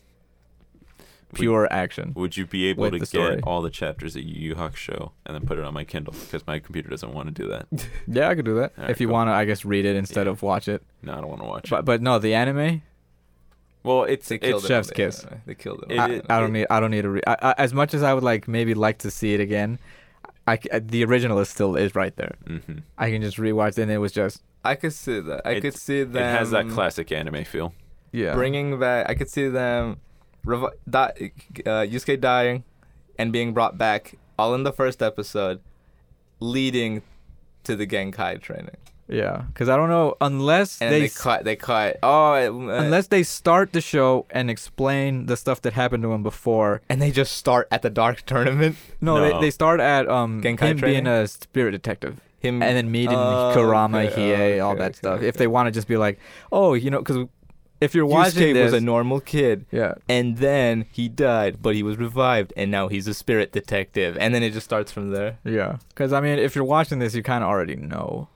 Speaker 1: pure action
Speaker 2: Would you be able
Speaker 1: With
Speaker 2: to
Speaker 1: the
Speaker 2: get
Speaker 1: story.
Speaker 2: all the chapters at Yu Yu Hakusho and then put it on my Kindle because my computer doesn't want to do that?
Speaker 1: yeah i could do that
Speaker 2: Alright,
Speaker 1: if you
Speaker 2: cool.
Speaker 1: want to i guess read it instead of watch it
Speaker 2: No, I don't want to watch it.
Speaker 1: but but no the anime
Speaker 2: Well, it's
Speaker 3: they
Speaker 2: it's
Speaker 3: killed it.
Speaker 1: Chef's
Speaker 3: They-
Speaker 1: kiss.
Speaker 3: They killed it.
Speaker 2: It-
Speaker 1: I,
Speaker 2: it-
Speaker 1: I don't need i don't need to read I, I, as much as i would like maybe like to see it again I, c- the original is still is right there
Speaker 2: hmm
Speaker 1: i can just rewatch it and it was just
Speaker 3: I could see that. I
Speaker 2: It-
Speaker 3: could see
Speaker 2: It
Speaker 3: that.
Speaker 2: has that classic anime feel.
Speaker 1: yeah.
Speaker 3: bringing back. I could see them, rev- di- uh, Yusuke dying, and being brought back all in the first episode, leading to the Genkai training.
Speaker 1: yeah, because I don't know unless
Speaker 3: And
Speaker 1: they,
Speaker 3: they,
Speaker 1: s-
Speaker 3: caught. They caught. Oh, it- uh,
Speaker 1: unless they start the show and explain the stuff that happened to him before.
Speaker 3: and they just start at the dark tournament.
Speaker 1: No,
Speaker 2: No.
Speaker 1: They, they start at um
Speaker 3: Genkai
Speaker 1: him
Speaker 3: training?
Speaker 1: being a spirit detective.
Speaker 3: Him
Speaker 1: and then meeting
Speaker 3: Oh,
Speaker 1: Kurama,
Speaker 3: okay,
Speaker 1: Hiei,
Speaker 3: okay,
Speaker 1: all that
Speaker 3: okay,
Speaker 1: stuff. If
Speaker 3: okay.
Speaker 1: they want to just be like, oh, you know, because if you're watching
Speaker 3: Yusuke
Speaker 1: this,
Speaker 3: was a normal kid.
Speaker 1: yeah,
Speaker 3: and then he died, but he was revived, and now he's a spirit detective. And then it just starts from there.
Speaker 1: yeah, because I mean, if you're watching this, you kind of already know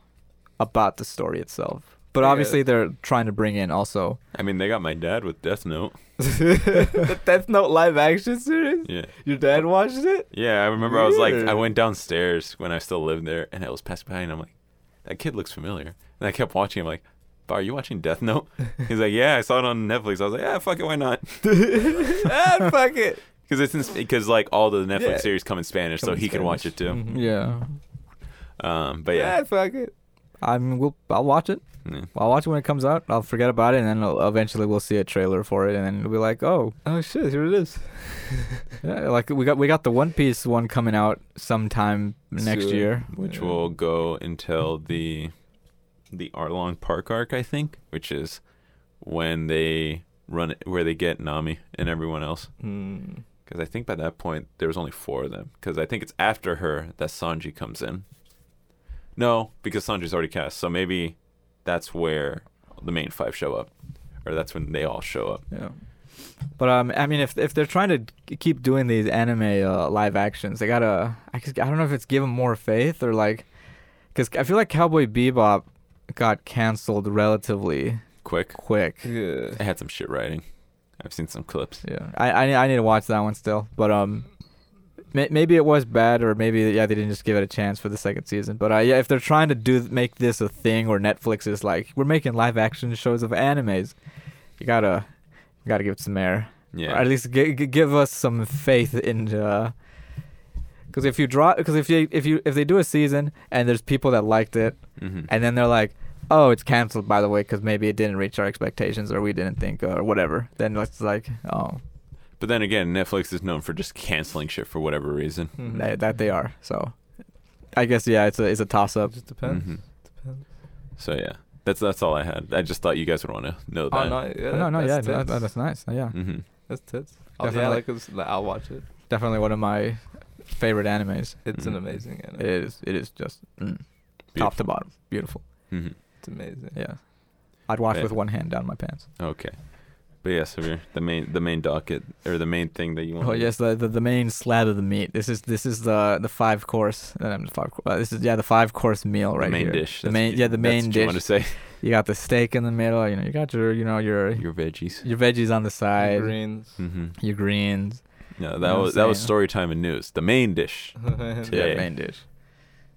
Speaker 1: about the story itself. But
Speaker 3: Yeah.
Speaker 1: obviously, they're trying to bring in also.
Speaker 2: I mean, they got my dad with Death Note.
Speaker 3: the Death Note live action series?
Speaker 2: Yeah.
Speaker 3: Your dad watched it?
Speaker 2: Yeah, I remember I was like,
Speaker 3: Weird.
Speaker 2: I went downstairs when I still lived there, and I was passing by, and I'm like, that kid looks familiar. And I kept watching. I'm like, "Pa, are you watching Death Note? He's like, yeah, I saw it on Netflix. I was like, yeah, fuck it, why not?
Speaker 3: ah, fuck it.
Speaker 2: Because it's in because like all the Netflix
Speaker 3: Yeah.
Speaker 2: series come in Spanish,
Speaker 3: Come
Speaker 2: so
Speaker 3: in
Speaker 2: he can watch it
Speaker 3: Spanish.
Speaker 2: too.
Speaker 3: Mhm.
Speaker 1: Mm-hmm. Yeah,
Speaker 2: Um, but yeah,
Speaker 3: Ah, fuck it.
Speaker 1: I mean, we'll I'll watch it.
Speaker 2: Yeah.
Speaker 1: I'll watch it when it comes out. I'll forget about it, and then I'll, eventually we'll see a trailer for it, and then it'll be like, oh,
Speaker 3: Oh shit, here it is.
Speaker 1: yeah, like we got we got the One Piece one coming out sometime next
Speaker 3: Soon.
Speaker 1: year.
Speaker 2: which
Speaker 3: Yeah.
Speaker 2: will go until the the Arlong Park arc, I think, which is when they run it, where they get Nami and everyone else.
Speaker 1: Mm-hmm.
Speaker 3: Hmm.
Speaker 2: Because I think by that point there was only four of them. Because I think it's after her that Sanji comes in. No, because Sanji's already cast, so maybe that's where the main five show up, or that's when they all show up.
Speaker 1: Yeah. But um, I mean, if if they're trying to k- keep doing these anime uh, live actions, they gotta. I, guess- I don't know if it's give 'em more faith or like, because I feel like Cowboy Bebop got canceled relatively
Speaker 2: Quick,
Speaker 1: quick.
Speaker 3: Yeah.
Speaker 2: I had some shit writing. I've seen some clips.
Speaker 1: Yeah, I I, need- I need to watch that one still. But um, may, maybe it was bad, or maybe yeah they didn't just give it a chance for the second season. But uh, yeah, if they're trying to do make this a thing, or Netflix is like we're making live action shows of animes, you gotta you gotta give it some air.
Speaker 2: Yeah,
Speaker 1: Or at least g- g- give us some faith in because if you draw because if you if you if they do a season and there's people that liked it
Speaker 2: Mhm.
Speaker 1: and then they're like oh it's canceled by the way because maybe it didn't reach our expectations or we didn't think or whatever then it's like oh
Speaker 2: But then again, Netflix is known for just canceling shit for whatever reason.
Speaker 3: Mhm.
Speaker 1: that, that they are so I guess yeah it's a it's a toss
Speaker 3: It
Speaker 1: up
Speaker 3: just depends.
Speaker 2: Mhm.
Speaker 3: depends.
Speaker 2: So yeah, that's that's all I had. I just thought you guys would want to know that.
Speaker 3: Oh no, yeah,
Speaker 1: no no yeah
Speaker 3: that's
Speaker 1: that,
Speaker 3: tits.
Speaker 1: that's nice yeah
Speaker 2: hmm
Speaker 3: That's tits. Oh, yeah,
Speaker 1: Definitely.
Speaker 3: like, it's- like, I'll watch it.
Speaker 1: definitely one of my favorite animes
Speaker 3: It's an
Speaker 2: Mhm.
Speaker 3: amazing anime.
Speaker 1: Mm-hmm. it is it is just mm, top to bottom beautiful
Speaker 2: hmm
Speaker 3: It's amazing.
Speaker 1: yeah I'd watch
Speaker 2: Yeah.
Speaker 1: with one hand down my pants.
Speaker 2: But yeah, Severe, the main the main docket or the main thing that you want.
Speaker 1: Oh yes, the, the the main slab of the meat. This is this is the the five course. Um, the five, cour- uh, this is yeah the five course meal
Speaker 2: the
Speaker 1: right
Speaker 2: main
Speaker 1: here.
Speaker 2: dish.
Speaker 1: The
Speaker 2: that's-
Speaker 1: main yeah the
Speaker 2: that's
Speaker 1: main
Speaker 2: what You want to
Speaker 1: dish.
Speaker 2: say
Speaker 1: You got the steak in the middle. You know you got your you know your
Speaker 2: your veggies.
Speaker 1: your veggies on the side.
Speaker 3: Greens.
Speaker 2: Mm-hmm.
Speaker 1: Your greens.
Speaker 2: No,
Speaker 1: know
Speaker 2: that
Speaker 1: what
Speaker 2: was
Speaker 1: I'm
Speaker 2: that was
Speaker 1: saying?
Speaker 2: story time and news. The main dish
Speaker 1: Yeah,
Speaker 2: Yeah.
Speaker 1: main dish.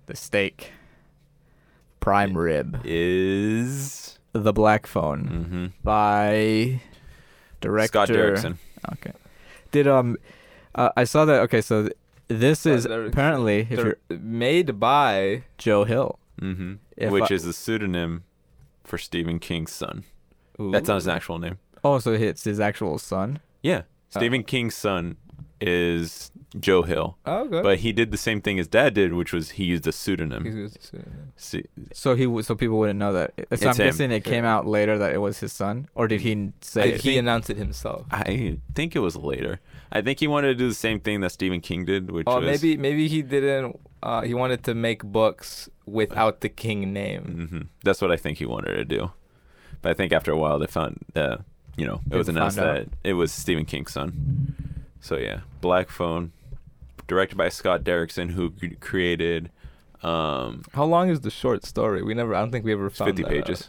Speaker 1: The steak. Prime rib.
Speaker 2: is
Speaker 1: The black phone
Speaker 2: mm-hmm.
Speaker 1: by director
Speaker 2: Scott Derrickson.
Speaker 1: Did um, uh, I saw that. Okay, so th- this
Speaker 3: Scott
Speaker 1: is
Speaker 3: Derrickson.
Speaker 1: apparently if you're
Speaker 3: They're made by
Speaker 1: Joe Hill.
Speaker 2: Mm-hmm.
Speaker 1: If
Speaker 2: Which
Speaker 1: I-
Speaker 2: is the pseudonym for Stephen King's son. That's
Speaker 3: Ooh.
Speaker 2: not his actual name.
Speaker 1: Oh, so it's his actual son.
Speaker 2: Yeah,
Speaker 1: Oh.
Speaker 2: Stephen King's son is Joe Hill.
Speaker 3: Oh, okay.
Speaker 2: But he did the same thing his dad did, which was he used a
Speaker 3: He's
Speaker 2: pseudonym.
Speaker 3: used to pseudonym.
Speaker 2: See,
Speaker 1: So he w- so people wouldn't know that. So
Speaker 2: It's
Speaker 1: I'm
Speaker 2: him.
Speaker 1: guessing it came
Speaker 3: Yeah.
Speaker 1: out later that it was his son, or did he n- say
Speaker 3: he
Speaker 1: it?
Speaker 3: announced it himself.
Speaker 2: I think it was later. I think he wanted to do the same thing that Stephen King did, which
Speaker 3: Or
Speaker 2: was
Speaker 3: Oh, maybe maybe he didn't. Uh, he wanted to make books without the king name.
Speaker 2: hmm That's what I think he wanted to do. But I think after a while they found, uh, you know, it
Speaker 1: They
Speaker 2: was announced
Speaker 1: found
Speaker 2: that
Speaker 1: out.
Speaker 2: it was Stephen King's son. So yeah, Black Phone, directed by Scott Derrickson, who c- created um,
Speaker 3: How long is the short story? We never. I don't think we ever
Speaker 2: it's
Speaker 3: found
Speaker 2: fifty
Speaker 3: that out.
Speaker 2: pages.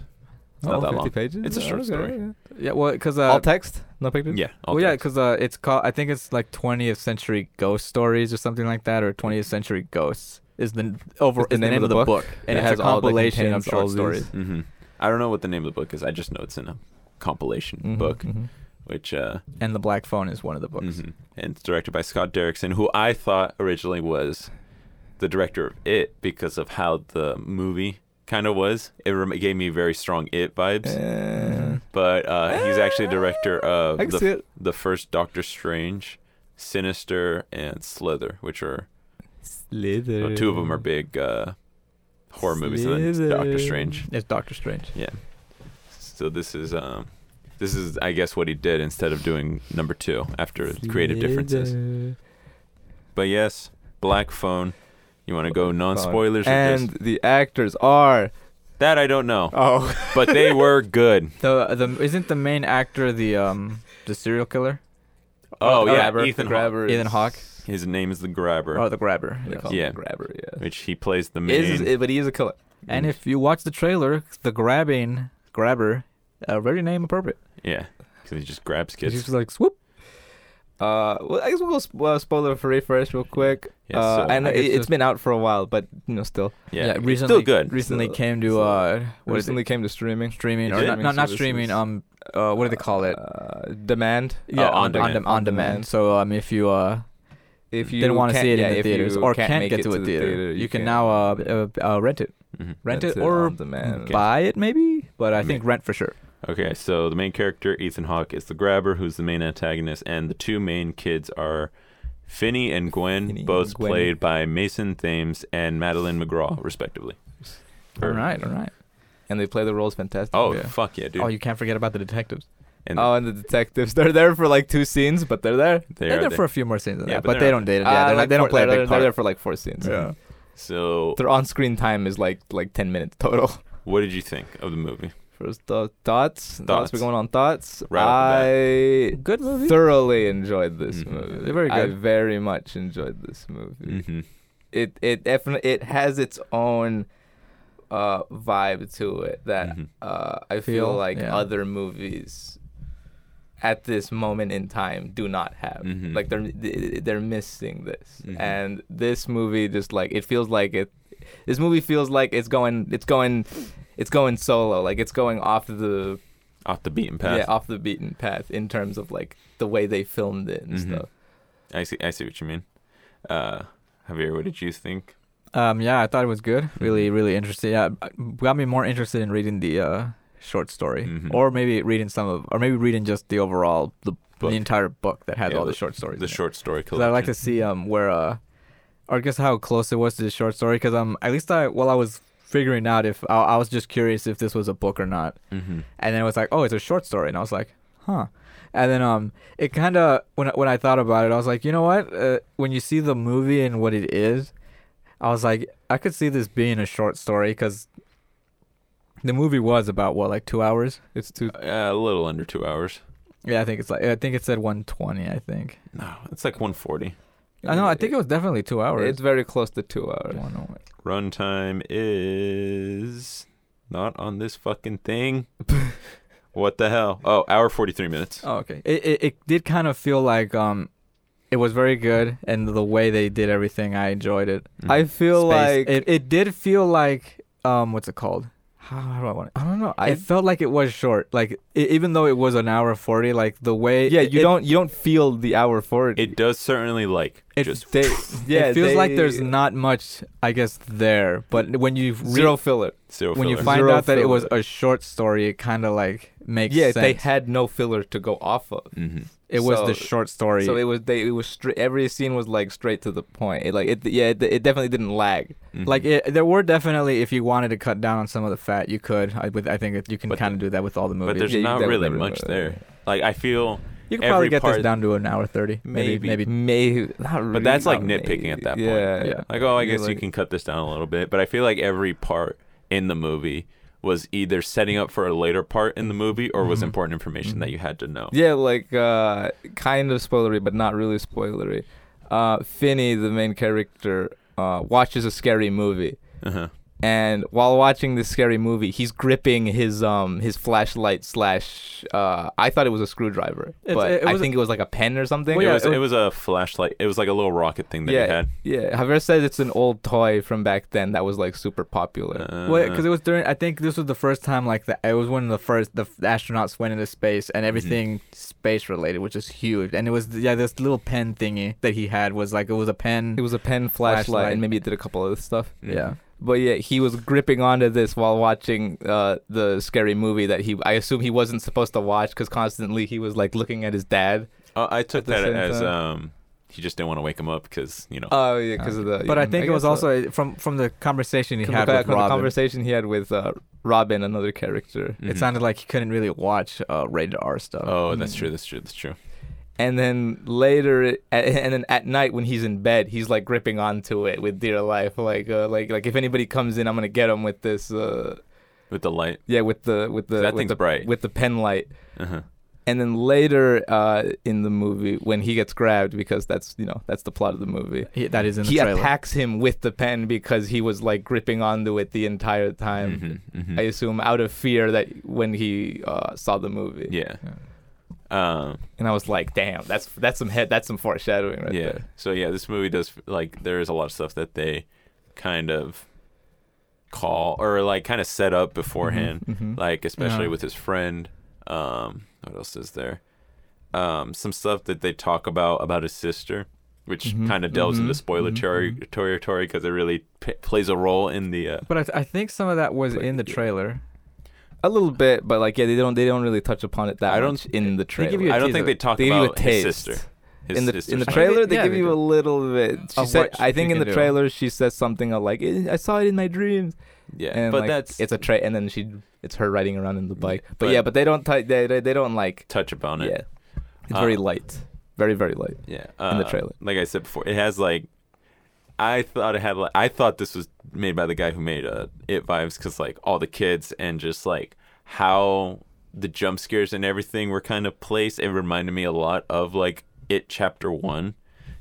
Speaker 2: It's
Speaker 1: Oh,
Speaker 2: not that
Speaker 3: 50
Speaker 2: long.
Speaker 3: pages.
Speaker 2: It's a short story.
Speaker 3: yeah.
Speaker 1: Yeah, well, because uh,
Speaker 3: All text, no pictures.
Speaker 2: Yeah. all
Speaker 1: well, yeah,
Speaker 2: text.
Speaker 1: because uh, it's called. I think it's like 20th century ghost stories or something like that, or 20th century ghosts is the n- over
Speaker 3: It's the
Speaker 1: is
Speaker 3: name of the
Speaker 1: the
Speaker 3: book.
Speaker 1: book, and
Speaker 3: It
Speaker 1: it's
Speaker 3: has
Speaker 1: a
Speaker 3: all that
Speaker 1: compilation of
Speaker 3: contains all
Speaker 1: short
Speaker 3: these.
Speaker 1: stories.
Speaker 2: hmm I don't know what the name of the book is. I just know it's in a compilation
Speaker 3: Mhm,
Speaker 2: book,
Speaker 3: mhm.
Speaker 2: which uh,
Speaker 1: And the black phone is one of the books.
Speaker 3: Mm-hmm.
Speaker 2: mhm. and it's directed by Scott Derrickson, who I thought originally was the director of It because of how the movie kind of was. It rem- gave me very strong It vibes.
Speaker 3: Eh, Ah,
Speaker 2: but uh, he's actually director of
Speaker 3: I can
Speaker 2: the,
Speaker 3: see it.
Speaker 2: the first Doctor Strange, Sinister, and Slither, which are
Speaker 3: Slither.
Speaker 2: well, two of them are big uh, horror movies, and then Doctor
Speaker 3: Slither.
Speaker 2: Strange.
Speaker 1: It's Doctor Strange.
Speaker 2: So this is um, this is I guess what he did instead of doing number two after creative differences. But yes, Black Phone. You want to go non spoilers with
Speaker 3: And
Speaker 2: this?
Speaker 3: the actors are.
Speaker 2: That I don't know,
Speaker 3: Oh.
Speaker 2: but they were good.
Speaker 1: The the isn't the main actor the um the serial killer?
Speaker 2: Oh
Speaker 1: the
Speaker 2: yeah,
Speaker 1: grabber.
Speaker 2: Ethan
Speaker 3: the
Speaker 2: Hawke.
Speaker 3: grabber.
Speaker 1: Ethan
Speaker 3: is-
Speaker 1: Hawke.
Speaker 2: His name is the Grabber,
Speaker 1: Oh, the grabber.
Speaker 3: They
Speaker 1: they
Speaker 3: call
Speaker 1: call
Speaker 3: him
Speaker 1: it.
Speaker 2: Yeah.
Speaker 3: the grabber. Yeah.
Speaker 2: which he plays the main.
Speaker 3: Is, but he is a killer.
Speaker 1: And
Speaker 3: Mm-hmm.
Speaker 1: if you watch the trailer, the grabbing grabber, uh, very name appropriate.
Speaker 2: yeah, because he just grabs
Speaker 3: He's
Speaker 2: kids.
Speaker 3: just like swoop. Uh, well, I guess we'll go sp- uh, spoiler for refresh real quick.
Speaker 2: Yeah,
Speaker 3: uh,
Speaker 2: so-
Speaker 3: I know
Speaker 1: I
Speaker 3: it,
Speaker 1: guess
Speaker 3: it's
Speaker 1: just-
Speaker 3: been out for a while, but you know, still
Speaker 2: yeah, it's
Speaker 1: recently
Speaker 2: still good.
Speaker 1: Recently
Speaker 3: Still-
Speaker 1: came to
Speaker 3: still-
Speaker 1: uh, what is
Speaker 3: recently
Speaker 1: it?
Speaker 3: came to streaming.
Speaker 1: Streaming or
Speaker 2: Yeah.
Speaker 1: not, not, not
Speaker 3: Streaming
Speaker 1: streaming.
Speaker 3: services.
Speaker 1: Um, uh, what do they call it?
Speaker 3: Uh, demand.
Speaker 2: Oh, on
Speaker 1: on,
Speaker 2: demand.
Speaker 1: dem- on demand. So um, if you uh,
Speaker 3: If you
Speaker 1: didn't want to
Speaker 3: can't-
Speaker 1: see it
Speaker 3: yeah,
Speaker 1: in the
Speaker 3: if
Speaker 1: theaters
Speaker 3: you
Speaker 1: or
Speaker 3: can't,
Speaker 1: can't
Speaker 3: make
Speaker 1: get
Speaker 3: it
Speaker 1: to a theater, you, can, now uh, uh, uh, rent it,
Speaker 2: Mhm.
Speaker 1: rent
Speaker 3: That's
Speaker 1: it, or Mm,
Speaker 3: on demand.
Speaker 2: Okay.
Speaker 1: buy it maybe. But I
Speaker 2: Ma-
Speaker 1: think rent for sure.
Speaker 2: Okay, so the main character Ethan Hawke is the grabber, who's the main antagonist, and the two main kids are Finney and Gwen,
Speaker 3: Finney
Speaker 2: both
Speaker 3: and Gwen.
Speaker 2: played by Mason Thames and Madeline McGraw, respectively.
Speaker 1: All
Speaker 2: Or-
Speaker 1: right, all right.
Speaker 3: and they play the roles fantastic.
Speaker 2: Oh
Speaker 1: Yeah.
Speaker 2: fuck yeah, dude!
Speaker 1: Oh, you can't forget about the detectives.
Speaker 2: and
Speaker 3: Oh, and the detectives. They're there for like two scenes, but they're there.
Speaker 2: they
Speaker 1: They are
Speaker 2: are
Speaker 1: there
Speaker 2: there.
Speaker 1: for a few more scenes than
Speaker 2: Yeah,
Speaker 1: that,
Speaker 2: but
Speaker 1: but,
Speaker 2: they're
Speaker 1: they don't.
Speaker 2: not-
Speaker 1: They, yeah,
Speaker 3: Uh,
Speaker 1: they're
Speaker 3: like
Speaker 1: not, they don't
Speaker 3: four-
Speaker 1: play a
Speaker 3: they're,
Speaker 1: big
Speaker 3: they're
Speaker 1: part.
Speaker 3: there for like four scenes.
Speaker 1: Yeah.
Speaker 2: So,
Speaker 3: Their on-screen time is like like ten minutes total.
Speaker 2: what did you think of the movie?
Speaker 3: First thought, thoughts. Thoughts.
Speaker 2: Thoughts.
Speaker 3: We're going on thoughts.
Speaker 2: Right off
Speaker 3: I
Speaker 1: Good movie.
Speaker 3: thoroughly enjoyed this
Speaker 2: Mhm.
Speaker 3: movie.
Speaker 1: They're very
Speaker 3: I
Speaker 1: good.
Speaker 3: Mm-hmm. very much enjoyed this movie.
Speaker 2: Mm-hmm.
Speaker 3: It it definitely it has its own uh vibe to it that
Speaker 2: Mhm.
Speaker 3: uh I feel,
Speaker 1: Feel,
Speaker 3: like
Speaker 1: yeah.
Speaker 3: other movies at this moment in time do not have.
Speaker 2: Mhm.
Speaker 3: Like they're they're missing this.
Speaker 2: Mhm.
Speaker 3: And this movie just like it feels like it this movie feels like it's going it's going it's going solo. Like it's going off the
Speaker 2: Off the beaten path.
Speaker 3: yeah, off the beaten path in terms of like the way they filmed it and
Speaker 2: Mhm.
Speaker 3: stuff.
Speaker 2: I see. I see what you mean. Uh, Javier, what did you think?
Speaker 1: Um, yeah, I thought it was good. Really, really interesting. Yeah, got me more interested in reading the uh, short story,
Speaker 2: Mhm.
Speaker 1: or maybe reading some of, or maybe reading just the overall the,
Speaker 2: Book.
Speaker 1: the entire book that has
Speaker 2: Yeah,
Speaker 1: all the,
Speaker 2: the-
Speaker 1: short stories.
Speaker 2: The
Speaker 1: in it.
Speaker 2: short story
Speaker 1: Because I
Speaker 2: collection.
Speaker 1: like to see um where uh, or guess how close it was to the short story. Because um at least I while I was figuring out if I, I was just curious if this was a book or not,
Speaker 2: Mhm.
Speaker 1: and then it was like oh it's a short story, and I was like huh, and then um it kind of when I- when I thought about it, I was like you know what uh, when you see the movie and what it is, I was like I could see this being a short story because the movie was about what like two hours.
Speaker 3: It's too
Speaker 2: Uh, a little under two hours.
Speaker 1: Yeah, I think it's like I think it said one twenty. I think
Speaker 2: No, it's like 140.
Speaker 1: I know I think it was definitely two hours.
Speaker 3: It's very close to two hours.
Speaker 1: 108.
Speaker 2: Runtime is not on this fucking thing. what the hell? Oh, hour 43 minutes.
Speaker 1: Oh, okay. It, it it did kind of feel like um, it was very good, and the way they did everything, I enjoyed it.
Speaker 3: I feel
Speaker 1: Mm-hmm. Space-
Speaker 3: like
Speaker 1: it, it did feel like um, what's it called? How, how do I want it?
Speaker 3: I don't know. I
Speaker 1: I felt like it was short. Like i even though it was an hour forty, like the way
Speaker 3: yeah, you
Speaker 1: it-
Speaker 3: don't you don't feel the hour forty.
Speaker 2: it does certainly like
Speaker 1: It-
Speaker 2: just
Speaker 3: they, yeah,
Speaker 1: it feels like
Speaker 3: they-
Speaker 1: there's not much, I guess, there. But when you re-
Speaker 3: zero filler.
Speaker 2: zero
Speaker 1: when you
Speaker 2: filler.
Speaker 1: find
Speaker 3: Zero
Speaker 1: out that it was
Speaker 3: filler.
Speaker 1: a short story, it kind of like makes
Speaker 3: yeah,
Speaker 1: sense.
Speaker 3: they had no filler to go off of.
Speaker 2: Mhm.
Speaker 1: it was
Speaker 3: so-
Speaker 1: the short story.
Speaker 3: So it was they it was straight. Every scene was like straight to the point. It like it yeah it, it definitely didn't lag.
Speaker 2: Mhm.
Speaker 1: Like it, there were definitely, if you wanted to cut down on some of the fat, you could. I, with, I think it, you can
Speaker 2: But
Speaker 1: kind of do that with all the movies.
Speaker 2: there's
Speaker 3: yeah, you
Speaker 2: not
Speaker 3: definitely
Speaker 2: really
Speaker 3: never-
Speaker 2: much there. Like I feel
Speaker 1: you could
Speaker 2: every
Speaker 1: probably get
Speaker 2: part-
Speaker 1: this down to an hour thirty, maybe,
Speaker 2: Maybe.
Speaker 1: maybe.
Speaker 3: Maybe Mm-hmm. not really,
Speaker 2: But that's, like,
Speaker 3: not
Speaker 2: nitpicking at that point.
Speaker 3: Yeah,
Speaker 1: Yeah.
Speaker 2: like oh, I
Speaker 3: You're
Speaker 2: guess you
Speaker 3: like-
Speaker 2: can cut this down a little bit, but I feel like every part in the movie was either setting up for a later part in the movie or was
Speaker 1: Mhm.
Speaker 2: important information that you had to know.
Speaker 3: Mm-hmm. Yeah, like uh, kind of spoilery, but not really spoilery. Uh, Finney, the main character, uh, watches a scary movie,
Speaker 2: Uh-huh.
Speaker 3: and while watching this scary movie, he's gripping his um his flashlight slash. Uh, I thought it was a screwdriver,
Speaker 1: It's-
Speaker 3: but
Speaker 1: it- it
Speaker 3: I
Speaker 1: was-
Speaker 3: think it was like a pen or something.
Speaker 1: Well,
Speaker 2: it
Speaker 1: yeah,
Speaker 2: was
Speaker 1: it
Speaker 2: it,
Speaker 1: was-
Speaker 2: was a flashlight. It was like a little rocket thing that
Speaker 3: Yeah.
Speaker 2: he had.
Speaker 3: yeah. Javier said it's an old toy from back then that was like super popular.
Speaker 1: Well, because it was during. I think this was the first time like that. It was one of the first the, the astronauts went into space and everything space related, which is huge. And it was yeah, this little pen thingy that he had was like it was a pen.
Speaker 3: it was a pen, flashlight,
Speaker 1: Flashlight.
Speaker 3: and maybe it did a couple other stuff.
Speaker 2: Mhm.
Speaker 1: Yeah,
Speaker 3: But yeah, he was gripping onto this while watching uh, the scary movie that he. I assume he wasn't supposed to watch because constantly he was like looking at his dad.
Speaker 2: Uh, I took
Speaker 3: the
Speaker 2: that
Speaker 3: same
Speaker 2: as
Speaker 3: time.
Speaker 2: um, he just didn't want to wake him up because you know.
Speaker 3: Oh yeah, because of the.
Speaker 1: But I
Speaker 3: yeah,
Speaker 1: think it
Speaker 3: guess
Speaker 1: was
Speaker 3: so.
Speaker 1: also uh, from from the conversation he
Speaker 3: Com-
Speaker 1: had
Speaker 3: from
Speaker 1: with
Speaker 3: the
Speaker 1: Robin.
Speaker 3: conversation he had with uh, Robin, another character.
Speaker 2: Mhm.
Speaker 1: It sounded like he couldn't really watch uh, rated R stuff.
Speaker 2: Oh, that's
Speaker 3: Mm-hmm.
Speaker 2: true. That's true. That's true.
Speaker 3: And then later, at, and then at night when he's in bed, he's like gripping onto it with dear life, like uh, like like if anybody comes in, I'm gonna get him with this. Uh,
Speaker 2: With the light.
Speaker 3: yeah, with the with the
Speaker 2: That
Speaker 3: with
Speaker 2: thing's
Speaker 3: the,
Speaker 2: bright.
Speaker 3: with the pen light.
Speaker 2: Uh-huh.
Speaker 3: And then later uh, in the movie, when he gets grabbed, because that's you know that's the plot of the movie.
Speaker 1: He, that is in the
Speaker 3: he
Speaker 1: trailer.
Speaker 3: attacks him with the pen because he was like gripping onto it the entire
Speaker 1: Mm-hmm,
Speaker 3: time.
Speaker 2: Mhm, mhm.
Speaker 3: I assume out of fear that when he uh, saw the movie.
Speaker 2: Yeah.
Speaker 1: Yeah.
Speaker 2: Um,
Speaker 3: And I was like, damn, that's that's some head, that's some foreshadowing right
Speaker 2: yeah.
Speaker 3: there.
Speaker 2: So yeah, this movie does like there is a lot of stuff that they kind of call or like kind of set up beforehand,
Speaker 3: Mhm.
Speaker 2: like especially
Speaker 1: Yeah.
Speaker 2: with his friend. Um, what else is there? Um, some stuff that they talk about about his sister, which
Speaker 3: Mhm,
Speaker 2: kind of delves into
Speaker 3: mhm,
Speaker 2: spoiler
Speaker 3: mhm,
Speaker 2: terri- territory because it really p- plays a role in the. Uh,
Speaker 1: But I, th- I think some of that was
Speaker 3: Like,
Speaker 1: in the
Speaker 3: yeah.
Speaker 1: trailer.
Speaker 3: A little bit, but like yeah, they don't they don't really touch upon it that
Speaker 2: I don't-
Speaker 3: much in the trailer.
Speaker 1: give you a
Speaker 2: I don't
Speaker 1: teaser.
Speaker 2: think they talk
Speaker 3: They give you a
Speaker 2: about his
Speaker 3: taste.
Speaker 2: sister. His
Speaker 3: in the
Speaker 2: sister's
Speaker 3: in the
Speaker 2: friend.
Speaker 3: trailer, they
Speaker 1: Yeah,
Speaker 3: give
Speaker 1: they
Speaker 3: you
Speaker 1: do.
Speaker 3: a little bit. She
Speaker 1: Of
Speaker 3: said,
Speaker 1: what
Speaker 3: I think
Speaker 1: you can
Speaker 3: in the
Speaker 1: do.
Speaker 3: trailer, she says something like, "Eh, "I saw it in my dreams."
Speaker 2: Yeah,
Speaker 3: and
Speaker 2: but
Speaker 3: like,
Speaker 2: that's
Speaker 3: it's a trait, and then she it's her riding around in the bike. But,
Speaker 2: But-
Speaker 3: yeah, but they don't t- they, they they don't like
Speaker 2: touch upon it.
Speaker 3: yeah. It's
Speaker 2: Uh,
Speaker 3: very light, very very light.
Speaker 2: Yeah,
Speaker 3: the
Speaker 2: uh,
Speaker 3: trailer.
Speaker 2: Like I said before, it has like I thought it had like I thought this was made by the guy who made uh, It Vibes because like all the kids and just like how the jump scares and everything were kind of placed. It reminded me a lot of like It Chapter One,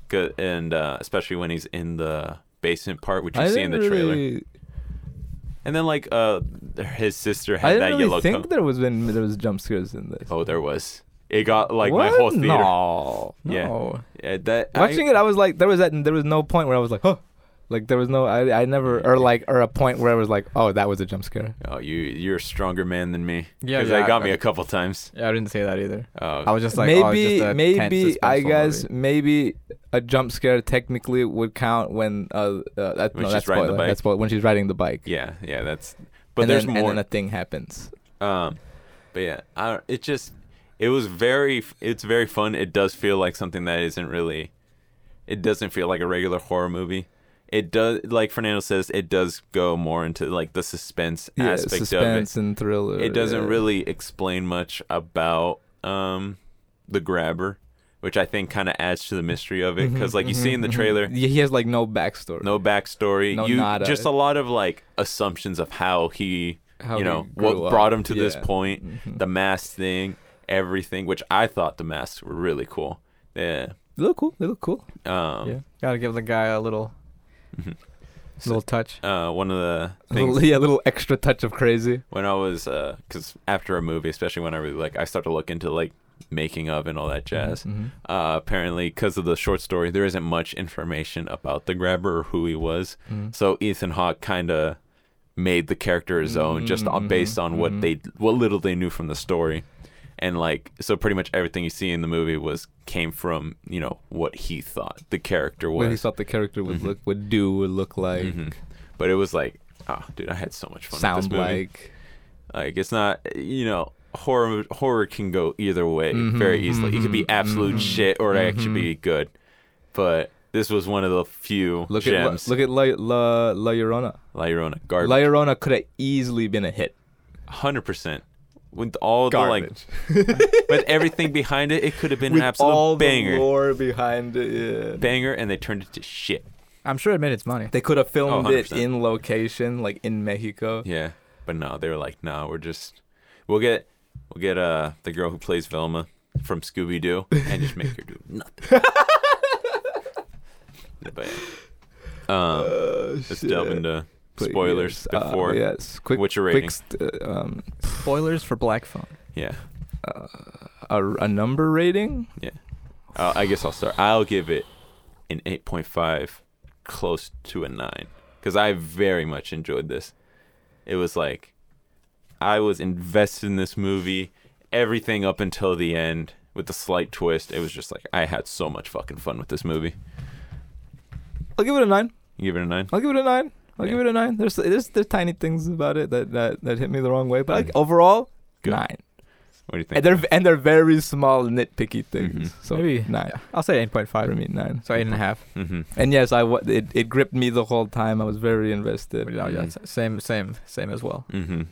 Speaker 2: 'Cause- and uh, especially when he's in the basement part, which you see in the trailer.
Speaker 3: Really,
Speaker 2: And then like uh, his sister
Speaker 3: I
Speaker 2: had that
Speaker 3: didn't really
Speaker 2: yellow.
Speaker 3: think
Speaker 2: coat.
Speaker 3: there was been there was jump scares in this.
Speaker 2: oh, there was. It got like my
Speaker 3: What?
Speaker 2: whole theater.
Speaker 3: No.
Speaker 2: Yeah.
Speaker 1: No.
Speaker 2: Yeah, that I-
Speaker 3: Watching it, I was like, there was that, there was no point where I was like, oh, like there was no, I, I never, or like, or a point where I was like, oh, that was a jump scare.
Speaker 2: Oh, you you're a stronger man than me.
Speaker 1: Yeah,
Speaker 2: because
Speaker 1: yeah,
Speaker 2: they got
Speaker 1: I-
Speaker 2: me a couple times.
Speaker 1: Yeah, I didn't say that either.
Speaker 2: Oh,
Speaker 1: I was just like, oh, it's
Speaker 3: maybe,
Speaker 1: just a tense,
Speaker 3: maybe I
Speaker 1: suspenseful
Speaker 3: guess
Speaker 1: movie.
Speaker 3: maybe a jump scare technically would count when uh, uh that,
Speaker 2: When
Speaker 3: no,
Speaker 2: she's
Speaker 3: that's
Speaker 2: riding the
Speaker 3: spoiler.
Speaker 2: bike.
Speaker 3: That's spoiler. when she's riding the bike.
Speaker 2: yeah, yeah. That's but
Speaker 3: and
Speaker 2: there's
Speaker 3: then,
Speaker 2: more.
Speaker 3: And then a thing happens.
Speaker 2: um, but yeah, I don't, it just it was very it's very fun. It does feel like something that isn't really. It doesn't feel like a regular horror movie. It does, like Fernando says, it does go more into like the suspense
Speaker 3: Yeah,
Speaker 2: aspect
Speaker 3: suspense and
Speaker 2: of
Speaker 3: thriller.
Speaker 2: it. It doesn't
Speaker 3: yeah.
Speaker 2: really explain much about um the grabber, which I think kind of adds to the mystery of
Speaker 3: Mm-hmm,
Speaker 2: it. Because like you see in the trailer,
Speaker 3: Yeah, he has like no backstory.
Speaker 2: no backstory.
Speaker 3: No
Speaker 2: you
Speaker 3: nada.
Speaker 2: just a lot of like assumptions of how he,
Speaker 3: How
Speaker 2: you know,
Speaker 3: he
Speaker 2: what
Speaker 3: grew up.
Speaker 2: brought him to this
Speaker 3: Yeah. Mm-hmm.
Speaker 2: point, the mask thing, everything. Which I thought the masks were really cool. Yeah.
Speaker 3: They look cool. They look cool.
Speaker 2: Um. mm-hmm.
Speaker 1: yeah, gotta give the guy a little, little touch.
Speaker 2: Uh, one of the
Speaker 3: Little,
Speaker 2: things
Speaker 3: yeah, little extra touch of crazy.
Speaker 2: when I was, because after a movie, especially when I really like, I start to look into like making of and all that jazz.
Speaker 3: Mhm.
Speaker 2: Uh, apparently, because of the short story, there isn't much information about the grabber or who he was.
Speaker 3: Mhm.
Speaker 2: So Ethan Hawke kind of made the character his own, just on,
Speaker 3: Mhm,
Speaker 2: based on what
Speaker 3: mhm.
Speaker 2: they, what little they knew from the story, and like so, pretty much everything you see in the movie was came from you know what he thought the character
Speaker 3: What he
Speaker 2: was.
Speaker 3: thought the character would
Speaker 2: Mhm.
Speaker 3: look, would do, would look like,
Speaker 2: Mhm. But it was like, oh, dude, I had so much fun. with
Speaker 3: sound
Speaker 2: this movie.
Speaker 3: like.
Speaker 2: Like it's not you know horror horror can go either way very
Speaker 3: Mhm,
Speaker 2: easily. It could
Speaker 3: mhm,
Speaker 2: be absolute
Speaker 3: mhm,
Speaker 2: shit or it could
Speaker 3: mhm.
Speaker 2: be good. But this was one of the few
Speaker 3: Look
Speaker 2: gems.
Speaker 3: at look at La La, La Llorona.
Speaker 2: La Llorona, garbage,
Speaker 3: La Llorona could have easily been a hit.
Speaker 2: hundred percent. With all
Speaker 3: Garbage.
Speaker 2: the like, with everything behind it, it could have been an absolute banger,
Speaker 3: the lore behind it, yeah.
Speaker 2: banger, and they turned it to shit.
Speaker 1: I'm sure it made its money.
Speaker 3: they could have filmed
Speaker 2: Oh,
Speaker 3: it
Speaker 2: 100%.
Speaker 3: in location, like in Mexico.
Speaker 2: Yeah, but no, they were like, no, we're just, we'll get, we'll get uh the girl who plays Velma from Scooby Doo and just make her do nothing. but yeah. um, let's delve into
Speaker 3: Uh, But
Speaker 2: spoilers
Speaker 3: yes, uh,
Speaker 2: before. yeah.
Speaker 3: yes, quick.
Speaker 2: What's your rating?
Speaker 3: quick st- uh, um,
Speaker 1: Spoilers for Black Phone.
Speaker 2: yeah,
Speaker 3: a, a number rating.
Speaker 2: Uh, I guess I'll start. I'll give it an eight point five, close to a nine, because I very much enjoyed this. It was like I was invested in this movie, everything up until the end with the slight twist. It was just like I had so much fucking fun with this movie.
Speaker 3: I'll give it a nine.
Speaker 2: You give it a nine?
Speaker 3: I'll give it a nine. I'll
Speaker 2: Yeah.
Speaker 3: give it a nine. There's there's there's tiny things about it that that, that hit me the wrong way, but like
Speaker 2: Mhm.
Speaker 3: overall,
Speaker 2: Good.
Speaker 3: nine.
Speaker 2: What do you think?
Speaker 3: And they're and they're very small nitpicky things.
Speaker 2: Mhm.
Speaker 3: So
Speaker 1: Maybe.
Speaker 3: nine
Speaker 1: I'll say eight point
Speaker 3: for
Speaker 1: five.
Speaker 3: me, nine.
Speaker 1: So eight and a half.
Speaker 2: mm-hmm.
Speaker 3: And yes, I wa- it it gripped me the whole time. I was very invested.
Speaker 1: Yeah, yeah,
Speaker 2: Mm.
Speaker 1: s- Same, same, same as well.
Speaker 2: Mm-hmm.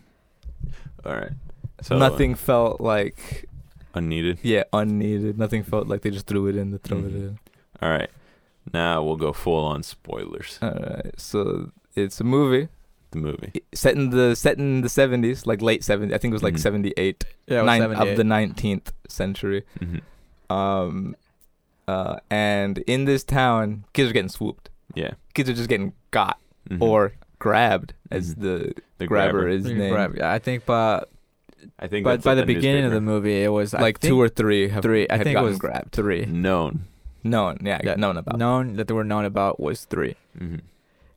Speaker 2: All right. So
Speaker 3: Nothing felt like
Speaker 2: unneeded.
Speaker 3: yeah unneeded. Nothing felt like they just threw it in to throw it
Speaker 2: Mhm.
Speaker 3: in.
Speaker 2: All right. Now we'll go full on spoilers.
Speaker 3: All right, so it's a movie
Speaker 2: The movie.
Speaker 3: i- set in the set in the seventies, like late seventies. I think it was like
Speaker 2: Mhm.
Speaker 3: seventy eight,
Speaker 1: Yeah, it was
Speaker 3: of the
Speaker 1: 78.
Speaker 3: nineteenth century.
Speaker 2: Mm-hmm.
Speaker 3: Um, uh, and in this town, kids are getting swooped.
Speaker 2: Yeah.
Speaker 3: Kids are just getting got
Speaker 2: Mhm.
Speaker 3: or grabbed, as
Speaker 2: Mhm.
Speaker 3: the,
Speaker 2: the
Speaker 3: grabber, is
Speaker 1: You can
Speaker 3: named.
Speaker 1: grab- yeah, I think, by
Speaker 2: I think.
Speaker 1: but
Speaker 2: that's
Speaker 1: by
Speaker 2: what
Speaker 1: the beginning of the
Speaker 2: newspaper-
Speaker 1: movie, it was
Speaker 3: Like two or three have
Speaker 1: three. I
Speaker 3: had
Speaker 1: think it
Speaker 3: gotten
Speaker 1: was
Speaker 3: grabbed.
Speaker 1: three.
Speaker 2: known.
Speaker 3: known, yeah,
Speaker 1: Yeah,
Speaker 3: known about
Speaker 1: Known that they were known about was three,
Speaker 2: Mm-hmm.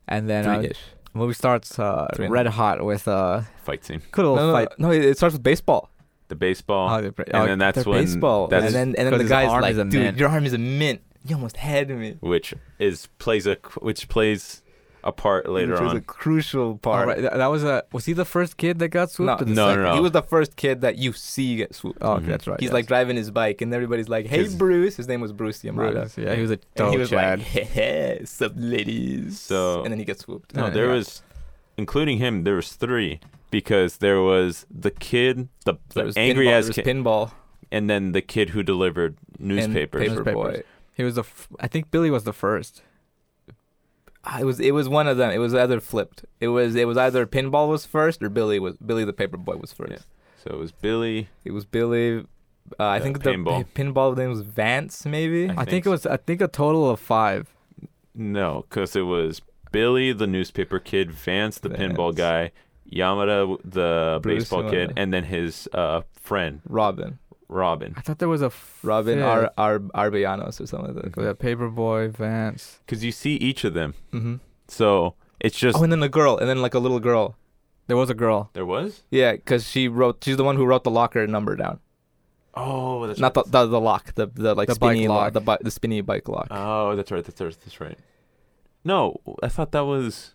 Speaker 1: and then uh,
Speaker 3: three-ish.
Speaker 1: movie starts uh,
Speaker 3: Three and a
Speaker 1: red hot with uh,
Speaker 2: Fight scene.
Speaker 1: good
Speaker 3: No,
Speaker 1: old
Speaker 3: no, no,
Speaker 1: fight.
Speaker 3: no, it it starts with baseball,
Speaker 2: The baseball.
Speaker 1: Oh, they pre-
Speaker 2: and
Speaker 1: oh,
Speaker 2: then that's
Speaker 3: They're
Speaker 2: when
Speaker 3: Uh, baseball,
Speaker 2: that's
Speaker 3: and then and then
Speaker 1: 'cause
Speaker 3: the
Speaker 1: his
Speaker 3: guy's
Speaker 1: arm
Speaker 3: like,
Speaker 1: is a
Speaker 3: "Dude,
Speaker 1: mint."
Speaker 3: your arm is a mint. You almost had me."
Speaker 2: which is plays a which plays a part later
Speaker 3: which was a
Speaker 2: on.
Speaker 3: crucial
Speaker 1: all
Speaker 3: part.
Speaker 1: right, that, that was a. Was he the first kid that got swooped?
Speaker 3: No,
Speaker 1: or the
Speaker 2: no,
Speaker 1: second?
Speaker 2: no, no.
Speaker 3: He was the first kid that you see get swooped.
Speaker 1: Oh, okay,
Speaker 2: Mhm.
Speaker 1: that's right.
Speaker 3: He's
Speaker 1: yes.
Speaker 3: like driving his bike, and everybody's like, "Hey,
Speaker 2: 'Cause-
Speaker 3: Bruce!" His name was Bruce Yamada.
Speaker 1: Brutus, Yeah, he was a
Speaker 3: And
Speaker 1: dope
Speaker 3: he was
Speaker 1: Chad.
Speaker 3: like, "Hey, hey, sup, ladies?"
Speaker 2: So-
Speaker 3: and then he gets swooped.
Speaker 2: No,
Speaker 1: Yeah,
Speaker 2: there
Speaker 1: yeah.
Speaker 2: was, including him, there was three because there was the kid, the, the
Speaker 3: There was
Speaker 2: angry
Speaker 3: pinball,
Speaker 2: ass
Speaker 3: there was
Speaker 2: kid,
Speaker 3: pinball
Speaker 2: and then the kid who delivered
Speaker 3: and
Speaker 2: newspapers.
Speaker 3: paper boy.
Speaker 1: Newspapers. he was the. F- I think Billy was the first.
Speaker 3: Ah, It was it was one of them. It was either flipped. It was it was either pinball was first or Billy was Billy the paper boy was first.
Speaker 2: Yeah. So it was Billy.
Speaker 3: It was Billy. Uh, I
Speaker 2: The
Speaker 3: think
Speaker 2: pinball.
Speaker 3: the p- pinball name was Vance, maybe.
Speaker 2: I
Speaker 1: I
Speaker 2: think
Speaker 1: think it was. I think a total of five.
Speaker 2: No, because it was Billy the newspaper kid, Vance the pinball
Speaker 3: Vance.
Speaker 2: guy, Yamada the
Speaker 3: Bruce
Speaker 2: baseball kid,
Speaker 3: Yamada.
Speaker 2: and then his uh, friend
Speaker 3: Robin,
Speaker 2: Robin.
Speaker 1: I thought there was a f-
Speaker 3: Robin
Speaker 1: fifth.
Speaker 3: Ar, Ar, Arbellanos or something like that.
Speaker 1: Yeah, Paperboy, Vance.
Speaker 2: Because you see each of them,
Speaker 3: Mm-hmm.
Speaker 2: so it's just
Speaker 3: Oh, and then a girl, and then like a little girl.
Speaker 1: There was a girl.
Speaker 2: there was.
Speaker 3: Yeah, because she wrote. She's the one who wrote the locker number down.
Speaker 2: Oh, that's
Speaker 3: Not the the, the lock, the the like
Speaker 1: The bike
Speaker 3: spinny lock,
Speaker 1: lock.
Speaker 3: the bi- the spinny bike lock.
Speaker 2: Oh, that's right. That's right. That's right. No, I thought that was.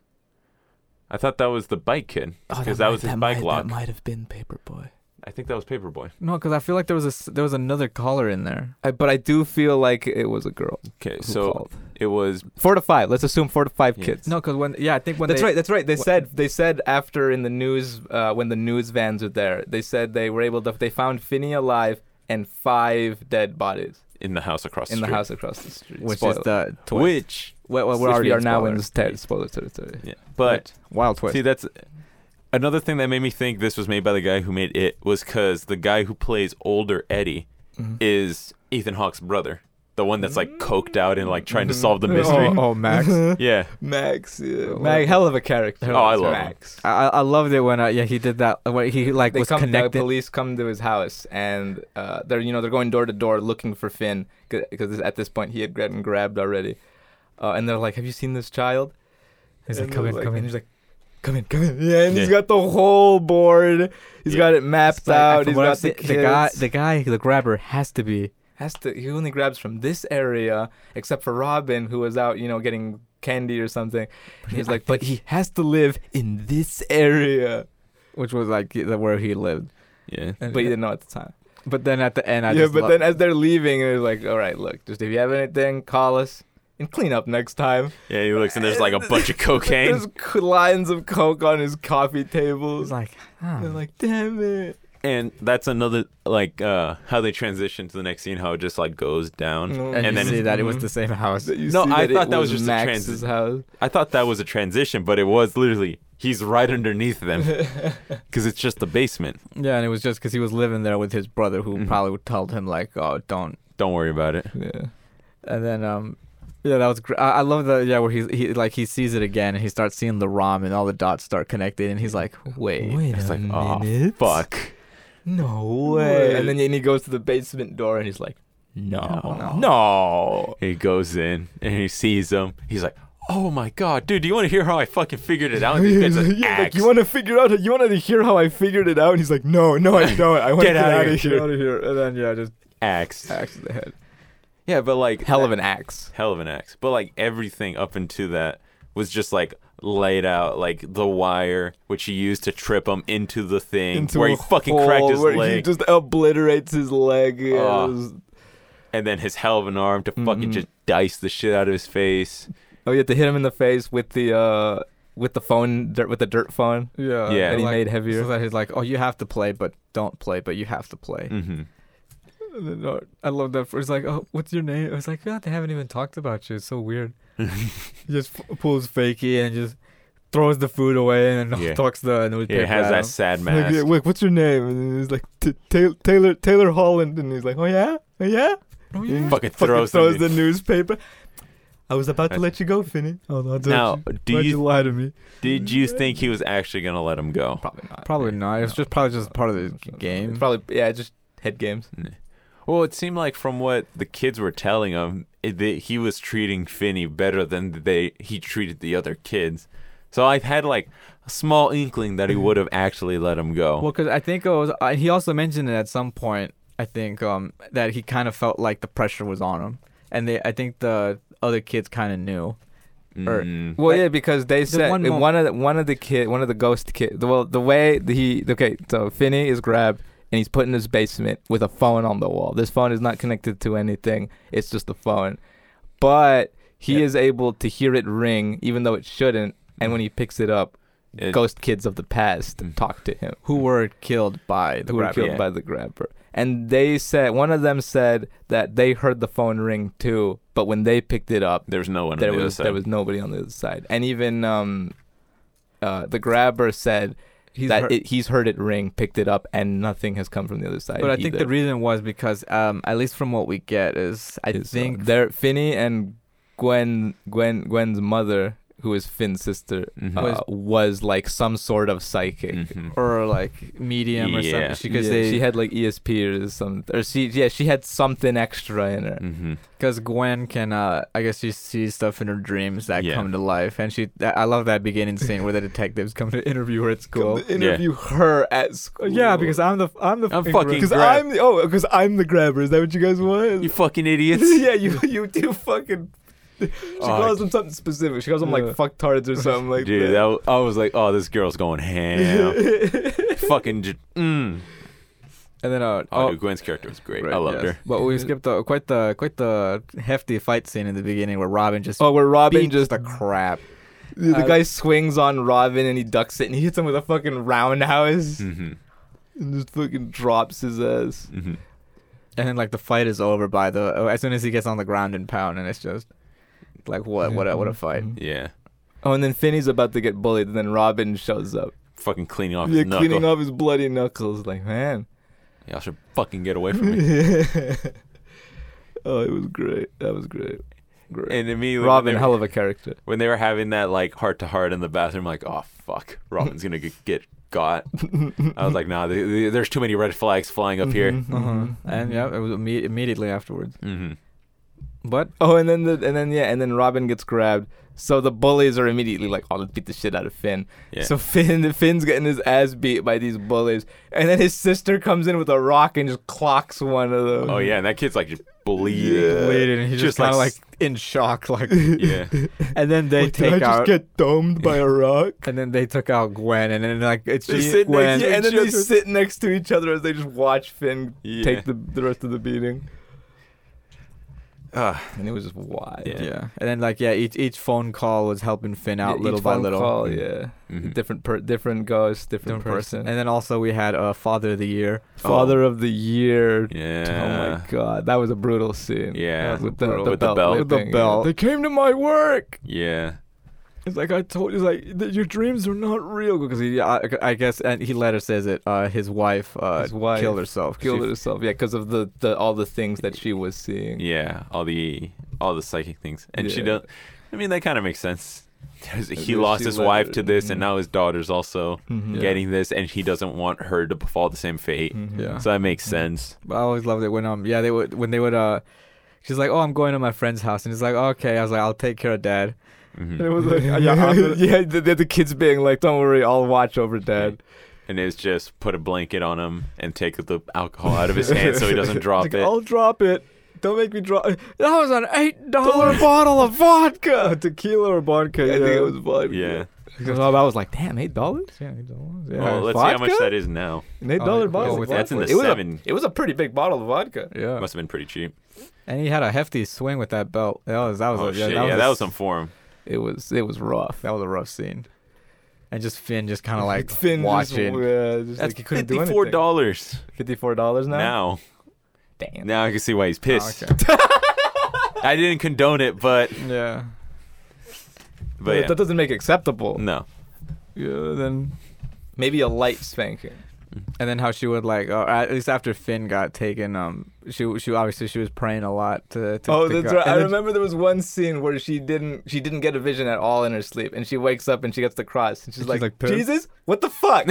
Speaker 2: I thought that was the bike kid
Speaker 3: Oh,
Speaker 2: because that, was his bike lock.
Speaker 3: might have been Paperboy.
Speaker 2: I think that was Paperboy.
Speaker 1: No, because I feel like there was a s- there was another caller in there.
Speaker 3: I, but I do feel like it was a girl.
Speaker 2: Okay,
Speaker 3: Who
Speaker 2: so
Speaker 3: called.
Speaker 2: it was
Speaker 3: four to five. Let's assume four to five
Speaker 2: Yeah.
Speaker 3: kids.
Speaker 1: No, because when yeah, I think when
Speaker 3: that's
Speaker 1: they,
Speaker 3: right. That's right. They
Speaker 1: wh-
Speaker 3: said they said after in the news uh, when the news vans were there, they said they were able to. They found Finney alive and five dead bodies
Speaker 2: in the house across
Speaker 3: in
Speaker 2: the
Speaker 3: the
Speaker 2: street.
Speaker 3: house across the street.
Speaker 1: which
Speaker 3: Spoiler.
Speaker 1: is the twist.
Speaker 2: which
Speaker 1: well, well,
Speaker 3: Which
Speaker 1: we're already
Speaker 3: we are
Speaker 1: in
Speaker 3: now in
Speaker 1: spoilers.
Speaker 3: this ter- spoiler territory.
Speaker 2: yeah, but
Speaker 1: wild twist.
Speaker 2: see that's another thing that made me think this was made by the guy who made it was because the guy who plays older Eddie
Speaker 1: Mm-hmm.
Speaker 2: is Ethan Hawke's brother, the one that's like coked out and like trying to
Speaker 3: Mhm.
Speaker 2: solve the mystery.
Speaker 1: Oh, oh, Max. I,
Speaker 2: Yeah,
Speaker 3: Max, yeah.
Speaker 1: Oh,
Speaker 3: Max, hell of a character.
Speaker 2: Oh, I love him.
Speaker 3: Max.
Speaker 1: I loved it when uh, yeah he did that when he like
Speaker 3: They
Speaker 1: was
Speaker 3: come, the
Speaker 1: connected.
Speaker 3: police come to his house, and uh, they're you know they're going door to door looking for Finn because at this point he had gotten grabbed already, uh, and they're like, "Have you seen this child?"
Speaker 1: He's
Speaker 3: And
Speaker 1: like, come
Speaker 3: they're
Speaker 1: in, come
Speaker 3: And
Speaker 1: in.
Speaker 3: he's like, "Come in, come in." Yeah, and he's
Speaker 2: Yeah.
Speaker 3: got the whole board. He's
Speaker 2: Yeah.
Speaker 3: got it mapped
Speaker 1: It's like,
Speaker 3: out.
Speaker 1: from
Speaker 3: He's
Speaker 1: what I've
Speaker 3: got the,
Speaker 1: seen, the guy,
Speaker 3: kids.
Speaker 1: the guy, the grabber has to be
Speaker 3: has to he only grabs from this area except for Robin who was out you know getting candy or something and he's like but he has to live in this area
Speaker 1: which was like the, where he lived.
Speaker 2: yeah.
Speaker 1: And-
Speaker 3: but he didn't know at the time
Speaker 1: but then at the end, I
Speaker 3: yeah
Speaker 1: just
Speaker 3: but
Speaker 1: lo-
Speaker 3: then as they're leaving they're like all right look just if you have anything call us and clean up next time
Speaker 2: Yeah, he looks and there's like a bunch of cocaine.
Speaker 3: there's c- lines of coke on his coffee
Speaker 1: it
Speaker 3: table
Speaker 1: was like, "Hmm." huh.
Speaker 3: they're like damn it
Speaker 2: and that's another like uh how they transition to the next scene how it just like goes down
Speaker 3: Mm.
Speaker 1: and, mm-hmm.
Speaker 2: and
Speaker 1: you
Speaker 2: then-
Speaker 1: see that it was the same house.
Speaker 2: No, I thought that was just a
Speaker 3: Max's
Speaker 2: transi-
Speaker 3: house.
Speaker 2: i thought that was a transition but it was literally he's right underneath them because it's just the basement
Speaker 1: Yeah, and it was just because he was living there with his brother, who
Speaker 2: Mhm.
Speaker 1: probably would told him like, "Oh, don't."
Speaker 2: don't worry about it
Speaker 3: Yeah.
Speaker 1: And then, um, yeah, that was. Gr- I-, I love the yeah where he he like he sees it again and he starts seeing the ROM and all the dots start connecting and he's like, "Wait,
Speaker 2: it's
Speaker 3: a
Speaker 2: like, "Aw,
Speaker 3: minute.
Speaker 2: fuck
Speaker 3: No
Speaker 2: way.
Speaker 3: oh, And then and he goes to the basement door and he's like,
Speaker 2: No.
Speaker 3: Oh, no. No.
Speaker 2: Oh, he goes in and he sees them he's like oh my god dude do you want to hear how i fucking figured it out These guys are
Speaker 3: Yeah, like,
Speaker 2: axe."
Speaker 3: you want to figure out, you want to hear how I figured it out? And he's like, no, no, I don't. I want
Speaker 2: Get
Speaker 3: to get
Speaker 2: outta
Speaker 3: out of
Speaker 2: here.
Speaker 3: here. Out of here. And then, yeah, just
Speaker 2: axe
Speaker 3: axe to the head.
Speaker 2: yeah but like
Speaker 3: Hell of an axe.
Speaker 2: hell of an axe but like everything up into that was just like laid out like the wire which he used to trip him into the thing
Speaker 3: Into
Speaker 2: where he
Speaker 3: a
Speaker 2: fucking
Speaker 3: hole
Speaker 2: cracked his
Speaker 3: where He
Speaker 2: leg
Speaker 3: just obliterates his leg. Yeah, it
Speaker 2: Ah.
Speaker 3: was-
Speaker 2: and then his hell of an arm to fucking
Speaker 3: Mhm.
Speaker 2: just dice the shit out of his face.
Speaker 3: Oh, you have to hit him in the face with the uh with the phone dirt with the dirt phone.
Speaker 1: Yeah.
Speaker 2: Yeah.
Speaker 3: that he
Speaker 1: like-
Speaker 3: made heavier.
Speaker 1: So that he's like, oh, you have to play, but don't play, but you have to play.
Speaker 3: Mm-hmm.
Speaker 2: hmm
Speaker 1: And then, uh, I love that. It's like, oh, what's your name? I was like, God, they haven't even talked about you. It's so weird. he just f- pulls fakie and just throws the food away and
Speaker 2: Yeah.
Speaker 1: talks the newspaper.
Speaker 2: He has
Speaker 1: at
Speaker 2: that
Speaker 1: him.
Speaker 2: sad
Speaker 3: Like,
Speaker 2: mask.
Speaker 3: yeah, wait, what's your name? And he's like "T- Taylor Taylor Taylor Holland, and he's like, oh yeah, oh yeah.
Speaker 1: Oh,
Speaker 3: And he
Speaker 1: yeah.
Speaker 2: Fucking throws the
Speaker 3: the newspaper. I was about to
Speaker 2: That's-
Speaker 3: let you go, Finny. Oh no, don't
Speaker 2: Now,
Speaker 3: you.
Speaker 2: do
Speaker 3: Why'd
Speaker 2: you-
Speaker 3: you lie to me?
Speaker 2: Did you think he was actually gonna let him go?
Speaker 3: Probably not.
Speaker 1: Probably not. It's just probably just part of the
Speaker 3: It's
Speaker 1: game.
Speaker 3: probably yeah, just head games.
Speaker 2: Well, it seemed like from what the kids were telling him, it, that he was treating Finney better than they he treated the other kids. So I've had like a small inkling that he
Speaker 3: Mm-hmm.
Speaker 2: would have actually let him go.
Speaker 1: Well, because I think it was, uh, he also mentioned it at some point. I think um, that he kind of felt like the pressure was on him, and they, I think the other kids kind of knew. or-
Speaker 2: Mm.
Speaker 3: Well,
Speaker 1: Like,
Speaker 3: yeah, because they said
Speaker 1: one
Speaker 3: one,
Speaker 1: mom-
Speaker 3: of the, one of the kid, one of the ghost kid. the- Well, the way the, he okay, so Finney is grabbed and he's put in his basement with a phone on the wall. This phone is not connected to anything; it's just a phone. But he
Speaker 2: Yeah.
Speaker 3: is able to hear it ring, even though it shouldn't. And when he picks it up,
Speaker 2: It-
Speaker 3: ghost kids of the past
Speaker 2: Mm.
Speaker 3: talk to him,
Speaker 1: Who were killed by the
Speaker 3: Hmm. who were
Speaker 1: grabber.
Speaker 3: killed
Speaker 2: yeah.
Speaker 3: by the grabber. And they said one of them said that they heard the phone ring too, but when they picked it up,
Speaker 2: there was no one
Speaker 3: there
Speaker 2: on the
Speaker 3: was
Speaker 2: other side.
Speaker 3: there was nobody on the other side, and even um, uh, the grabber said
Speaker 1: He's
Speaker 3: that
Speaker 1: hurt-
Speaker 3: it, he's heard it ring, picked it up, and nothing has come from the other side.
Speaker 1: But I think the
Speaker 3: either.
Speaker 1: reason was because, um, at least from what we get, is I
Speaker 3: Is, uh,
Speaker 1: think
Speaker 3: there Finny and Gwen Gwen Gwen's mother, who is Finn's sister,
Speaker 2: Mhm.
Speaker 3: uh,
Speaker 1: Was-
Speaker 3: was, like some sort of psychic.
Speaker 2: Mhm.
Speaker 1: or like medium or
Speaker 2: Yeah.
Speaker 1: something because
Speaker 3: Yeah, she
Speaker 1: they
Speaker 3: had like ESP or some or she yeah she had something extra in her.
Speaker 2: Mhm.
Speaker 1: because Gwen can uh I guess she sees stuff in her dreams that
Speaker 2: Yeah.
Speaker 1: come to life and she I I love that beginning scene where the detectives come to interview her at school.
Speaker 3: Come to interview her at school.
Speaker 1: Yeah, because I'm the I'm the
Speaker 2: I'm
Speaker 1: fucking
Speaker 2: fucking
Speaker 1: gra-
Speaker 3: because I'm the, oh because I'm the grabber. Is that what you guys want?
Speaker 2: You fucking idiots!
Speaker 3: yeah, you you do fucking. She
Speaker 2: Oh,
Speaker 3: calls them something specific. She calls them like
Speaker 1: Yeah.
Speaker 3: fucktards or something like
Speaker 2: Dude, that
Speaker 3: that.
Speaker 2: w- I was like, oh, this girl's going ham. fucking, j- mm.
Speaker 1: and then uh,
Speaker 2: oh,
Speaker 1: oh,
Speaker 2: dude, Gwen's character was great.
Speaker 1: right,
Speaker 2: I loved
Speaker 1: yes.
Speaker 2: her.
Speaker 1: But we skipped uh, quite the quite the hefty fight scene in the beginning where Robin just
Speaker 3: oh, where Robin
Speaker 1: beats
Speaker 3: just
Speaker 1: the crap.
Speaker 3: the
Speaker 1: uh,
Speaker 3: guy swings on Robin and he ducks it and he hits him with a fucking roundhouse
Speaker 2: hmm
Speaker 3: and just fucking drops his ass.
Speaker 2: hmm
Speaker 1: And then like the fight is over by the oh, as soon as he gets on the ground and pound, and it's just like what what a, what a fight.
Speaker 3: Mhm.
Speaker 2: Yeah,
Speaker 3: Oh, and then Finney's about to get bullied and then Robin shows up.
Speaker 2: fucking cleaning off
Speaker 3: Yeah,
Speaker 2: his knuckle.
Speaker 3: cleaning off his bloody knuckles. Like man,
Speaker 2: Y'all should fucking get away from me.
Speaker 3: oh, it was great. That was great. Great.
Speaker 2: and immediately, when
Speaker 3: Robin,
Speaker 2: they were-
Speaker 3: hell of a character.
Speaker 2: when they were having that like heart to heart in the bathroom, like, oh fuck, Robin's gonna get, get got. I was like, nah, th th there's too many red flags flying up here.
Speaker 3: Mhm,
Speaker 1: Uh-huh.
Speaker 3: mhm,
Speaker 1: And
Speaker 3: mhm.
Speaker 1: yeah, it was imme- immediately afterwards.
Speaker 2: hmm
Speaker 1: But
Speaker 3: Oh, and then the and then yeah, and then Robin gets grabbed. So the bullies are immediately like, "Oh, let's beat the shit out of Finn."
Speaker 2: Yeah.
Speaker 3: So Finn, Finn's getting his ass beat by these bullies, and then his sister comes in with a rock and just clocks one of them.
Speaker 2: oh yeah, and that kid's like just bleeding.
Speaker 1: bleeding, and he's just,
Speaker 2: Just
Speaker 1: kind of
Speaker 2: like
Speaker 1: like
Speaker 2: s-
Speaker 1: in shock, like.
Speaker 2: Yeah.
Speaker 1: and then they take out.
Speaker 3: get domed by a rock?
Speaker 1: and then they took out Gwen, and then like it's
Speaker 2: They
Speaker 1: just
Speaker 2: sit next-
Speaker 1: Gwen.
Speaker 3: yeah, and then they
Speaker 2: Just-
Speaker 3: sit next to each other as they just watch Finn
Speaker 2: Yeah.
Speaker 3: take the, the rest of the beating.
Speaker 2: Ah,
Speaker 3: And it was just wild.
Speaker 2: Yeah.
Speaker 1: Yeah, and then like yeah, each each phone call was helping Finn out
Speaker 3: Yeah,
Speaker 1: little
Speaker 3: each
Speaker 1: by
Speaker 3: phone
Speaker 1: little.
Speaker 3: Call, yeah.
Speaker 2: mhm.
Speaker 3: Different per- different ghost, different,
Speaker 1: Different person.
Speaker 3: person. Oh.
Speaker 1: And then also we had uh, Father of the Year.
Speaker 3: Father of the Year, Oh
Speaker 2: oh. yeah.
Speaker 3: my god, that was a brutal scene.
Speaker 2: Yeah.
Speaker 3: with the,
Speaker 1: Brutal.
Speaker 3: the
Speaker 2: With the
Speaker 3: belt,
Speaker 2: belt.
Speaker 1: With the
Speaker 3: thing, yeah.
Speaker 1: belt.
Speaker 3: They came to my work.
Speaker 2: Yeah.
Speaker 1: It's like I told you, like th- your dreams are not real because Oh. he, I, I guess, and he later says it. Uh, his wife, uh,
Speaker 3: His wife
Speaker 1: killed herself. 'cause
Speaker 3: Killed
Speaker 1: she-
Speaker 3: herself, yeah, because of the, the all the things that she was seeing.
Speaker 2: Yeah. All the all the psychic things, and she
Speaker 3: Yeah.
Speaker 2: does. I mean, that kind of makes sense. 'Cause He
Speaker 3: She
Speaker 2: lost his
Speaker 3: let
Speaker 2: wife
Speaker 3: her-
Speaker 2: to this,
Speaker 3: mhm.
Speaker 2: and now his daughter's also
Speaker 3: Mhm.
Speaker 2: getting this, and he doesn't want her to befall the same fate.
Speaker 3: Mhm.
Speaker 1: Yeah.
Speaker 2: So that makes sense.
Speaker 1: But I always loved it when um yeah they would when they would uh she's like oh I'm going to my friend's house and he's like okay I was like I'll take care of dad
Speaker 2: Mhm.
Speaker 1: and it was like yeah I'm gonna-
Speaker 3: yeah, the, the, the kids being like, "Don't worry, I'll watch over dad."
Speaker 2: and it's just put a blanket on him and take the alcohol out of his hand so he doesn't drop
Speaker 3: oh,
Speaker 1: Like,
Speaker 2: it.
Speaker 1: I'll drop it Don't make me draw. That was an eight
Speaker 2: Oh.
Speaker 1: dollar bottle of vodka, tequila or vodka.
Speaker 3: I
Speaker 1: yeah.
Speaker 3: think it was vodka.
Speaker 2: Yeah.
Speaker 3: Because I was like, damn, eight dollars.
Speaker 1: Yeah, eight dollars.
Speaker 2: Oh,
Speaker 1: Yeah.
Speaker 2: well, let's see how much that is now.
Speaker 1: An eight
Speaker 3: Oh,
Speaker 1: dollar
Speaker 3: yeah,
Speaker 1: bottle.
Speaker 3: yeah,
Speaker 1: of
Speaker 2: That's in the
Speaker 1: vodka.
Speaker 3: It was a-
Speaker 2: seven.
Speaker 3: It was a pretty big bottle of vodka.
Speaker 1: yeah.
Speaker 2: Must have been pretty cheap.
Speaker 1: And he had a hefty swing with that belt. That was that was
Speaker 2: Oh
Speaker 1: a,
Speaker 2: shit!
Speaker 1: that was
Speaker 2: Yeah,
Speaker 1: a
Speaker 2: that
Speaker 1: s-
Speaker 2: was some form.
Speaker 3: It was it was rough.
Speaker 1: that was a rough scene. And just Finn just kind of like
Speaker 3: Like Finn
Speaker 1: watching.
Speaker 3: That's
Speaker 2: That's
Speaker 3: like, couldn't do
Speaker 2: fifty-four
Speaker 3: anything.
Speaker 2: dollars
Speaker 3: Fifty-four dollars now.
Speaker 2: now.
Speaker 3: Damn.
Speaker 2: Now I can see why he's
Speaker 1: Oh,
Speaker 2: pissed.
Speaker 1: okay.
Speaker 2: I didn't condone it, but
Speaker 1: yeah.
Speaker 2: but yeah.
Speaker 3: that doesn't make it acceptable.
Speaker 2: no.
Speaker 1: Yeah. Then
Speaker 3: Maybe a light spanking.
Speaker 1: and then how she would like, or at least after Finn got taken, um, she she obviously she was praying a lot to. to
Speaker 3: Oh,
Speaker 1: to
Speaker 3: that's
Speaker 1: God.
Speaker 3: right.
Speaker 1: And
Speaker 3: I
Speaker 1: then-
Speaker 3: remember there was one scene where she didn't she didn't get a vision at all in her sleep, and she wakes up and she gets the cross, and she's,
Speaker 1: She's
Speaker 3: like,
Speaker 1: like pissed.
Speaker 3: Jesus, what the fuck?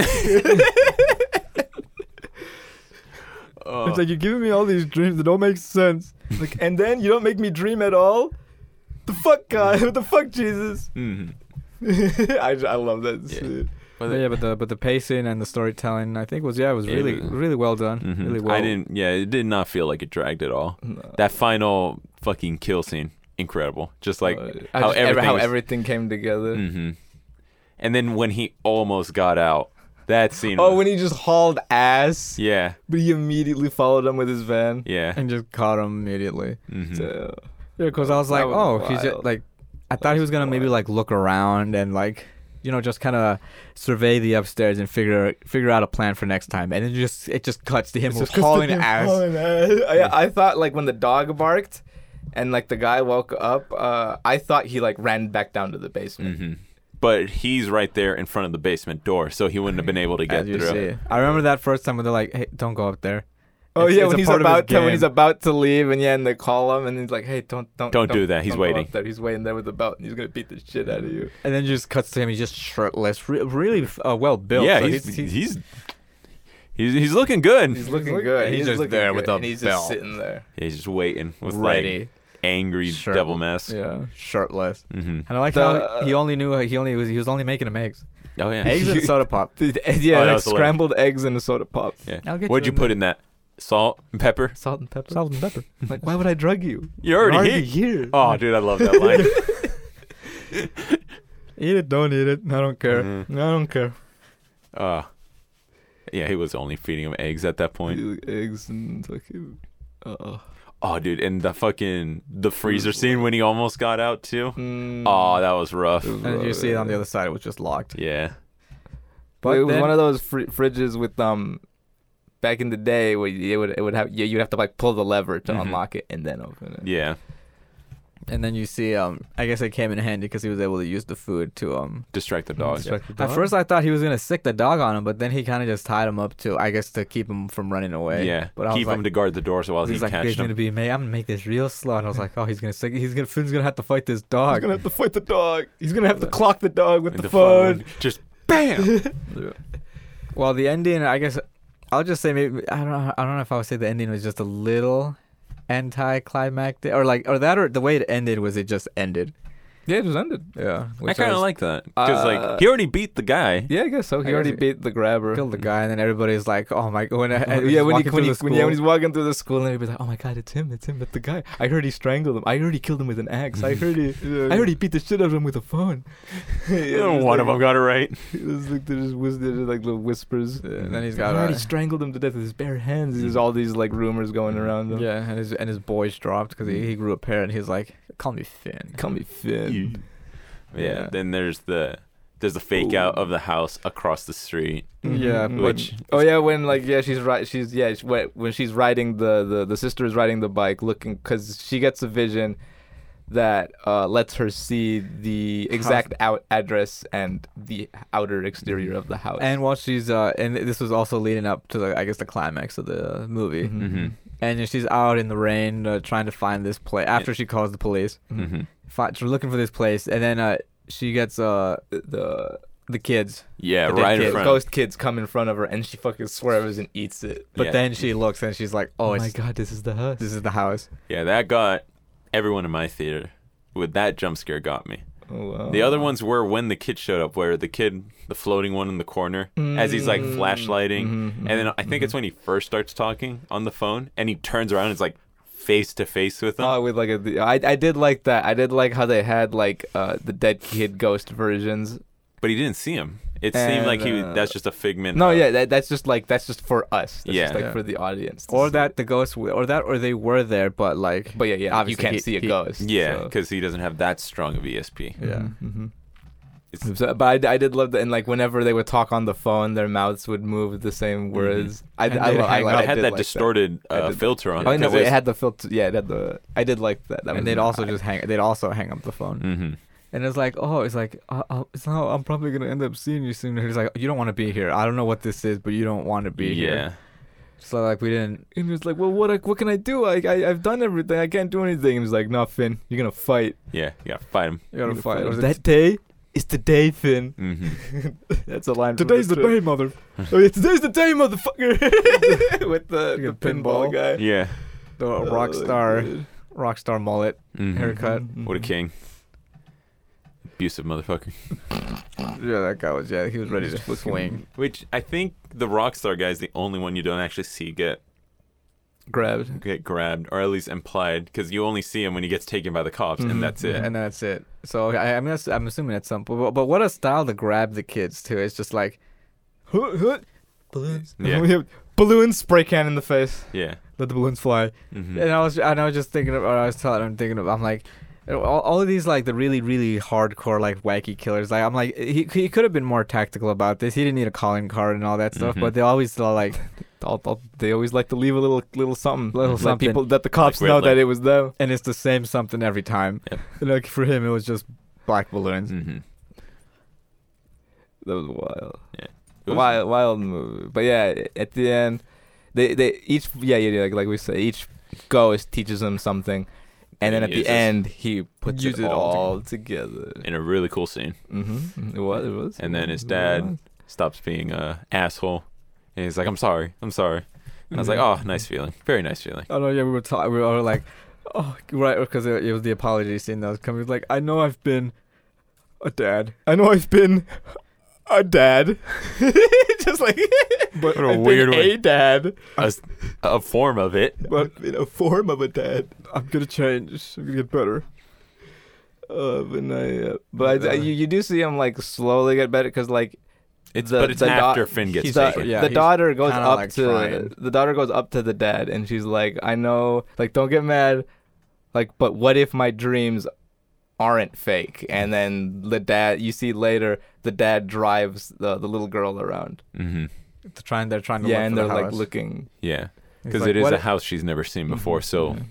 Speaker 2: Oh.
Speaker 1: you're giving me all these dreams that don't make sense.
Speaker 3: like, and then you don't make me dream at all. The fuck, God? What the fuck, Jesus?
Speaker 2: Mhm.
Speaker 3: I, I love that
Speaker 2: Yeah.
Speaker 3: scene.
Speaker 2: But
Speaker 1: yeah, but the but the pacing and the storytelling, I think was yeah, it was
Speaker 2: It
Speaker 1: really
Speaker 2: was-
Speaker 1: really well done.
Speaker 2: Mhm.
Speaker 1: Really well.
Speaker 2: I didn't. Yeah, it did not feel like it dragged at all.
Speaker 3: No.
Speaker 2: That final fucking kill scene, incredible. Just like
Speaker 3: Uh, I
Speaker 2: how
Speaker 3: just- ever-
Speaker 2: everything.
Speaker 3: how
Speaker 2: was-
Speaker 3: everything came together.
Speaker 2: Mhm. And then when he almost got out, that scene.
Speaker 3: Oh,
Speaker 2: was-
Speaker 3: when he just hauled ass,
Speaker 2: yeah,
Speaker 3: but he immediately followed him with his van.
Speaker 2: yeah.
Speaker 1: and just caught him immediately.
Speaker 2: Mhm.
Speaker 3: So-
Speaker 1: Yeah, because I was
Speaker 3: That
Speaker 1: like,
Speaker 3: was
Speaker 1: oh, he's just,
Speaker 3: wild.
Speaker 1: like, I
Speaker 3: That
Speaker 1: thought he
Speaker 3: was
Speaker 1: was gonna maybe
Speaker 3: wild.
Speaker 1: like look around and like, you know, just kind of survey the upstairs and figure figure out a plan for next time. And it just it just cuts to him
Speaker 3: It's
Speaker 1: just
Speaker 3: just 'cause
Speaker 1: hauling
Speaker 3: they're
Speaker 1: ass.
Speaker 3: hauling ass. I, I thought like when the dog barked, and like the guy woke up, uh, I thought he like ran back down to the basement.
Speaker 2: Mhm. But he's right there in front of the basement door, so he wouldn't have been able to get
Speaker 1: As you
Speaker 2: through.
Speaker 1: see, I remember that first time when they're like, hey, don't go up there.
Speaker 3: Oh
Speaker 1: It's-
Speaker 3: yeah,
Speaker 1: it's
Speaker 3: when
Speaker 1: a
Speaker 3: he's
Speaker 1: part of his
Speaker 3: about to, when
Speaker 1: game.
Speaker 3: he's about to leave, and yeah, and they call him, and he's like, "Hey, don't don't
Speaker 2: Don't do that. He's
Speaker 3: don't go
Speaker 2: waiting."
Speaker 3: up there. He's waiting there with the belt, and he's gonna beat the shit out of you."
Speaker 1: And then just cuts to him. He's just shirtless, re- really uh, well built.
Speaker 2: yeah,
Speaker 1: so
Speaker 2: he's he's, he's he's looking good.
Speaker 3: He's looking
Speaker 1: look-
Speaker 3: good.
Speaker 1: he's just
Speaker 3: looking
Speaker 1: there
Speaker 3: good,
Speaker 1: with a
Speaker 3: and he's
Speaker 1: belt.
Speaker 3: just sitting there.
Speaker 2: Yeah, he's just waiting with
Speaker 1: ready,
Speaker 2: like angry
Speaker 1: Sure.
Speaker 2: devil mess.
Speaker 1: yeah, uh, shirtless.
Speaker 2: hmm
Speaker 1: And I like
Speaker 3: The-
Speaker 1: how he only knew he only was he was only making him eggs,
Speaker 2: Oh yeah.
Speaker 1: eggs and soda pop.
Speaker 3: Dude, eh, yeah,
Speaker 2: Oh, that
Speaker 3: like
Speaker 2: was hilarious.
Speaker 3: scrambled eggs and a soda pop,
Speaker 2: Yeah.
Speaker 1: I'll get
Speaker 2: What'd you
Speaker 1: you in
Speaker 2: put in that? Salt and pepper?
Speaker 3: salt and pepper.
Speaker 1: Salt and pepper.
Speaker 3: Like, why would I drug you?
Speaker 2: You're already,
Speaker 1: Already
Speaker 2: here.
Speaker 1: here.
Speaker 2: Oh, dude, I love that line.
Speaker 1: Eat it, don't eat it. I don't care.
Speaker 2: Mhm.
Speaker 3: Mm-hmm.
Speaker 1: I don't care.
Speaker 2: Uh, yeah, he was only feeding him eggs at that point.
Speaker 3: Eggs and fucking. Uh,
Speaker 2: Oh, dude, and the fucking the freezer scene when he almost got out too.
Speaker 3: mm.
Speaker 2: Oh, that was rough.
Speaker 3: It was-
Speaker 1: And you see it on the other side, it was just locked.
Speaker 2: Yeah.
Speaker 1: But
Speaker 3: it was
Speaker 1: then-
Speaker 3: one of those fri- fridges with um, back in the day where you- it would it would have yeah you'd have to like pull the lever to
Speaker 2: Mhm.
Speaker 3: unlock it and then open it.
Speaker 2: Yeah.
Speaker 1: And then you see, um, I guess it came in handy because he was able to use the food to, um.
Speaker 2: Distract the dog.
Speaker 3: Distract the
Speaker 1: At
Speaker 3: dog.
Speaker 1: first, I thought he was gonna sick the dog on him, but then he kind of just tied him up to, I guess, to keep him from running away.
Speaker 2: Yeah.
Speaker 1: But I
Speaker 2: Keep
Speaker 1: was
Speaker 2: him
Speaker 1: like,
Speaker 2: to guard the doors while he
Speaker 1: he's like, "There's
Speaker 2: catches
Speaker 1: gonna
Speaker 2: him.
Speaker 1: be, mate, I'm gonna make this real slow." And I was like, "Oh, he's gonna sick. He's gonna, Finn's gonna have to fight this dog."
Speaker 3: He's gonna have to fight the dog. He's gonna have to clock the dog with
Speaker 2: And
Speaker 3: the, phone.
Speaker 2: Just bam.
Speaker 1: Well, the ending, I guess, I'll just say maybe I don't know. I don't know if I would say the ending was just a little anticlimactic, or like, or that, or the way it ended was it just ended.
Speaker 3: Yeah, it just ended.
Speaker 1: Yeah,
Speaker 2: I
Speaker 1: which
Speaker 2: kind of
Speaker 1: was-
Speaker 2: like that because
Speaker 3: Uh,
Speaker 2: like he already beat the guy.
Speaker 3: Yeah, I guess so. He
Speaker 1: I
Speaker 3: already
Speaker 1: guess-
Speaker 3: beat the grabber.
Speaker 1: killed the guy, and then everybody's like, "Oh my god!" When I, I was
Speaker 3: yeah, when he,
Speaker 1: walking
Speaker 3: when,
Speaker 1: through
Speaker 3: he,
Speaker 1: the
Speaker 3: when, yeah, when he's
Speaker 1: school,
Speaker 3: walking through the school, and everybody's like, "Oh my God, it's him! It's him! It's the guy! I heard he strangled him. I heard he killed him with an axe. I heard he, I heard he beat the shit out of him with a phone."
Speaker 2: One of them got it right.
Speaker 3: It was like there's just whis- there's just, like little whispers.
Speaker 1: and then he's
Speaker 3: I
Speaker 1: got
Speaker 3: heard
Speaker 1: a,
Speaker 3: he strangled him to death with his bare hands. There's all these like rumors going around him.
Speaker 1: yeah, and his and his boys dropped because he, he grew a pair, and he's like, "Call me Finn."
Speaker 3: Call me Finn.
Speaker 2: Yeah.
Speaker 1: Yeah.
Speaker 2: Then there's the there's the fake out of the house across the street.
Speaker 1: Yeah,
Speaker 3: Mhm.
Speaker 2: which-
Speaker 3: oh yeah, when like yeah, she's right. She's yeah, she, when when she's riding the, the the sister is riding the bike, looking because she gets a vision that uh, lets her see the exact out address and the outer exterior of the house.
Speaker 1: And while she's uh, and this was also leading up to the I guess the climax of the movie,
Speaker 3: Mm-hmm.
Speaker 2: Mhm.
Speaker 1: and she's out in the rain uh, trying to find this place after she calls the police.
Speaker 2: Mm-hmm.
Speaker 1: fi- tr- looking for this place, and then uh, she gets uh
Speaker 3: the
Speaker 1: the kids,
Speaker 2: Yeah,
Speaker 1: The dead
Speaker 2: right
Speaker 1: kid
Speaker 2: in
Speaker 3: kid,
Speaker 2: front.
Speaker 3: ghost kids come in front of her, and she fucking swerves and eats it.
Speaker 1: but
Speaker 2: Yeah.
Speaker 1: then she looks and she's like, "Oh,
Speaker 3: Oh, my
Speaker 1: it's,
Speaker 3: god, this is the house.
Speaker 1: this is the house."
Speaker 2: Yeah, that got everyone in my theater. With that jump scare got me.
Speaker 3: oh, wow.
Speaker 2: The other ones were when the kid showed up, where the kid, the floating one in the corner, as he's like
Speaker 3: Mm.
Speaker 2: flashlighting,
Speaker 3: Mhm,
Speaker 2: and then I think it's when he first starts talking on the phone, and he turns around and is like, face to face with them.
Speaker 3: Oh, with like a, I, I did like that. I did like how they had like uh the dead kid ghost versions.
Speaker 2: but he didn't see him. It
Speaker 3: And,
Speaker 2: seemed like he.
Speaker 3: uh,
Speaker 2: That's just a figment.
Speaker 3: No,
Speaker 2: of-
Speaker 3: yeah, that, that's just like that's just for us. That's
Speaker 2: Yeah.
Speaker 3: just like
Speaker 1: Yeah.
Speaker 3: for the audience. to
Speaker 1: or
Speaker 3: see.
Speaker 1: that the ghosts, w- or that, or they were there, but like,
Speaker 3: But yeah, yeah,
Speaker 1: Obviously,
Speaker 3: you can't
Speaker 1: he-
Speaker 3: see a
Speaker 1: he-
Speaker 3: ghost.
Speaker 2: Yeah,
Speaker 3: so-
Speaker 2: because he doesn't have that strong of E ESP.
Speaker 1: Yeah.
Speaker 3: Mhm, mhm.
Speaker 2: It's-
Speaker 3: So- but I, I did love that, and like whenever they would talk on the phone, their mouths would move the same words. I,
Speaker 1: And
Speaker 3: I,
Speaker 1: they'd
Speaker 3: lo- Oh, I,
Speaker 1: hang
Speaker 3: li-
Speaker 1: up.
Speaker 2: Mm-hmm.
Speaker 3: I
Speaker 2: it had
Speaker 3: did
Speaker 2: that
Speaker 3: like
Speaker 2: distorted
Speaker 3: I
Speaker 2: Uh,
Speaker 3: did-
Speaker 2: filter on
Speaker 3: Oh
Speaker 2: it.
Speaker 3: no, wait, it had the filter. Yeah, it had the. I did like that. that
Speaker 1: and
Speaker 3: was
Speaker 1: they'd also
Speaker 3: nice.
Speaker 1: just hang, they'd also hang up the phone.
Speaker 2: hmm
Speaker 1: And it's like, oh, it's like, uh, uh, it's not, I'm probably gonna end up seeing you soon. And he's like, you don't want to be here. I don't know what this is, but you don't want to be here.
Speaker 2: Yeah.
Speaker 1: So like, we didn't.
Speaker 3: And he was like, "Well, what? I, what can I do? I, I I've done everything. I can't do anything." He was like, "No, Finn, you're gonna fight.
Speaker 2: Yeah. You gotta fight him.
Speaker 1: You gotta
Speaker 3: You're
Speaker 1: fight. Or is it-
Speaker 3: That day is the day, Finn.
Speaker 2: hmm
Speaker 3: That's a line. from
Speaker 1: Today's the
Speaker 3: trip.
Speaker 1: day, mother.
Speaker 3: Oh yeah, today's the day, motherfucker. With the,
Speaker 1: Like a
Speaker 3: the pinball,
Speaker 1: pinball.
Speaker 3: guy.
Speaker 2: Yeah.
Speaker 1: The
Speaker 3: Oh,
Speaker 1: rock star,
Speaker 3: dude.
Speaker 1: rock star mullet.
Speaker 2: Mhm.
Speaker 1: Eric- Haircut.
Speaker 3: Mm-hmm.
Speaker 2: What a king. Abusive motherfucker.
Speaker 1: Yeah, that guy was. Yeah, he was ready to swing.
Speaker 2: Which I think the Rockstar guy is the only one you don't actually see get
Speaker 3: Grabbed.
Speaker 2: get grabbed, or at least implied, because you only see him when he gets taken by the cops,
Speaker 3: Mhm.
Speaker 1: Mm-hmm.
Speaker 2: and that's it.
Speaker 1: And that's it. So I, I'm, ass- I'm assuming that's some. But, but what a style to grab the kids too. It's just like,
Speaker 3: Hoot, hoot.
Speaker 1: Balloons.
Speaker 2: Yeah.
Speaker 3: Balloon spray can in the face.
Speaker 1: Mm-hmm.
Speaker 2: Yeah.
Speaker 1: let the balloons fly.
Speaker 2: hmm
Speaker 1: And I was and I was just thinking about I was telling I'm thinking about I'm like all, all of these like the really really hardcore like wacky killers like I'm like he he could have been more tactical about this. He didn't need a calling card and all that stuff,
Speaker 2: Mhm.
Speaker 1: but they always are like
Speaker 3: I'll- I'll- they always like to leave a little little something.
Speaker 1: Little
Speaker 3: Let
Speaker 1: something.
Speaker 3: people that the cops
Speaker 2: weird,
Speaker 3: know
Speaker 2: like-
Speaker 3: that it was them.
Speaker 1: and it's the same something every time.
Speaker 2: Yep.
Speaker 1: And, Like for him it was just black balloons.
Speaker 2: hmm
Speaker 3: That was wild.
Speaker 2: Yeah. It was-
Speaker 3: Wild, wild movie. But yeah, at the end, they they each yeah yeah yeah, like like we said each ghost teaches him something, and then
Speaker 2: And
Speaker 3: at
Speaker 2: he
Speaker 3: the
Speaker 2: uses-
Speaker 3: end he puts
Speaker 1: Use
Speaker 3: it,
Speaker 1: it all
Speaker 3: all together.
Speaker 2: In a really cool scene,
Speaker 3: Mm-hmm. It was. It was.
Speaker 2: And then his
Speaker 3: it
Speaker 2: dad-
Speaker 3: was.
Speaker 2: stops being a asshole, and he's like, "I'm sorry, I'm sorry." And I was like,
Speaker 1: Mm-hmm.
Speaker 2: "Oh, nice feeling, very nice feeling."
Speaker 1: Oh no, yeah, we were talking. We were like, oh right, because it, it was the apology scene that was coming. He was Like I know I've been a dad,
Speaker 3: I know I've been a dad, just like
Speaker 1: but
Speaker 2: What a
Speaker 3: I've
Speaker 2: weird
Speaker 3: been
Speaker 2: way.
Speaker 3: a dad,
Speaker 2: A, s- a form of it.
Speaker 3: but in a form of a dad.
Speaker 1: I'm gonna change. I'm gonna get better.
Speaker 3: Uh, but no, yeah. but I,
Speaker 1: Uh,
Speaker 3: you you do see him like slowly get better because like
Speaker 2: It's
Speaker 3: The-
Speaker 2: but it's
Speaker 3: the dot-
Speaker 2: after Finn gets
Speaker 3: he's
Speaker 2: taken.
Speaker 3: the,
Speaker 1: Yeah,
Speaker 3: the
Speaker 1: he's
Speaker 3: daughter goes
Speaker 1: kinda,
Speaker 3: up
Speaker 1: like,
Speaker 3: to
Speaker 1: trying.
Speaker 3: the daughter goes up to the dad and she's like, I know, like don't get mad, like but what if my dreams aren't fake? And then the dad, you see later, the dad drives the the little girl around.
Speaker 2: hmm
Speaker 1: They're trying. They're trying to
Speaker 3: yeah,
Speaker 1: look
Speaker 3: and
Speaker 1: for
Speaker 3: they're
Speaker 1: the
Speaker 3: like
Speaker 1: house. Mm-hmm.
Speaker 3: looking.
Speaker 2: Yeah,
Speaker 1: He's
Speaker 2: because
Speaker 1: like,
Speaker 2: it is
Speaker 1: "What
Speaker 2: a house she's never seen before. So
Speaker 3: Yeah.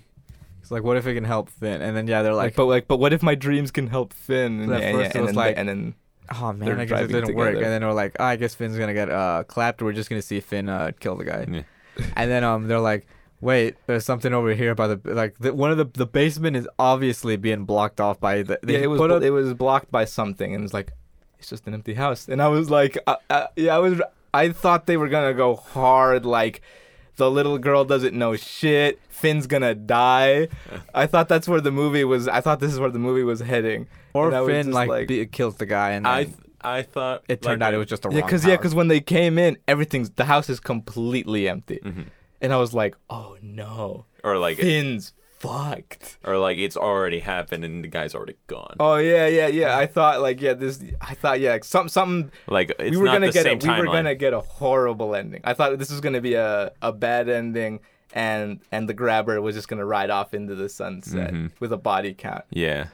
Speaker 1: It's like, what if it can help Finn? And then yeah, they're like,
Speaker 3: Like, but like, but what if my dreams can help Finn? And,
Speaker 1: At
Speaker 3: and-
Speaker 1: first
Speaker 3: and
Speaker 1: it was
Speaker 3: then
Speaker 1: like-
Speaker 3: the, and then
Speaker 1: oh man,
Speaker 3: they're
Speaker 1: I guess it
Speaker 3: driving
Speaker 1: didn't work. And
Speaker 3: together.
Speaker 1: then we're like, oh, I guess Finn's gonna get uh, clapped. We're just gonna see Finn uh, kill the guy.
Speaker 3: Mm-hmm.
Speaker 2: yeah.
Speaker 1: and then um, they're like, wait, there's something over here by the like the, one of the the basement is obviously being blocked off by the. They
Speaker 3: yeah, it was
Speaker 1: put
Speaker 3: blo-
Speaker 1: up-
Speaker 3: it was blocked by something, and it's like it's just an empty house. And I was like, uh, uh, yeah, I was. I thought they were gonna go hard, like the little girl doesn't know shit. Finn's gonna die. I thought that's where the movie was. I thought this is where the movie was heading.
Speaker 1: or
Speaker 3: and I was
Speaker 1: Finn
Speaker 3: just
Speaker 1: like,
Speaker 3: like-
Speaker 1: be, kills the guy, and then
Speaker 2: I th- I thought
Speaker 1: it turned out it was just a
Speaker 3: Yeah,
Speaker 1: wrong
Speaker 3: cause yeah,
Speaker 1: house.
Speaker 3: 'cause when they came in, everything's the house is completely empty,
Speaker 1: Mm.
Speaker 2: hmm
Speaker 3: and I was like, oh no,
Speaker 2: or like
Speaker 3: Finn's fucked.
Speaker 2: or like it's already happened and the guy's already gone.
Speaker 3: Oh yeah, yeah, yeah. I thought like yeah, this. I thought yeah, like, some something
Speaker 2: Like it's
Speaker 3: we were
Speaker 2: not
Speaker 3: gonna
Speaker 2: the
Speaker 3: get
Speaker 2: same
Speaker 3: a, we were
Speaker 2: timeline.
Speaker 3: gonna get a horrible ending. I thought this was gonna be a, a bad ending, and and the grabber was just gonna ride off into the sunset
Speaker 2: Mhm.
Speaker 3: with a body count.
Speaker 2: Yeah.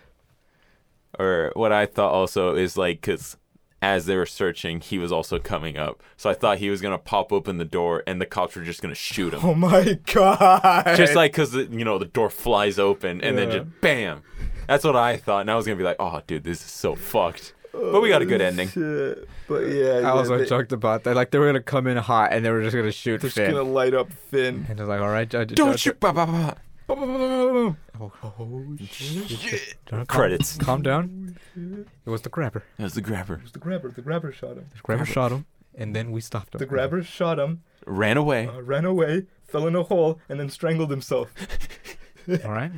Speaker 2: Or what I thought also is like because as they were searching, he was also coming up. So I thought he was gonna pop open the door and the cops were just gonna shoot him.
Speaker 3: Oh my god!
Speaker 2: Just like because you know the door flies open and then
Speaker 3: Yeah.
Speaker 2: just bam. That's what I thought, and I was gonna be like, "Oh, dude, this is so fucked." But we got a good ending.
Speaker 3: Oh, Shit. But yeah,
Speaker 1: I also
Speaker 3: they,
Speaker 1: joked about that. Like they were gonna come in hot, and they were just gonna shoot
Speaker 3: they're just
Speaker 1: Finn.
Speaker 3: gonna light up Finn.
Speaker 1: And they're like, all right, judge.
Speaker 2: Don't
Speaker 1: judge-
Speaker 2: shoot! Bah, bah, bah.
Speaker 3: Oh
Speaker 1: Don't- calm-
Speaker 2: Credits.
Speaker 1: Calm down. It was the grabber.
Speaker 2: That was the grabber.
Speaker 3: The grabber, the grabber shot him.
Speaker 1: The grabber shot him, and then we stopped him.
Speaker 3: The grabber shot him,
Speaker 2: Ran away.
Speaker 3: uh, ran away, fell in a hole, and then strangled himself.
Speaker 1: All right.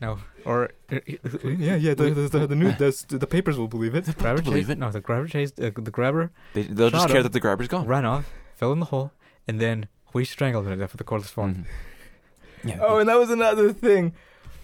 Speaker 1: No, or uh,
Speaker 3: yeah, yeah. The the, the, the news, the, the papers will believe it.
Speaker 1: grabber
Speaker 2: Believe
Speaker 1: chased,
Speaker 2: it.
Speaker 1: No, the grabber chased. Uh, the grabber
Speaker 2: They, they'll
Speaker 1: Shot
Speaker 2: just care
Speaker 1: him.
Speaker 2: that the grabber's gone.
Speaker 1: ran off, fell in the hole, and then we strangled him to death with the cordless phone.
Speaker 2: Mhm. Yeah.
Speaker 3: Oh, and that was another thing.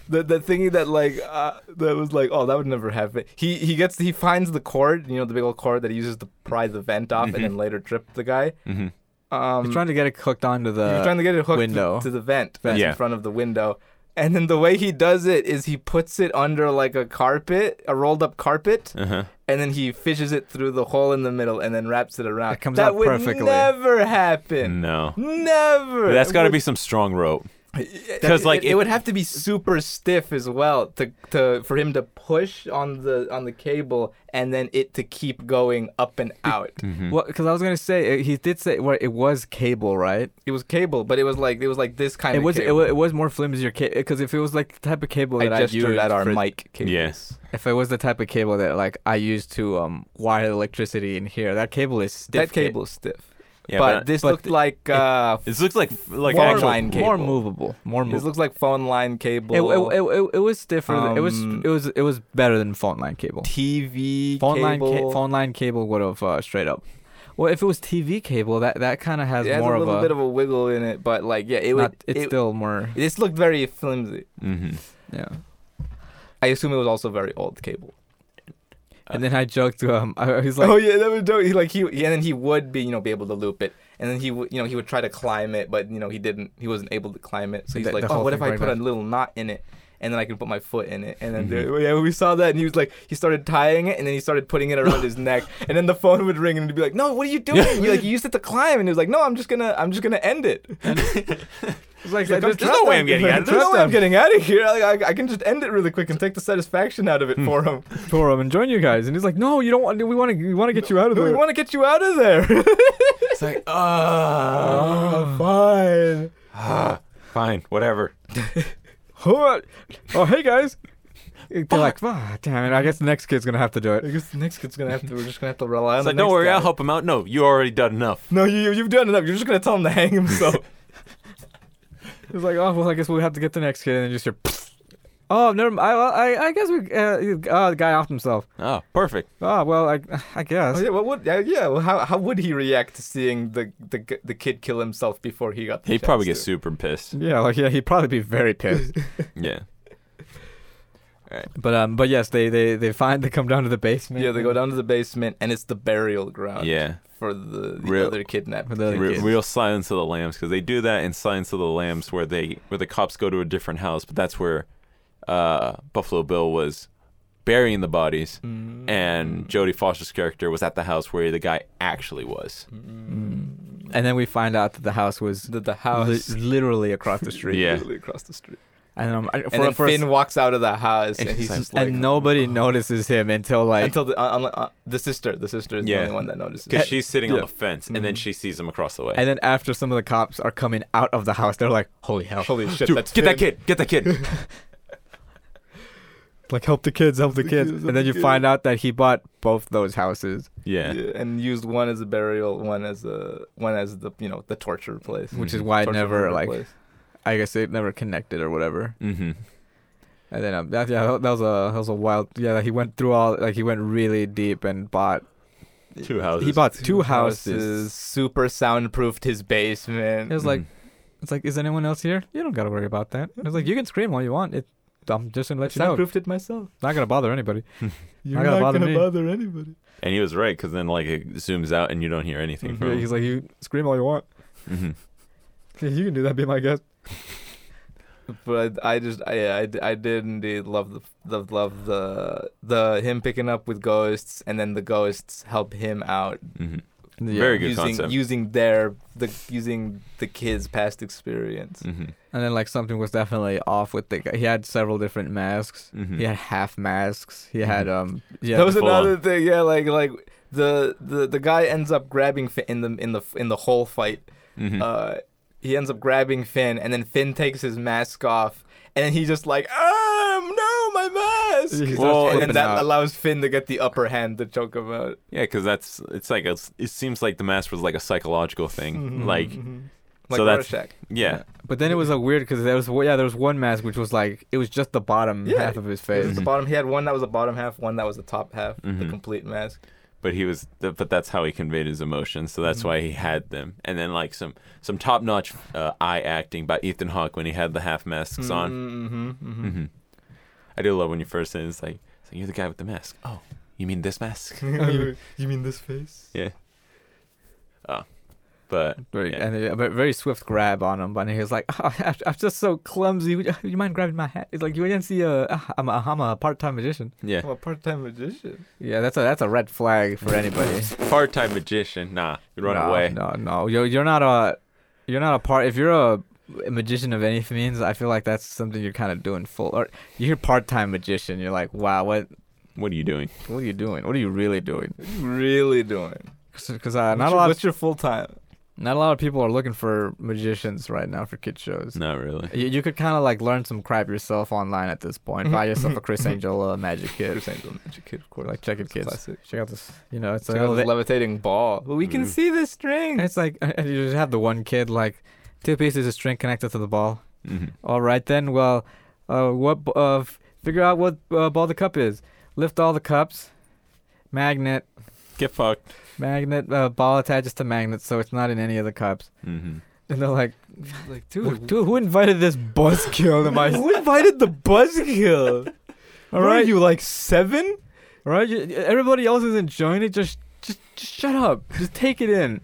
Speaker 3: That that thingy that like uh, that was like oh that would never happen. He he gets he finds the cord you know the big old cord that he uses to pry the vent off and
Speaker 1: Mm-hmm.
Speaker 3: then later trip the guy.
Speaker 2: hmm
Speaker 3: Um,
Speaker 1: He's trying to get it hooked onto
Speaker 3: he was
Speaker 1: the.
Speaker 3: trying to get it hooked
Speaker 1: window.
Speaker 3: to, to the vent that's
Speaker 2: Yeah.
Speaker 3: in front of the window. And then the way he does it is he puts it under like a carpet, a rolled up carpet,
Speaker 2: Uh-huh.
Speaker 3: and then he fishes it through the hole in the middle and then wraps it around.
Speaker 1: It comes
Speaker 3: that
Speaker 1: out
Speaker 3: would
Speaker 1: perfectly. Mm.
Speaker 3: never happen.
Speaker 2: No.
Speaker 3: Never.
Speaker 2: That's
Speaker 3: It
Speaker 2: got to
Speaker 3: would-
Speaker 2: be some strong rope.
Speaker 3: That-
Speaker 2: 'Cause, like,
Speaker 3: it,
Speaker 2: if-
Speaker 3: it would have to be super stiff as well to, to for him to push on the on the cable and then it to keep going up and out.
Speaker 2: Mhm.
Speaker 1: Well, because I was gonna say uh, he did say well, it was cable, right?
Speaker 3: it was cable, but it was like it was like this kind
Speaker 1: It
Speaker 3: of
Speaker 1: was, it
Speaker 3: cable.
Speaker 1: was it was more flimsier cable because if it was like the type of cable that
Speaker 3: I
Speaker 1: I,
Speaker 3: gestured
Speaker 1: used
Speaker 3: at our
Speaker 1: for-
Speaker 3: mic cable.
Speaker 2: Yes.
Speaker 1: if it was the type of cable that like I used to um wire electricity in here, that cable is stiff.
Speaker 3: that cable's stiff.
Speaker 2: Yeah,
Speaker 3: but,
Speaker 2: but,
Speaker 3: this
Speaker 1: but
Speaker 3: looked like uh,
Speaker 2: this looks like like
Speaker 3: More
Speaker 2: actual.
Speaker 3: line
Speaker 1: more
Speaker 3: cable.
Speaker 1: movable, more
Speaker 3: this
Speaker 1: movable.
Speaker 3: looks like phone line cable.
Speaker 1: It, it, it, it, it was stiffer. than- it was
Speaker 3: Um,
Speaker 1: it was it was better than phone line cable.
Speaker 3: TV
Speaker 1: Phone line
Speaker 3: cable.
Speaker 1: ca- phone line cable would have uh, straight up. Well, if it was TV cable, that that kind of has
Speaker 3: it has
Speaker 1: more
Speaker 3: a little
Speaker 1: of a.
Speaker 3: bit of a wiggle in it, but like yeah, it would.
Speaker 1: not, it's
Speaker 3: it-
Speaker 1: still more.
Speaker 3: this looked very flimsy.
Speaker 2: hmm
Speaker 1: Yeah.
Speaker 3: I assume it was also very old cable. Uh.
Speaker 1: And then I joked to him. I, he's like,
Speaker 3: oh yeah, that was dope. He, like he, yeah, and then he would be, you know, be able to loop it, and then he would, you know, he would try to climb it, but you know, he didn't, he wasn't able to climb it. So he's
Speaker 1: The-
Speaker 3: like,
Speaker 1: the
Speaker 3: oh,
Speaker 1: whole
Speaker 3: what if
Speaker 1: thing
Speaker 3: I
Speaker 1: right
Speaker 3: put
Speaker 1: back.
Speaker 3: a little knot in it, and then I can put my foot in it, and then
Speaker 2: Mhm.
Speaker 3: there- yeah, we saw that, and he was like, he started tying it, and then he started putting it around his neck, and then the phone would ring, and he'd be like, no, what are you doing? you like, you used it to climb, and he was like, no, I'm just gonna, I'm just gonna end it. It's like,
Speaker 2: There's no-
Speaker 3: just
Speaker 2: there's
Speaker 3: trust
Speaker 2: no way
Speaker 3: him.
Speaker 2: I'm getting out of
Speaker 3: There's
Speaker 2: this.
Speaker 3: no way I'm getting out of here. Like, I, I can just end it really quick and take the satisfaction out of it for him.
Speaker 1: for him and join you guys. And he's like, no, you don't want. We want to. We want to get you out of
Speaker 3: No, we
Speaker 1: there.
Speaker 3: want to get you out of there.
Speaker 2: It's like,
Speaker 3: Uh.
Speaker 2: ah,
Speaker 3: fine.
Speaker 2: ah, fine, whatever.
Speaker 1: oh, oh, hey guys. They're like, ah, damn it. I guess the next kid's gonna have to do
Speaker 3: I
Speaker 1: it.
Speaker 3: guess the next kid's gonna have to. We're just gonna have to rely on.
Speaker 2: It's
Speaker 3: the
Speaker 2: like, don't
Speaker 3: next
Speaker 2: worry,
Speaker 3: guy.
Speaker 2: I'll help him out. No, you already done enough.
Speaker 3: No, you you've done enough. You're just gonna tell him to hang himself.
Speaker 1: He's like, oh, well, I guess we'll have to get the next kid. And then just hear. Oh, never. m- I, I, I guess we. Uh, uh, the guy offed himself.
Speaker 2: Oh, perfect.
Speaker 1: Oh, well, I, I guess.
Speaker 3: oh, yeah, what would? Yeah, yeah well, how how would he react to seeing the the g- the kid kill himself before he got? The
Speaker 2: He'd probably get
Speaker 3: chance to?
Speaker 2: super pissed.
Speaker 1: Yeah, like yeah, he'd probably be very pissed.
Speaker 2: Yeah.
Speaker 1: but um, but yes, they they they find they come down to the basement.
Speaker 3: Yeah, they go down to the basement, and it's the burial ground.
Speaker 2: Yeah.
Speaker 3: for the, the
Speaker 2: Real-
Speaker 3: other kidnapped.
Speaker 1: For the other
Speaker 3: kid.
Speaker 2: Re-
Speaker 1: kids.
Speaker 2: real Silence of the Lambs because they do that in Silence of the Lambs where they where the cops go to a different house, but that's where uh, Buffalo Bill was burying the bodies,
Speaker 3: Mm.
Speaker 2: and Jodie Foster's character was at the house where the guy actually was.
Speaker 1: Mm. And then we find out that the house was
Speaker 3: the, the
Speaker 1: li-
Speaker 3: house
Speaker 1: literally across the street.
Speaker 2: Yeah.
Speaker 3: literally across the street.
Speaker 1: And um, I- for,
Speaker 3: and then
Speaker 1: for a s-
Speaker 3: Finn walks out of the house,
Speaker 2: And
Speaker 3: and he's
Speaker 2: he's
Speaker 3: just like,
Speaker 1: and nobody notices him until like
Speaker 3: until the uh, uh, uh, the sister, the sister is
Speaker 2: Yeah.
Speaker 3: the only one that notices.
Speaker 2: Because she's sitting on
Speaker 1: yeah. Mm-hmm.
Speaker 2: the fence, and then she sees him across the way.
Speaker 1: and then after some of the cops are coming out of the house, they're like, "Holy hell!
Speaker 3: Holy shit!
Speaker 2: Dude,
Speaker 3: that's
Speaker 2: get that
Speaker 3: Finn.
Speaker 2: kid! Get that kid!
Speaker 1: Like help the kids, help the
Speaker 3: The
Speaker 1: kids!"
Speaker 3: kids, help
Speaker 1: and then
Speaker 3: the
Speaker 1: you
Speaker 3: kids.
Speaker 1: find out that he bought both those houses,
Speaker 2: yeah.
Speaker 3: Yeah, and used one as a burial, one as a one as the you know the torture place.
Speaker 1: which is
Speaker 2: Mhm.
Speaker 1: why it
Speaker 3: Torture
Speaker 1: never
Speaker 3: murder
Speaker 1: like
Speaker 3: place.
Speaker 1: I guess it never connected or whatever.
Speaker 2: Mm-hmm.
Speaker 1: And then um, that yeah that was a that was a wild yeah like, he went through all like he went really deep and bought
Speaker 2: Two houses.
Speaker 1: he bought two, houses.
Speaker 3: super soundproofed his basement.
Speaker 1: It was like
Speaker 2: Mhm.
Speaker 1: it's like is anyone else here? You don't gotta worry about that. It's like you can scream all you want. It I'm just gonna let you know.
Speaker 3: soundproofed it myself.
Speaker 1: Not gonna bother anybody.
Speaker 3: You're
Speaker 1: gotta
Speaker 3: not
Speaker 1: bother
Speaker 3: gonna
Speaker 1: me.
Speaker 3: bother anybody.
Speaker 2: and he was right because then like it zooms out and you don't hear anything from him.
Speaker 1: He's like you scream all you want.
Speaker 2: Mhm.
Speaker 1: You can do that. Be my guest.
Speaker 3: But I just I I, d- I did indeed love the love love the the him picking up with ghosts and then the ghosts help him out
Speaker 2: Mhm. Very good
Speaker 3: using
Speaker 2: concept.
Speaker 3: using their the using the kids past experience.
Speaker 1: Mm,
Speaker 2: Mhm.
Speaker 1: And then like something was definitely off with the guy. He had several different masks.
Speaker 2: Mhm.
Speaker 3: Hmm.
Speaker 1: He had half masks. He had um yeah.
Speaker 3: that was
Speaker 2: the full
Speaker 3: another thing. Yeah, like like the the the guy ends up grabbing Finn in the in the in the whole fight.
Speaker 2: Mhm.
Speaker 3: Uh, he ends up grabbing Finn, and then Finn takes his mask off, and then he just like, um, no, my mask.
Speaker 1: He starts
Speaker 2: Well,
Speaker 3: and
Speaker 1: flipping
Speaker 3: then that
Speaker 1: out.
Speaker 3: allows Finn to get the upper hand to choke him out.
Speaker 2: Yeah, because that's it's like a, it seems like the mask was like a psychological thing.
Speaker 1: Mm-hmm.
Speaker 3: Mhm.
Speaker 2: Like
Speaker 3: Mhm.
Speaker 2: so
Speaker 3: like
Speaker 2: that's-
Speaker 3: Rorschach.
Speaker 2: yeah,
Speaker 1: But then it was a weird because there was yeah there was one mask which was like it was just the bottom
Speaker 3: Yeah.
Speaker 1: half of his
Speaker 3: It
Speaker 1: face. Hmm.
Speaker 3: was the
Speaker 2: Mhm.
Speaker 3: bottom. He had one that was the bottom half, one that was the top half, the
Speaker 2: Mhm.
Speaker 3: complete mask.
Speaker 2: but he was th- but that's how he conveyed his emotions so
Speaker 1: Mm-hmm.
Speaker 2: that's why he had them and then like some some top-notch uh, eye acting by ethan hawke when he had the half masks on
Speaker 1: Mm-hmm, mm-hmm.
Speaker 2: hmm i do love when you first say it's like, it's like you're the guy with the mask oh you mean this mask
Speaker 1: you mean this face?
Speaker 2: but
Speaker 1: Very,
Speaker 2: Yeah.
Speaker 1: And a ve- very swift grab on him, but he was like, oh, I'm- "I'm just so clumsy. Would you- would you mind grabbing my hat?" It's like you didn't see a. ah, I'm a, I'm a part-time magician.
Speaker 2: yeah
Speaker 3: I'm a part-time magician.
Speaker 1: Yeah, that's a that's a red flag for anybody.
Speaker 2: part-time magician nah you run
Speaker 1: no,
Speaker 2: away
Speaker 1: No, no, you're you're not a you're not a part. If you're a magician of any means, I feel like that's something you're kind of doing full. Or you hear part-time magician, you're like, "Wow, what
Speaker 2: what are you doing
Speaker 1: what are you doing? What are you really doing?"
Speaker 3: What are you really doing?
Speaker 1: Because uh,
Speaker 3: What's
Speaker 1: not a
Speaker 3: your-
Speaker 1: lot
Speaker 3: What's your full time?
Speaker 1: not a lot of people are looking for magicians right now for kid shows.
Speaker 2: not really
Speaker 1: You, you could kind of like learn some crap yourself online at this point. Buy yourself a Chris Angel uh, magic kit.
Speaker 3: Mm-hmm. Chris Angel, Magic Kid, of course.
Speaker 1: Like check it,
Speaker 3: It's a
Speaker 1: kids.
Speaker 3: Classic.
Speaker 1: Check out this. You know, it's
Speaker 3: Check out
Speaker 1: like,
Speaker 3: this levitating ball. But we can
Speaker 2: Mm.
Speaker 3: see the string.
Speaker 1: it's like and you just have the one kid like two pieces of string connected to the ball.
Speaker 2: Mhm.
Speaker 1: All right then. Well, uh, what b- uh, f- figure out what uh, ball the cup is. Lift all the cups. Magnet,
Speaker 2: get fucked
Speaker 1: magnet, uh, ball attaches to magnet, so it's not in any of the cups.
Speaker 2: hmm
Speaker 1: And they're like,
Speaker 3: like,
Speaker 1: dude, dude who invited this buzzkill to my?
Speaker 3: who invited the buzzkill?
Speaker 1: All right,
Speaker 3: you like seven?
Speaker 1: All right, you- everybody else is enjoying it. Just, just, just shut up. Just take it in.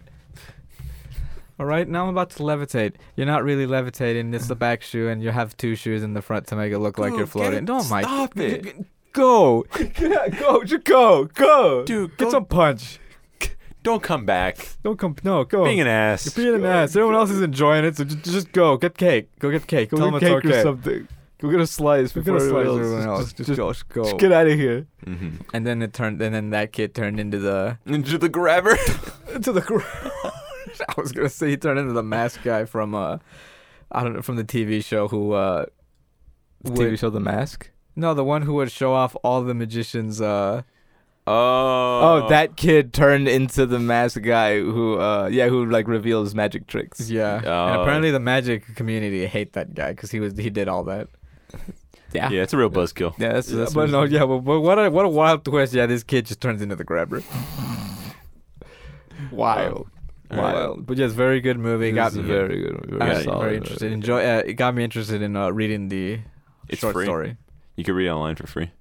Speaker 1: All right, now I'm about to levitate. You're not really levitating. It's the back shoe, and you have two shoes in the front to make it look like you're floating. No, my
Speaker 2: stop it
Speaker 1: go,
Speaker 3: yeah, go, just go, go.
Speaker 2: dude
Speaker 1: get
Speaker 2: go,
Speaker 1: some punch.
Speaker 2: don't come back
Speaker 1: Don't come. No, go.
Speaker 2: being an ass
Speaker 1: Oh. you're being an ass. Everyone else is enjoying it, so just, just go. Get cake. Go get cake.
Speaker 3: Go
Speaker 1: Tell
Speaker 3: get
Speaker 1: them it's
Speaker 3: cake
Speaker 1: okay.
Speaker 3: or something. Go get a slice
Speaker 1: We're
Speaker 3: before
Speaker 1: gonna slice
Speaker 3: everyone
Speaker 1: everyone else.
Speaker 3: else.
Speaker 1: Just, go. Just go.
Speaker 3: just get out of here.
Speaker 2: hmm
Speaker 1: and then it turned. And then that kid turned into the
Speaker 2: into the grabber
Speaker 1: to the ground. I was gonna say he turned into the mask guy from uh, I don't know, from the TV show who uh, would,
Speaker 3: show The Mask.
Speaker 1: no, the one who would show off all the magicians. Uh,
Speaker 2: oh
Speaker 3: Oh, that kid turned into the mask guy who, uh, yeah, who like reveals magic tricks.
Speaker 1: yeah, and
Speaker 2: Oh.
Speaker 1: apparently the magic community hate that guy because he was he did all that.
Speaker 3: Yeah.
Speaker 2: yeah it's a real buzzkill
Speaker 3: Yeah, that's, that's
Speaker 1: but no, yeah, but, but what a what a wild twist! Yeah, this kid just turns into the grabber.
Speaker 3: Uh, wild.
Speaker 2: All right.
Speaker 3: Wild.
Speaker 1: But yes, very good movie.
Speaker 3: It
Speaker 1: got
Speaker 3: is
Speaker 1: me
Speaker 3: very good.
Speaker 1: I
Speaker 2: Yeah,
Speaker 3: Very,
Speaker 1: was
Speaker 2: solid
Speaker 1: very interested. Enjoy. Uh, it got me interested in uh, reading the
Speaker 2: It's
Speaker 1: short
Speaker 2: free.
Speaker 1: story.
Speaker 2: You can read it online for free.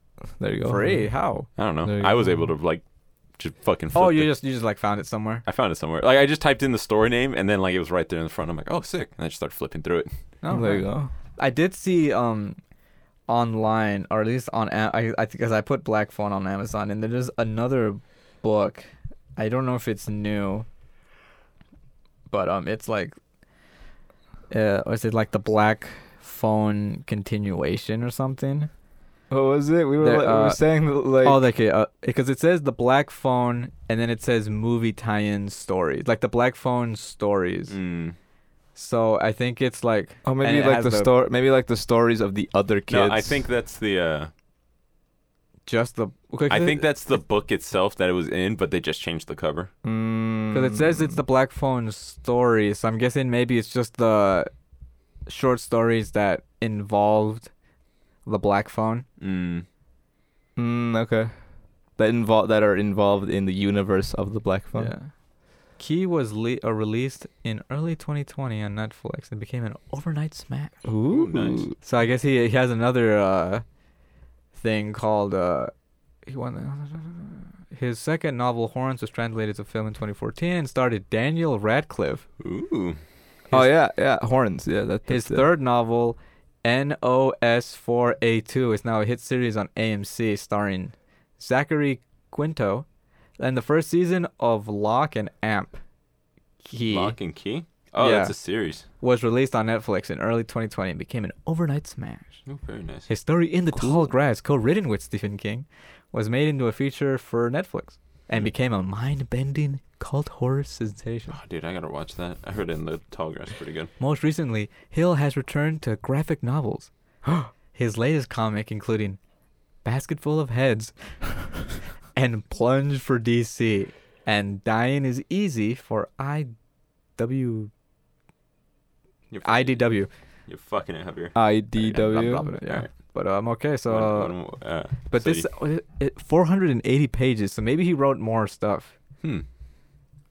Speaker 3: There you go.
Speaker 1: Free? How?
Speaker 2: I don't
Speaker 3: There
Speaker 2: know.
Speaker 3: you
Speaker 2: I was
Speaker 3: go.
Speaker 2: able to like just fucking. Flip
Speaker 1: Oh, you
Speaker 2: it.
Speaker 1: just you just like found it somewhere.
Speaker 2: I found it somewhere. Like I just typed in the store name and then like it was right there in the front. I'm like, oh, sick. And I just started flipping through it.
Speaker 1: Oh,
Speaker 3: there you
Speaker 1: right.
Speaker 3: go.
Speaker 1: I did see um online or at least on A- I I because I put Black Phone on Amazon and there's another book. I don't know if it's new, but um, it's like, uh, or is it like the Black Phone continuation or something?
Speaker 3: What was it? We were,
Speaker 1: There,
Speaker 3: like, we
Speaker 1: uh,
Speaker 3: were saying that, like
Speaker 1: oh, okay, uh, because it says the Black Phone and then it says movie tie-in stories, like the Black Phone stories.
Speaker 2: Mm.
Speaker 1: So I think it's like
Speaker 3: oh,
Speaker 1: and
Speaker 3: maybe
Speaker 1: it
Speaker 3: like
Speaker 1: has
Speaker 3: the,
Speaker 1: the-
Speaker 3: story, maybe like the stories of the other
Speaker 2: No,
Speaker 3: kids.
Speaker 2: I think that's the. uh
Speaker 1: just the.
Speaker 2: I think that's the book itself that it was in, but they just changed the cover.
Speaker 3: Mm.
Speaker 1: Because it says it's the Black Phone story, so I'm guessing maybe it's just the short stories that involved the Black Phone.
Speaker 2: Mm.
Speaker 3: Mm, okay. That involve that are involved in the universe of the Black Phone.
Speaker 1: Yeah. Key was le- uh, released in early 2020 on Netflix and became an overnight smash.
Speaker 3: Ooh,
Speaker 2: nice.
Speaker 1: So I guess he, he has another uh, thing called uh, he won his second novel Horns was translated to film in 2014 and starred Daniel Radcliffe.
Speaker 2: Ooh.
Speaker 3: oh
Speaker 1: His-
Speaker 3: yeah, yeah, horns. Yeah, that,
Speaker 1: His
Speaker 3: that's it.
Speaker 1: third novel, NOS4A2, is now a hit series on AMC starring Zachary Quinto and the first season of Lock and Amp Key
Speaker 2: Lock and key. Oh,
Speaker 1: Yeah.
Speaker 2: that's a series.
Speaker 1: was released on Netflix in early 2020 and became an overnight smash.
Speaker 2: Oh, very nice.
Speaker 1: His story In the Tall Grass, co-written with Stephen King, was made into a feature for Netflix and
Speaker 2: Hmm.
Speaker 1: became a mind-bending cult horror sensation.
Speaker 2: Oh, dude, I gotta watch that. I heard in the tall grass pretty good.
Speaker 1: Most recently, Hill has returned to graphic novels. His latest comic, including Basketful of Heads and Plunge for DC, and Dying is Easy for IW,
Speaker 2: You're,
Speaker 1: IDW.
Speaker 2: you're fucking it, Javier.
Speaker 3: IDW.
Speaker 1: I'm dropping it, yeah.
Speaker 2: Alright.
Speaker 1: But uh, I'm okay. So,
Speaker 2: One-
Speaker 1: uh,
Speaker 2: one more, uh,
Speaker 1: but
Speaker 2: so
Speaker 1: this
Speaker 2: you-
Speaker 1: uh, it, 480 pages. So maybe he wrote more stuff,
Speaker 2: hmm.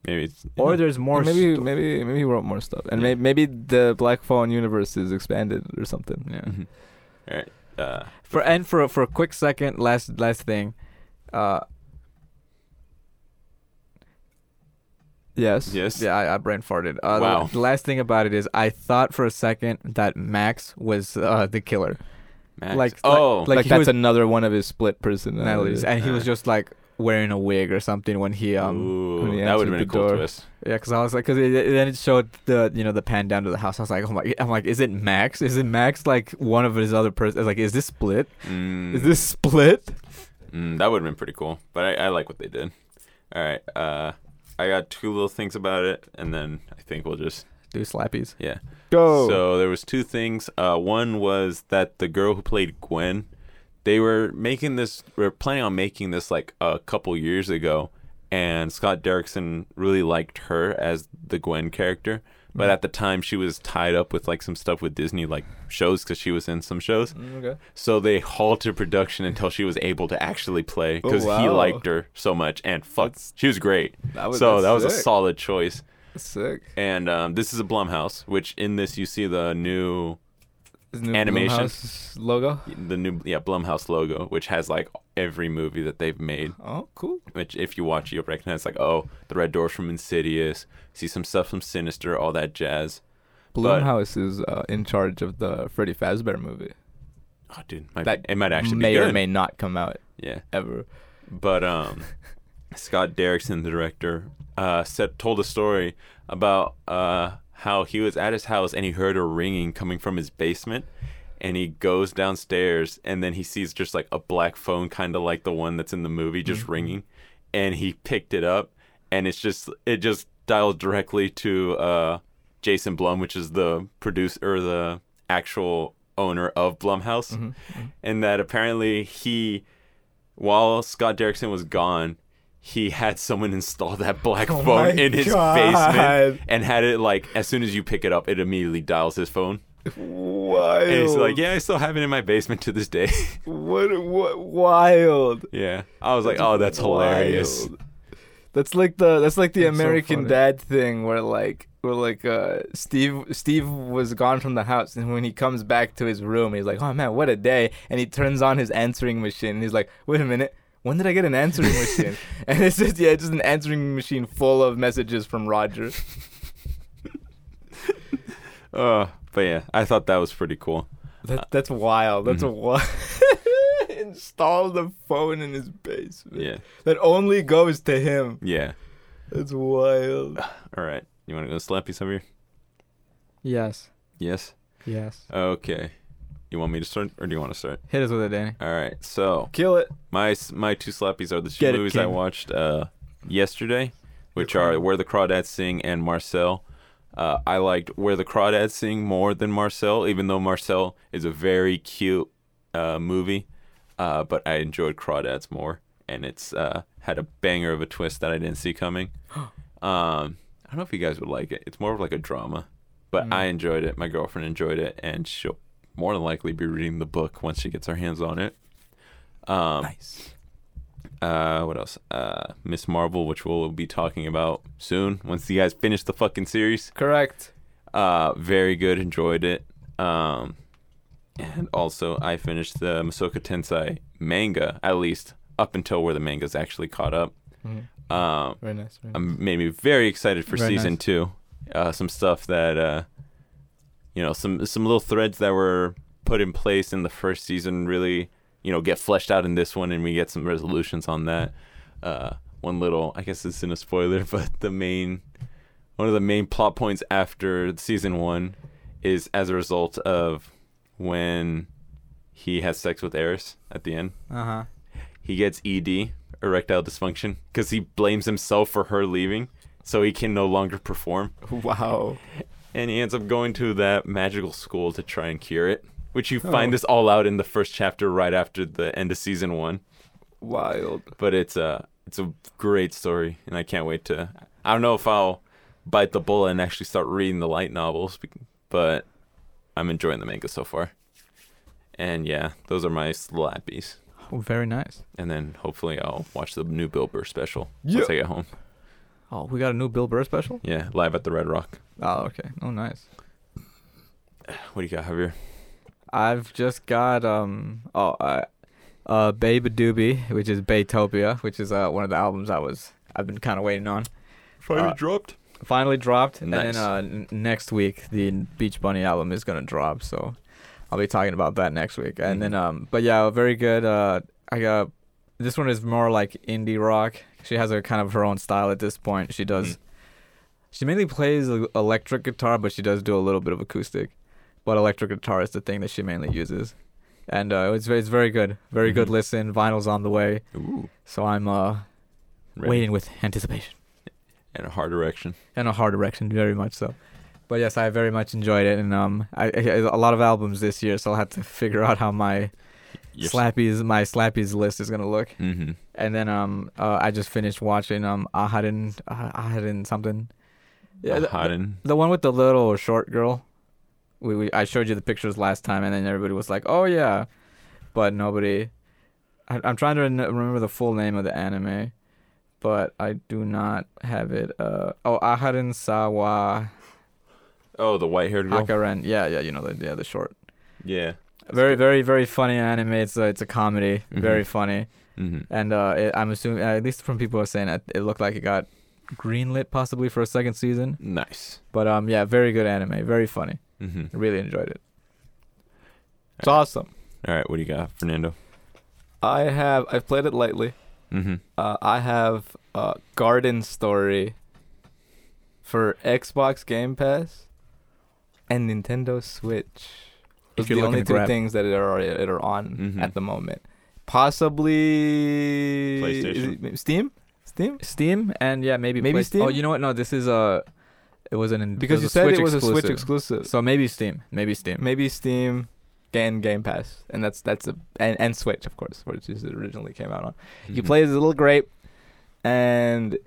Speaker 2: Maybe it's
Speaker 1: or
Speaker 2: yeah.
Speaker 1: there's more.
Speaker 3: Or maybe
Speaker 1: sto-
Speaker 3: maybe maybe he wrote more stuff, and
Speaker 2: Yeah.
Speaker 3: may- maybe the Black Phone universe is expanded or something.
Speaker 1: yeah.
Speaker 2: Mhm. All right. Uh,
Speaker 1: For and for for a quick second, last last thing, uh,
Speaker 3: Yes.
Speaker 2: yes.
Speaker 1: Yeah, I, I brain farted. Uh, the-
Speaker 2: Wow.
Speaker 1: The, last thing about it is, I thought for a second that Max was uh, the killer,
Speaker 2: Max.
Speaker 1: like-
Speaker 2: oh,
Speaker 1: like
Speaker 3: Like,
Speaker 1: he
Speaker 3: that's
Speaker 1: was-
Speaker 3: another one of his split personalities.
Speaker 1: Natalie's, and he was
Speaker 2: Uh.
Speaker 1: just like wearing a wig or something when he um
Speaker 2: Ooh,
Speaker 3: when he
Speaker 2: that would have
Speaker 3: answered
Speaker 2: been a
Speaker 3: the
Speaker 2: cool
Speaker 3: door.
Speaker 2: twist.
Speaker 1: yeah, 'cause I was like, because it, it- then it showed the you know the pan down to the house. I was like, oh my, I'm like, is it Max? Is it Max like one of his other person? Like, is this split?
Speaker 2: Mm,
Speaker 1: Is this split?
Speaker 2: mm, that would have been pretty cool. But I, I like what they did. All right. Uh, I got two little things about it, and then I think we'll just
Speaker 1: Do slappies?
Speaker 2: yeah.
Speaker 1: Oh.
Speaker 3: Go.
Speaker 2: So there was two things. Uh, one was that the girl who played Gwen, they were making this, were planning on making this like a couple years ago, and Scott Derrickson really liked her as the Gwen character. But
Speaker 1: Mm.
Speaker 2: at the time, she was tied up with like some stuff with Disney, like shows, because she was in some shows.
Speaker 3: Mm, okay.
Speaker 2: So they halted production until she was able to actually play,
Speaker 3: Oh,
Speaker 2: because he
Speaker 3: wow.
Speaker 2: liked her so much, and fuck,
Speaker 3: That's-
Speaker 2: she was great.
Speaker 3: That was
Speaker 2: so that was a
Speaker 3: sick.
Speaker 2: solid choice.
Speaker 3: Sick.
Speaker 2: And um, this is a Blumhouse, which in this you see the new
Speaker 3: His new
Speaker 2: Animation.
Speaker 3: Blumhouse logo.
Speaker 2: the new yeah Blumhouse logo, which has like every movie that they've made.
Speaker 3: Oh, cool.
Speaker 2: Which if you watch, you'll recognize like oh the Red Door's from Insidious, see some stuff from Sinister, all that jazz. But-
Speaker 3: Blumhouse is uh, in charge of the Freddy Fazbear movie.
Speaker 2: Oh dude, might
Speaker 3: That
Speaker 2: it might actually
Speaker 3: may
Speaker 2: be good.
Speaker 3: or may not come out
Speaker 2: Yeah,
Speaker 3: ever.
Speaker 2: but um, Scott Derrickson, the director, uh, said told a story about uh how he was at his house and he heard a ringing coming from his basement. And he goes downstairs, and then he sees just like a black phone, kind of like the one that's in the movie, just ringing. And he picked it up, and it's just it just dials directly to uh, Jason Blum, which is the producer or the actual owner of Blumhouse, and that apparently he, while Scott Derrickson was gone, he had someone install that black phone
Speaker 3: Oh my
Speaker 2: in his
Speaker 3: God.
Speaker 2: basement and had it like as soon as you pick it up, it immediately dials his phone.
Speaker 3: Wild.
Speaker 2: And he's like, "Yeah, I still have it in my basement to this day."
Speaker 3: What? What? Wild.
Speaker 2: yeah, I was like, "Oh, that's hilarious."
Speaker 3: Wild. That's like the that's like the
Speaker 1: That's so
Speaker 3: American
Speaker 1: funny.
Speaker 3: Dad thing where like where like uh Steve Steve was gone from the house and when he comes back to his room he's like oh man what a day and he turns on his answering machine and he's like wait a minute when did I get an answering machine and it's just yeah just an answering machine full of messages from Roger
Speaker 2: Uh, but yeah, I thought that was pretty cool. Uh,
Speaker 3: that, that's wild that's wild install the phone in his basement
Speaker 2: mm-hmm. Yeah,
Speaker 3: that only goes to him
Speaker 2: yeah.
Speaker 3: that's wild
Speaker 2: All right, you want to go slappy some here?
Speaker 1: Yes.
Speaker 2: Yes.
Speaker 1: Yes.
Speaker 2: Okay. You want me to start, or do you want to start?
Speaker 1: Hit us with it, Danny.
Speaker 2: All right. So
Speaker 3: kill it
Speaker 2: my s- my two slappies are the two
Speaker 1: Get it,
Speaker 2: movies I
Speaker 1: King.
Speaker 2: watched uh, yesterday, which are Where the Crawdads Sing and Marcel. Uh, I liked Where the Crawdads Sing more than Marcel, even though Marcel is a very cute uh, movie. Uh, but I enjoyed Crawdads more, and it's uh, had a banger of a twist that I didn't see coming. Um, I don't know if you guys would like it. It's more of like a drama, but I enjoyed it. My girlfriend enjoyed it, and she'll more than likely be reading the book once she gets her hands on it. Um,
Speaker 3: nice
Speaker 2: uh, what else? Uh, Miss Marvel, which we'll be talking about soon once you guys finish the fucking series.
Speaker 3: correct
Speaker 2: Uh, very good, enjoyed it. Um, and also I finished the Masoka Tensei manga, at least up until where the manga's actually caught up. Um,
Speaker 3: Mm-hmm. Very nice. Very nice.
Speaker 2: um, made me very excited for
Speaker 1: Very
Speaker 2: season
Speaker 1: nice.
Speaker 2: two. Uh, some stuff that uh, you know, some some little threads that were put in place in the first season really, you know, get fleshed out in this one, and we get some resolutions on that. Uh, one little, I guess it's in a spoiler, but the main one of the main plot points after season one is as a result of when he has sex with Eris at the end
Speaker 1: Uh huh.
Speaker 2: he gets ED, erectile dysfunction, because he blames himself for her leaving, so he can no longer perform.
Speaker 3: wow.
Speaker 2: And he ends up going to that magical school to try and cure it, which you find this all out in the first chapter right after the end of season one.
Speaker 3: Wild.
Speaker 2: But it's a it's a great story, and I can't wait to. I don't know if I'll bite the bullet and actually start reading the light novels, bec- but I'm enjoying the manga so far. And yeah, those are my slappies.
Speaker 1: Oh, very nice.
Speaker 2: And then hopefully I'll watch the new Bill Burr special
Speaker 3: Yeah.
Speaker 2: once I get home.
Speaker 1: Oh, we got a new Bill Burr special.
Speaker 2: Yeah, live at the Red Rock.
Speaker 1: Oh, okay. Oh, nice.
Speaker 2: What do you got, Javier?
Speaker 1: I've just got um oh uh, uh Babe Doobie, which is Baytopia, which is uh one of the albums I was I've been kind of waiting on. Finally Uh,
Speaker 2: dropped.
Speaker 1: Finally dropped, and
Speaker 2: Nice.
Speaker 1: then uh, n- next week the Beach Bunny album is gonna drop, so I'll be talking about that next week. And then
Speaker 2: Mhm.
Speaker 1: um but yeah, very good. Uh, I got this one is more like indie rock. She has a kind of her own style at this point. She does.
Speaker 2: Mhm.
Speaker 1: She mainly plays e- electric guitar, but she does do a little bit of acoustic. But electric guitar is the thing that she mainly uses, and uh, it's ve- it's very good, very good
Speaker 2: Mhm.
Speaker 1: listen. Vinyl's on the way,
Speaker 2: mm. Ooh.
Speaker 1: so I'm uh,
Speaker 2: Ready.
Speaker 1: waiting with anticipation
Speaker 2: In a hard direction.
Speaker 1: and a hard direction, very much so. But yes, I very much enjoyed it, and um, I, I a lot of albums this year, so I'll have to figure out how my slappies my slappies list is gonna look.
Speaker 2: Mm-hmm.
Speaker 1: And then um, uh, I just finished watching um, Ahadin uh, Ahadin something. Yeah, the, the,
Speaker 2: Hodden.
Speaker 1: the one with the little short girl. We, we I showed you the pictures last time, and then everybody was like, "Oh yeah," but nobody. I, I'm trying to rem- remember the full name of the anime, but I do not have it. Uh oh, Ahadin Sawa
Speaker 2: Oh, the white-haired girl.
Speaker 1: Hakaren. Yeah, yeah, you know the yeah the short.
Speaker 2: Yeah.
Speaker 1: Very very very funny anime. It's a, it's a comedy.
Speaker 2: Mhm.
Speaker 1: Very funny.
Speaker 2: Mm-hmm.
Speaker 1: and uh, it, I'm assuming uh, at least from people are saying it, it looked like it got greenlit possibly for a second season.
Speaker 2: Nice.
Speaker 1: But um, yeah, very good anime, very funny.
Speaker 2: Mm-hmm.
Speaker 1: I really enjoyed it.
Speaker 3: It's awesome.
Speaker 2: All right. What do you got, Fernando?
Speaker 3: I have I've played it lightly.
Speaker 2: Mm-hmm.
Speaker 3: Uh, I have uh, Garden Story for Xbox Game Pass and Nintendo Switch.
Speaker 1: If
Speaker 3: Those are
Speaker 1: you're
Speaker 3: the
Speaker 1: looking
Speaker 3: only
Speaker 1: to
Speaker 3: two
Speaker 1: grab. Mm-hmm.
Speaker 3: things that are that are on
Speaker 2: Mhm.
Speaker 3: at the moment. Possibly
Speaker 2: PlayStation?
Speaker 3: is it Steam, Steam.
Speaker 1: Steam and yeah, maybe
Speaker 3: Maybe
Speaker 1: Play-
Speaker 3: Steam?
Speaker 1: Oh, you know what? No, this is uh, it was an
Speaker 3: Because
Speaker 1: it
Speaker 3: you
Speaker 1: was
Speaker 3: said
Speaker 1: a Switch
Speaker 3: it was
Speaker 1: exclusive.
Speaker 3: a Switch exclusive,
Speaker 1: So maybe Steam, maybe Steam.
Speaker 3: maybe Steam and Game Pass, and that's that's a, and, and Switch, of course, which is originally came out on.
Speaker 1: Mm-hmm.
Speaker 2: Mm-hmm.
Speaker 3: You play as a little grape, and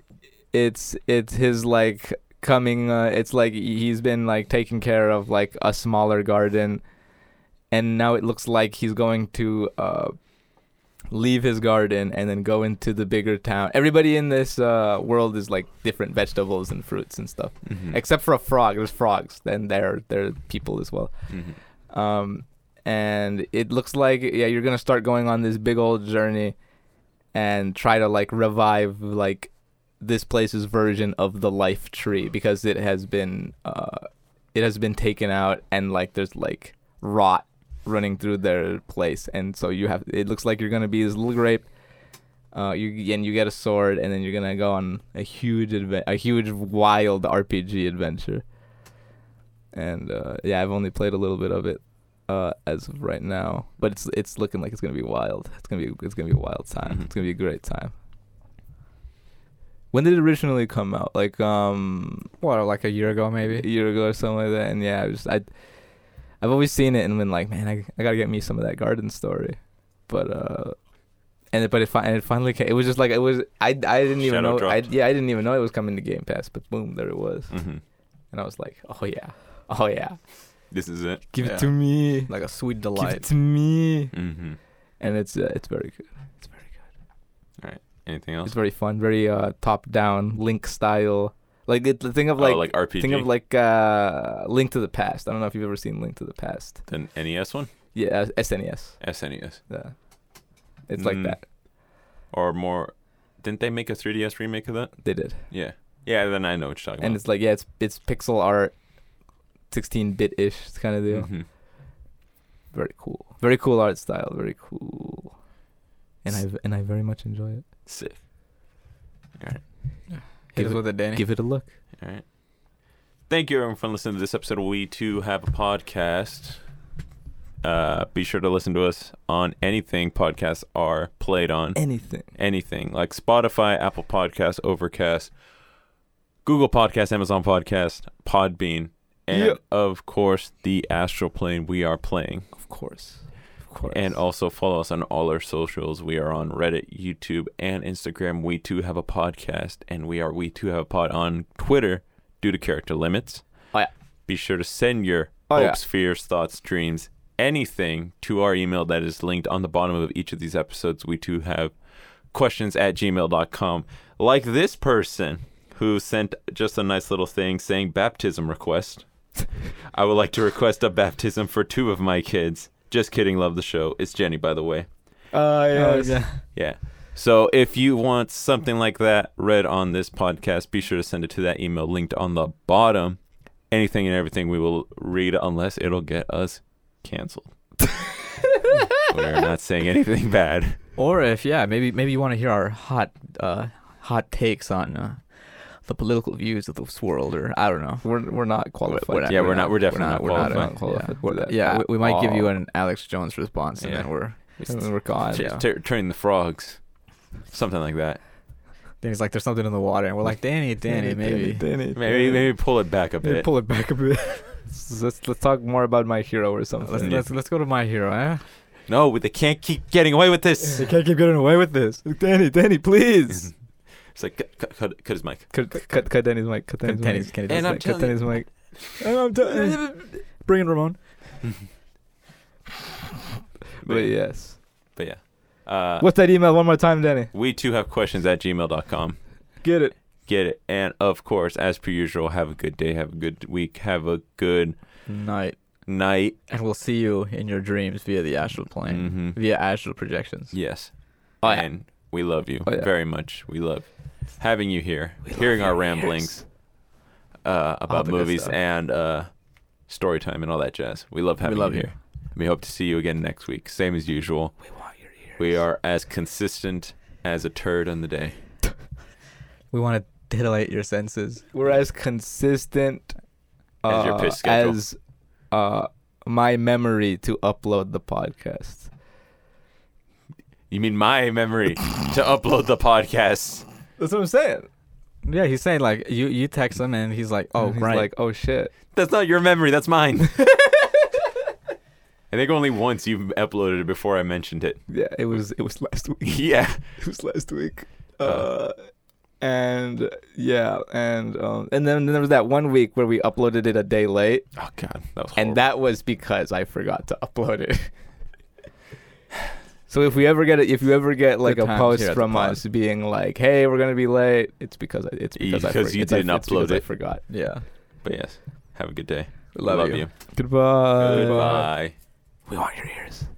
Speaker 3: it's it's his like coming. Uh, it's like he's been like taking care of like a smaller garden, and now it looks like he's going to uh, leave his garden and then go into the bigger town. Everybody in this uh, world is like different vegetables and fruits and stuff,
Speaker 2: Mm-hmm.
Speaker 3: except for a frog. There's frogs, and they're they're people as well
Speaker 2: mm-hmm.
Speaker 3: um, and it looks like yeah you're gonna start going on this big old journey and try to like revive like this place's version of the life tree because it has been uh, it has been taken out and like there's like rot running through their place and so you have it looks like you're gonna be this little grape uh, you and you get a sword and then you're gonna go on a huge adve- a huge wild RPG adventure and uh, yeah I've only played a little bit of it uh, as of right now but it's it's looking like it's gonna be wild it's gonna be it's gonna be a wild time
Speaker 1: Mm-hmm.
Speaker 2: Mhm.
Speaker 3: it's gonna be a great time when did it originally come out like um
Speaker 1: What, like a year ago,
Speaker 3: a
Speaker 1: maybe?
Speaker 3: year ago or something like that. And yeah, I just I, I've always seen it and been like, man, I, I gotta get me some of that garden story, but uh, and it, but it fi- and it finally came. It was just like it was I I didn't even
Speaker 2: Shadow
Speaker 3: know I,
Speaker 2: dropped.
Speaker 3: yeah I didn't even know it was coming to Game Pass, but boom there it was,
Speaker 2: Mm-hmm.
Speaker 3: and I was like, oh yeah, oh yeah,
Speaker 2: This is it.
Speaker 3: give
Speaker 1: Yeah.
Speaker 3: it to me,
Speaker 1: Like a sweet
Speaker 3: give it
Speaker 1: delight.
Speaker 3: to me,
Speaker 2: Mm-hmm.
Speaker 3: and it's uh, it's very good.
Speaker 2: Anything else?
Speaker 3: It's very fun, very uh top down Link style. Like it, the thing of like,
Speaker 2: oh, like RPG.
Speaker 3: thing of like uh Link to the Past. I don't know if you've ever seen Link to the Past.
Speaker 2: the NES E one, E
Speaker 3: Yeah, uh, SNES.
Speaker 2: SNES,
Speaker 3: Yeah. It's like
Speaker 2: Mm.
Speaker 3: that.
Speaker 2: or more. Didn't they make a 3DS remake of that?
Speaker 3: They did.
Speaker 2: Yeah. Yeah. Then I know what you're talking
Speaker 3: And
Speaker 2: about.
Speaker 3: it's like, yeah, it's it's pixel art, 16 bit ish kind of
Speaker 1: Mm-hmm.
Speaker 3: deal.
Speaker 2: Mhm.
Speaker 3: Very cool. Very cool art style. Very cool. And I and I very much enjoy it.
Speaker 2: Sick.
Speaker 1: Hit
Speaker 3: give
Speaker 1: us
Speaker 3: it-
Speaker 1: with it, Danny.
Speaker 3: Give it a look.
Speaker 2: All right. Thank you, everyone, for listening to this episode. We too have a podcast. Uh, be sure to listen to us on anything podcasts are played on.
Speaker 1: Mm.
Speaker 3: Anything.
Speaker 2: Anything like Spotify, Apple Podcasts, Overcast, Google Podcasts, Amazon Podcast, Podbean, and
Speaker 3: Yeah.
Speaker 2: of course the Astral Plane we are playing.
Speaker 3: Of course. Of course.
Speaker 2: And also follow us on all our socials. We are on Reddit, YouTube, and Instagram. We too have a podcast, and we are We Too Have a Pod on Twitter due to character limits.
Speaker 3: Oh, yeah.
Speaker 2: Be sure to send your
Speaker 3: Oh, yeah.
Speaker 2: hopes, fears, thoughts, dreams, anything to our email that is linked on the bottom of each of these episodes. We too have questions at gmail.com. Like this person who sent just a nice little thing saying baptism request. I would like to request a baptism for two of my kids. Just kidding, love the show. It's Jenny, by the way.
Speaker 3: Uh,
Speaker 2: Yeah. So if you want something like that read on this podcast, be sure to send it to that email linked on the bottom. Anything and everything we will read unless it'll get us canceled. We're not saying anything bad.
Speaker 1: Or if yeah, maybe maybe you want to hear our hot uh, hot takes on uh, the political views of this world, or I don't know.
Speaker 3: We're we're not qualified.
Speaker 1: we're not-
Speaker 2: Yeah, we're not- we're definitely not
Speaker 3: we're
Speaker 2: qualified.
Speaker 3: not qualified.
Speaker 1: yeah,
Speaker 3: for that
Speaker 1: yeah we,
Speaker 3: at
Speaker 1: we might give you
Speaker 3: all.
Speaker 1: an Alex Jones response, and then
Speaker 2: Yeah.
Speaker 1: we're
Speaker 3: And we're gone.
Speaker 1: Yeah.
Speaker 2: Tur- turning the frogs, something like that.
Speaker 1: then he's like, "There's something in the water," and we're like, "Danny, Danny, maybe."
Speaker 3: Danny,
Speaker 2: Maybe maybe pull it back a
Speaker 3: Maybe
Speaker 2: bit.
Speaker 3: pull it back a bit. let's let's talk more about my hero or something.
Speaker 1: Let's, let's let's go to my hero. Eh?
Speaker 2: no, they can't keep getting away with this.
Speaker 3: They can't keep getting away with this. Danny, Danny, please.
Speaker 2: It's like cut, cut, cut, cut his mic.
Speaker 3: cut, cut, cut Danny's mic. Cut Danny's
Speaker 1: Danny's-
Speaker 3: mic.
Speaker 1: Danny's
Speaker 2: And I'm
Speaker 3: Cut
Speaker 2: telling
Speaker 3: Danny's mic. And I'm telling. Bring in Ramon. But yes.
Speaker 2: But yeah, uh,
Speaker 3: What's that email one more time, Danny?
Speaker 2: we too have questions at gmail.com.
Speaker 3: Get it.
Speaker 2: get it. And of course, as per usual, have a good day, have a good week, have a good
Speaker 1: Night,
Speaker 2: night.
Speaker 1: and we'll see you in your dreams via the astral plane,
Speaker 2: hmm
Speaker 1: via astral projections.
Speaker 2: Yes.
Speaker 1: Oh, yeah.
Speaker 2: And we love you
Speaker 3: Oh, yeah.
Speaker 2: very much. We love having you here, hearing our ramblings uh,
Speaker 1: All
Speaker 2: about
Speaker 1: the good
Speaker 2: movies
Speaker 1: stuff.
Speaker 2: and uh, story time and all that jazz. We love having
Speaker 1: love
Speaker 2: you
Speaker 1: you.
Speaker 2: here. We hope to see you again next week, same as usual. We want your ears. We are as consistent as a turd on the day.
Speaker 1: We want to titillate your senses.
Speaker 3: We're as consistent
Speaker 2: As your
Speaker 3: uh,
Speaker 2: piss schedule.
Speaker 3: as, uh, my memory to upload the podcast.
Speaker 2: You mean my memory to upload the podcast?
Speaker 3: That's what I'm saying.
Speaker 1: Yeah, he's saying like you you text him and he's like, "Oh
Speaker 3: And he's
Speaker 1: right."
Speaker 3: Like oh shit.
Speaker 2: That's not your memory. That's mine. I think only once you uploaded it before I mentioned it.
Speaker 3: Yeah, it was it was last week.
Speaker 2: Yeah.
Speaker 3: it was last week.
Speaker 2: Uh.
Speaker 3: Uh, and yeah, and um, and then there was that one week where we uploaded it a day late,
Speaker 2: Oh God, that was
Speaker 3: and that was because I forgot to upload it. so if we ever get it, if you ever get like
Speaker 1: Good
Speaker 3: a
Speaker 1: times
Speaker 3: post
Speaker 1: here at the
Speaker 3: from
Speaker 1: pod.
Speaker 3: us being like, "Hey, we're gonna be late," it's because I, it's because I
Speaker 2: Because
Speaker 3: forg-
Speaker 2: you
Speaker 3: it's I-
Speaker 2: didn't
Speaker 3: it's because
Speaker 2: upload
Speaker 3: I
Speaker 2: it.
Speaker 3: forgot.
Speaker 1: yeah.
Speaker 2: But yes, have a good day.
Speaker 1: Love you.
Speaker 3: Goodbye.
Speaker 2: Goodbye.
Speaker 3: We want your ears.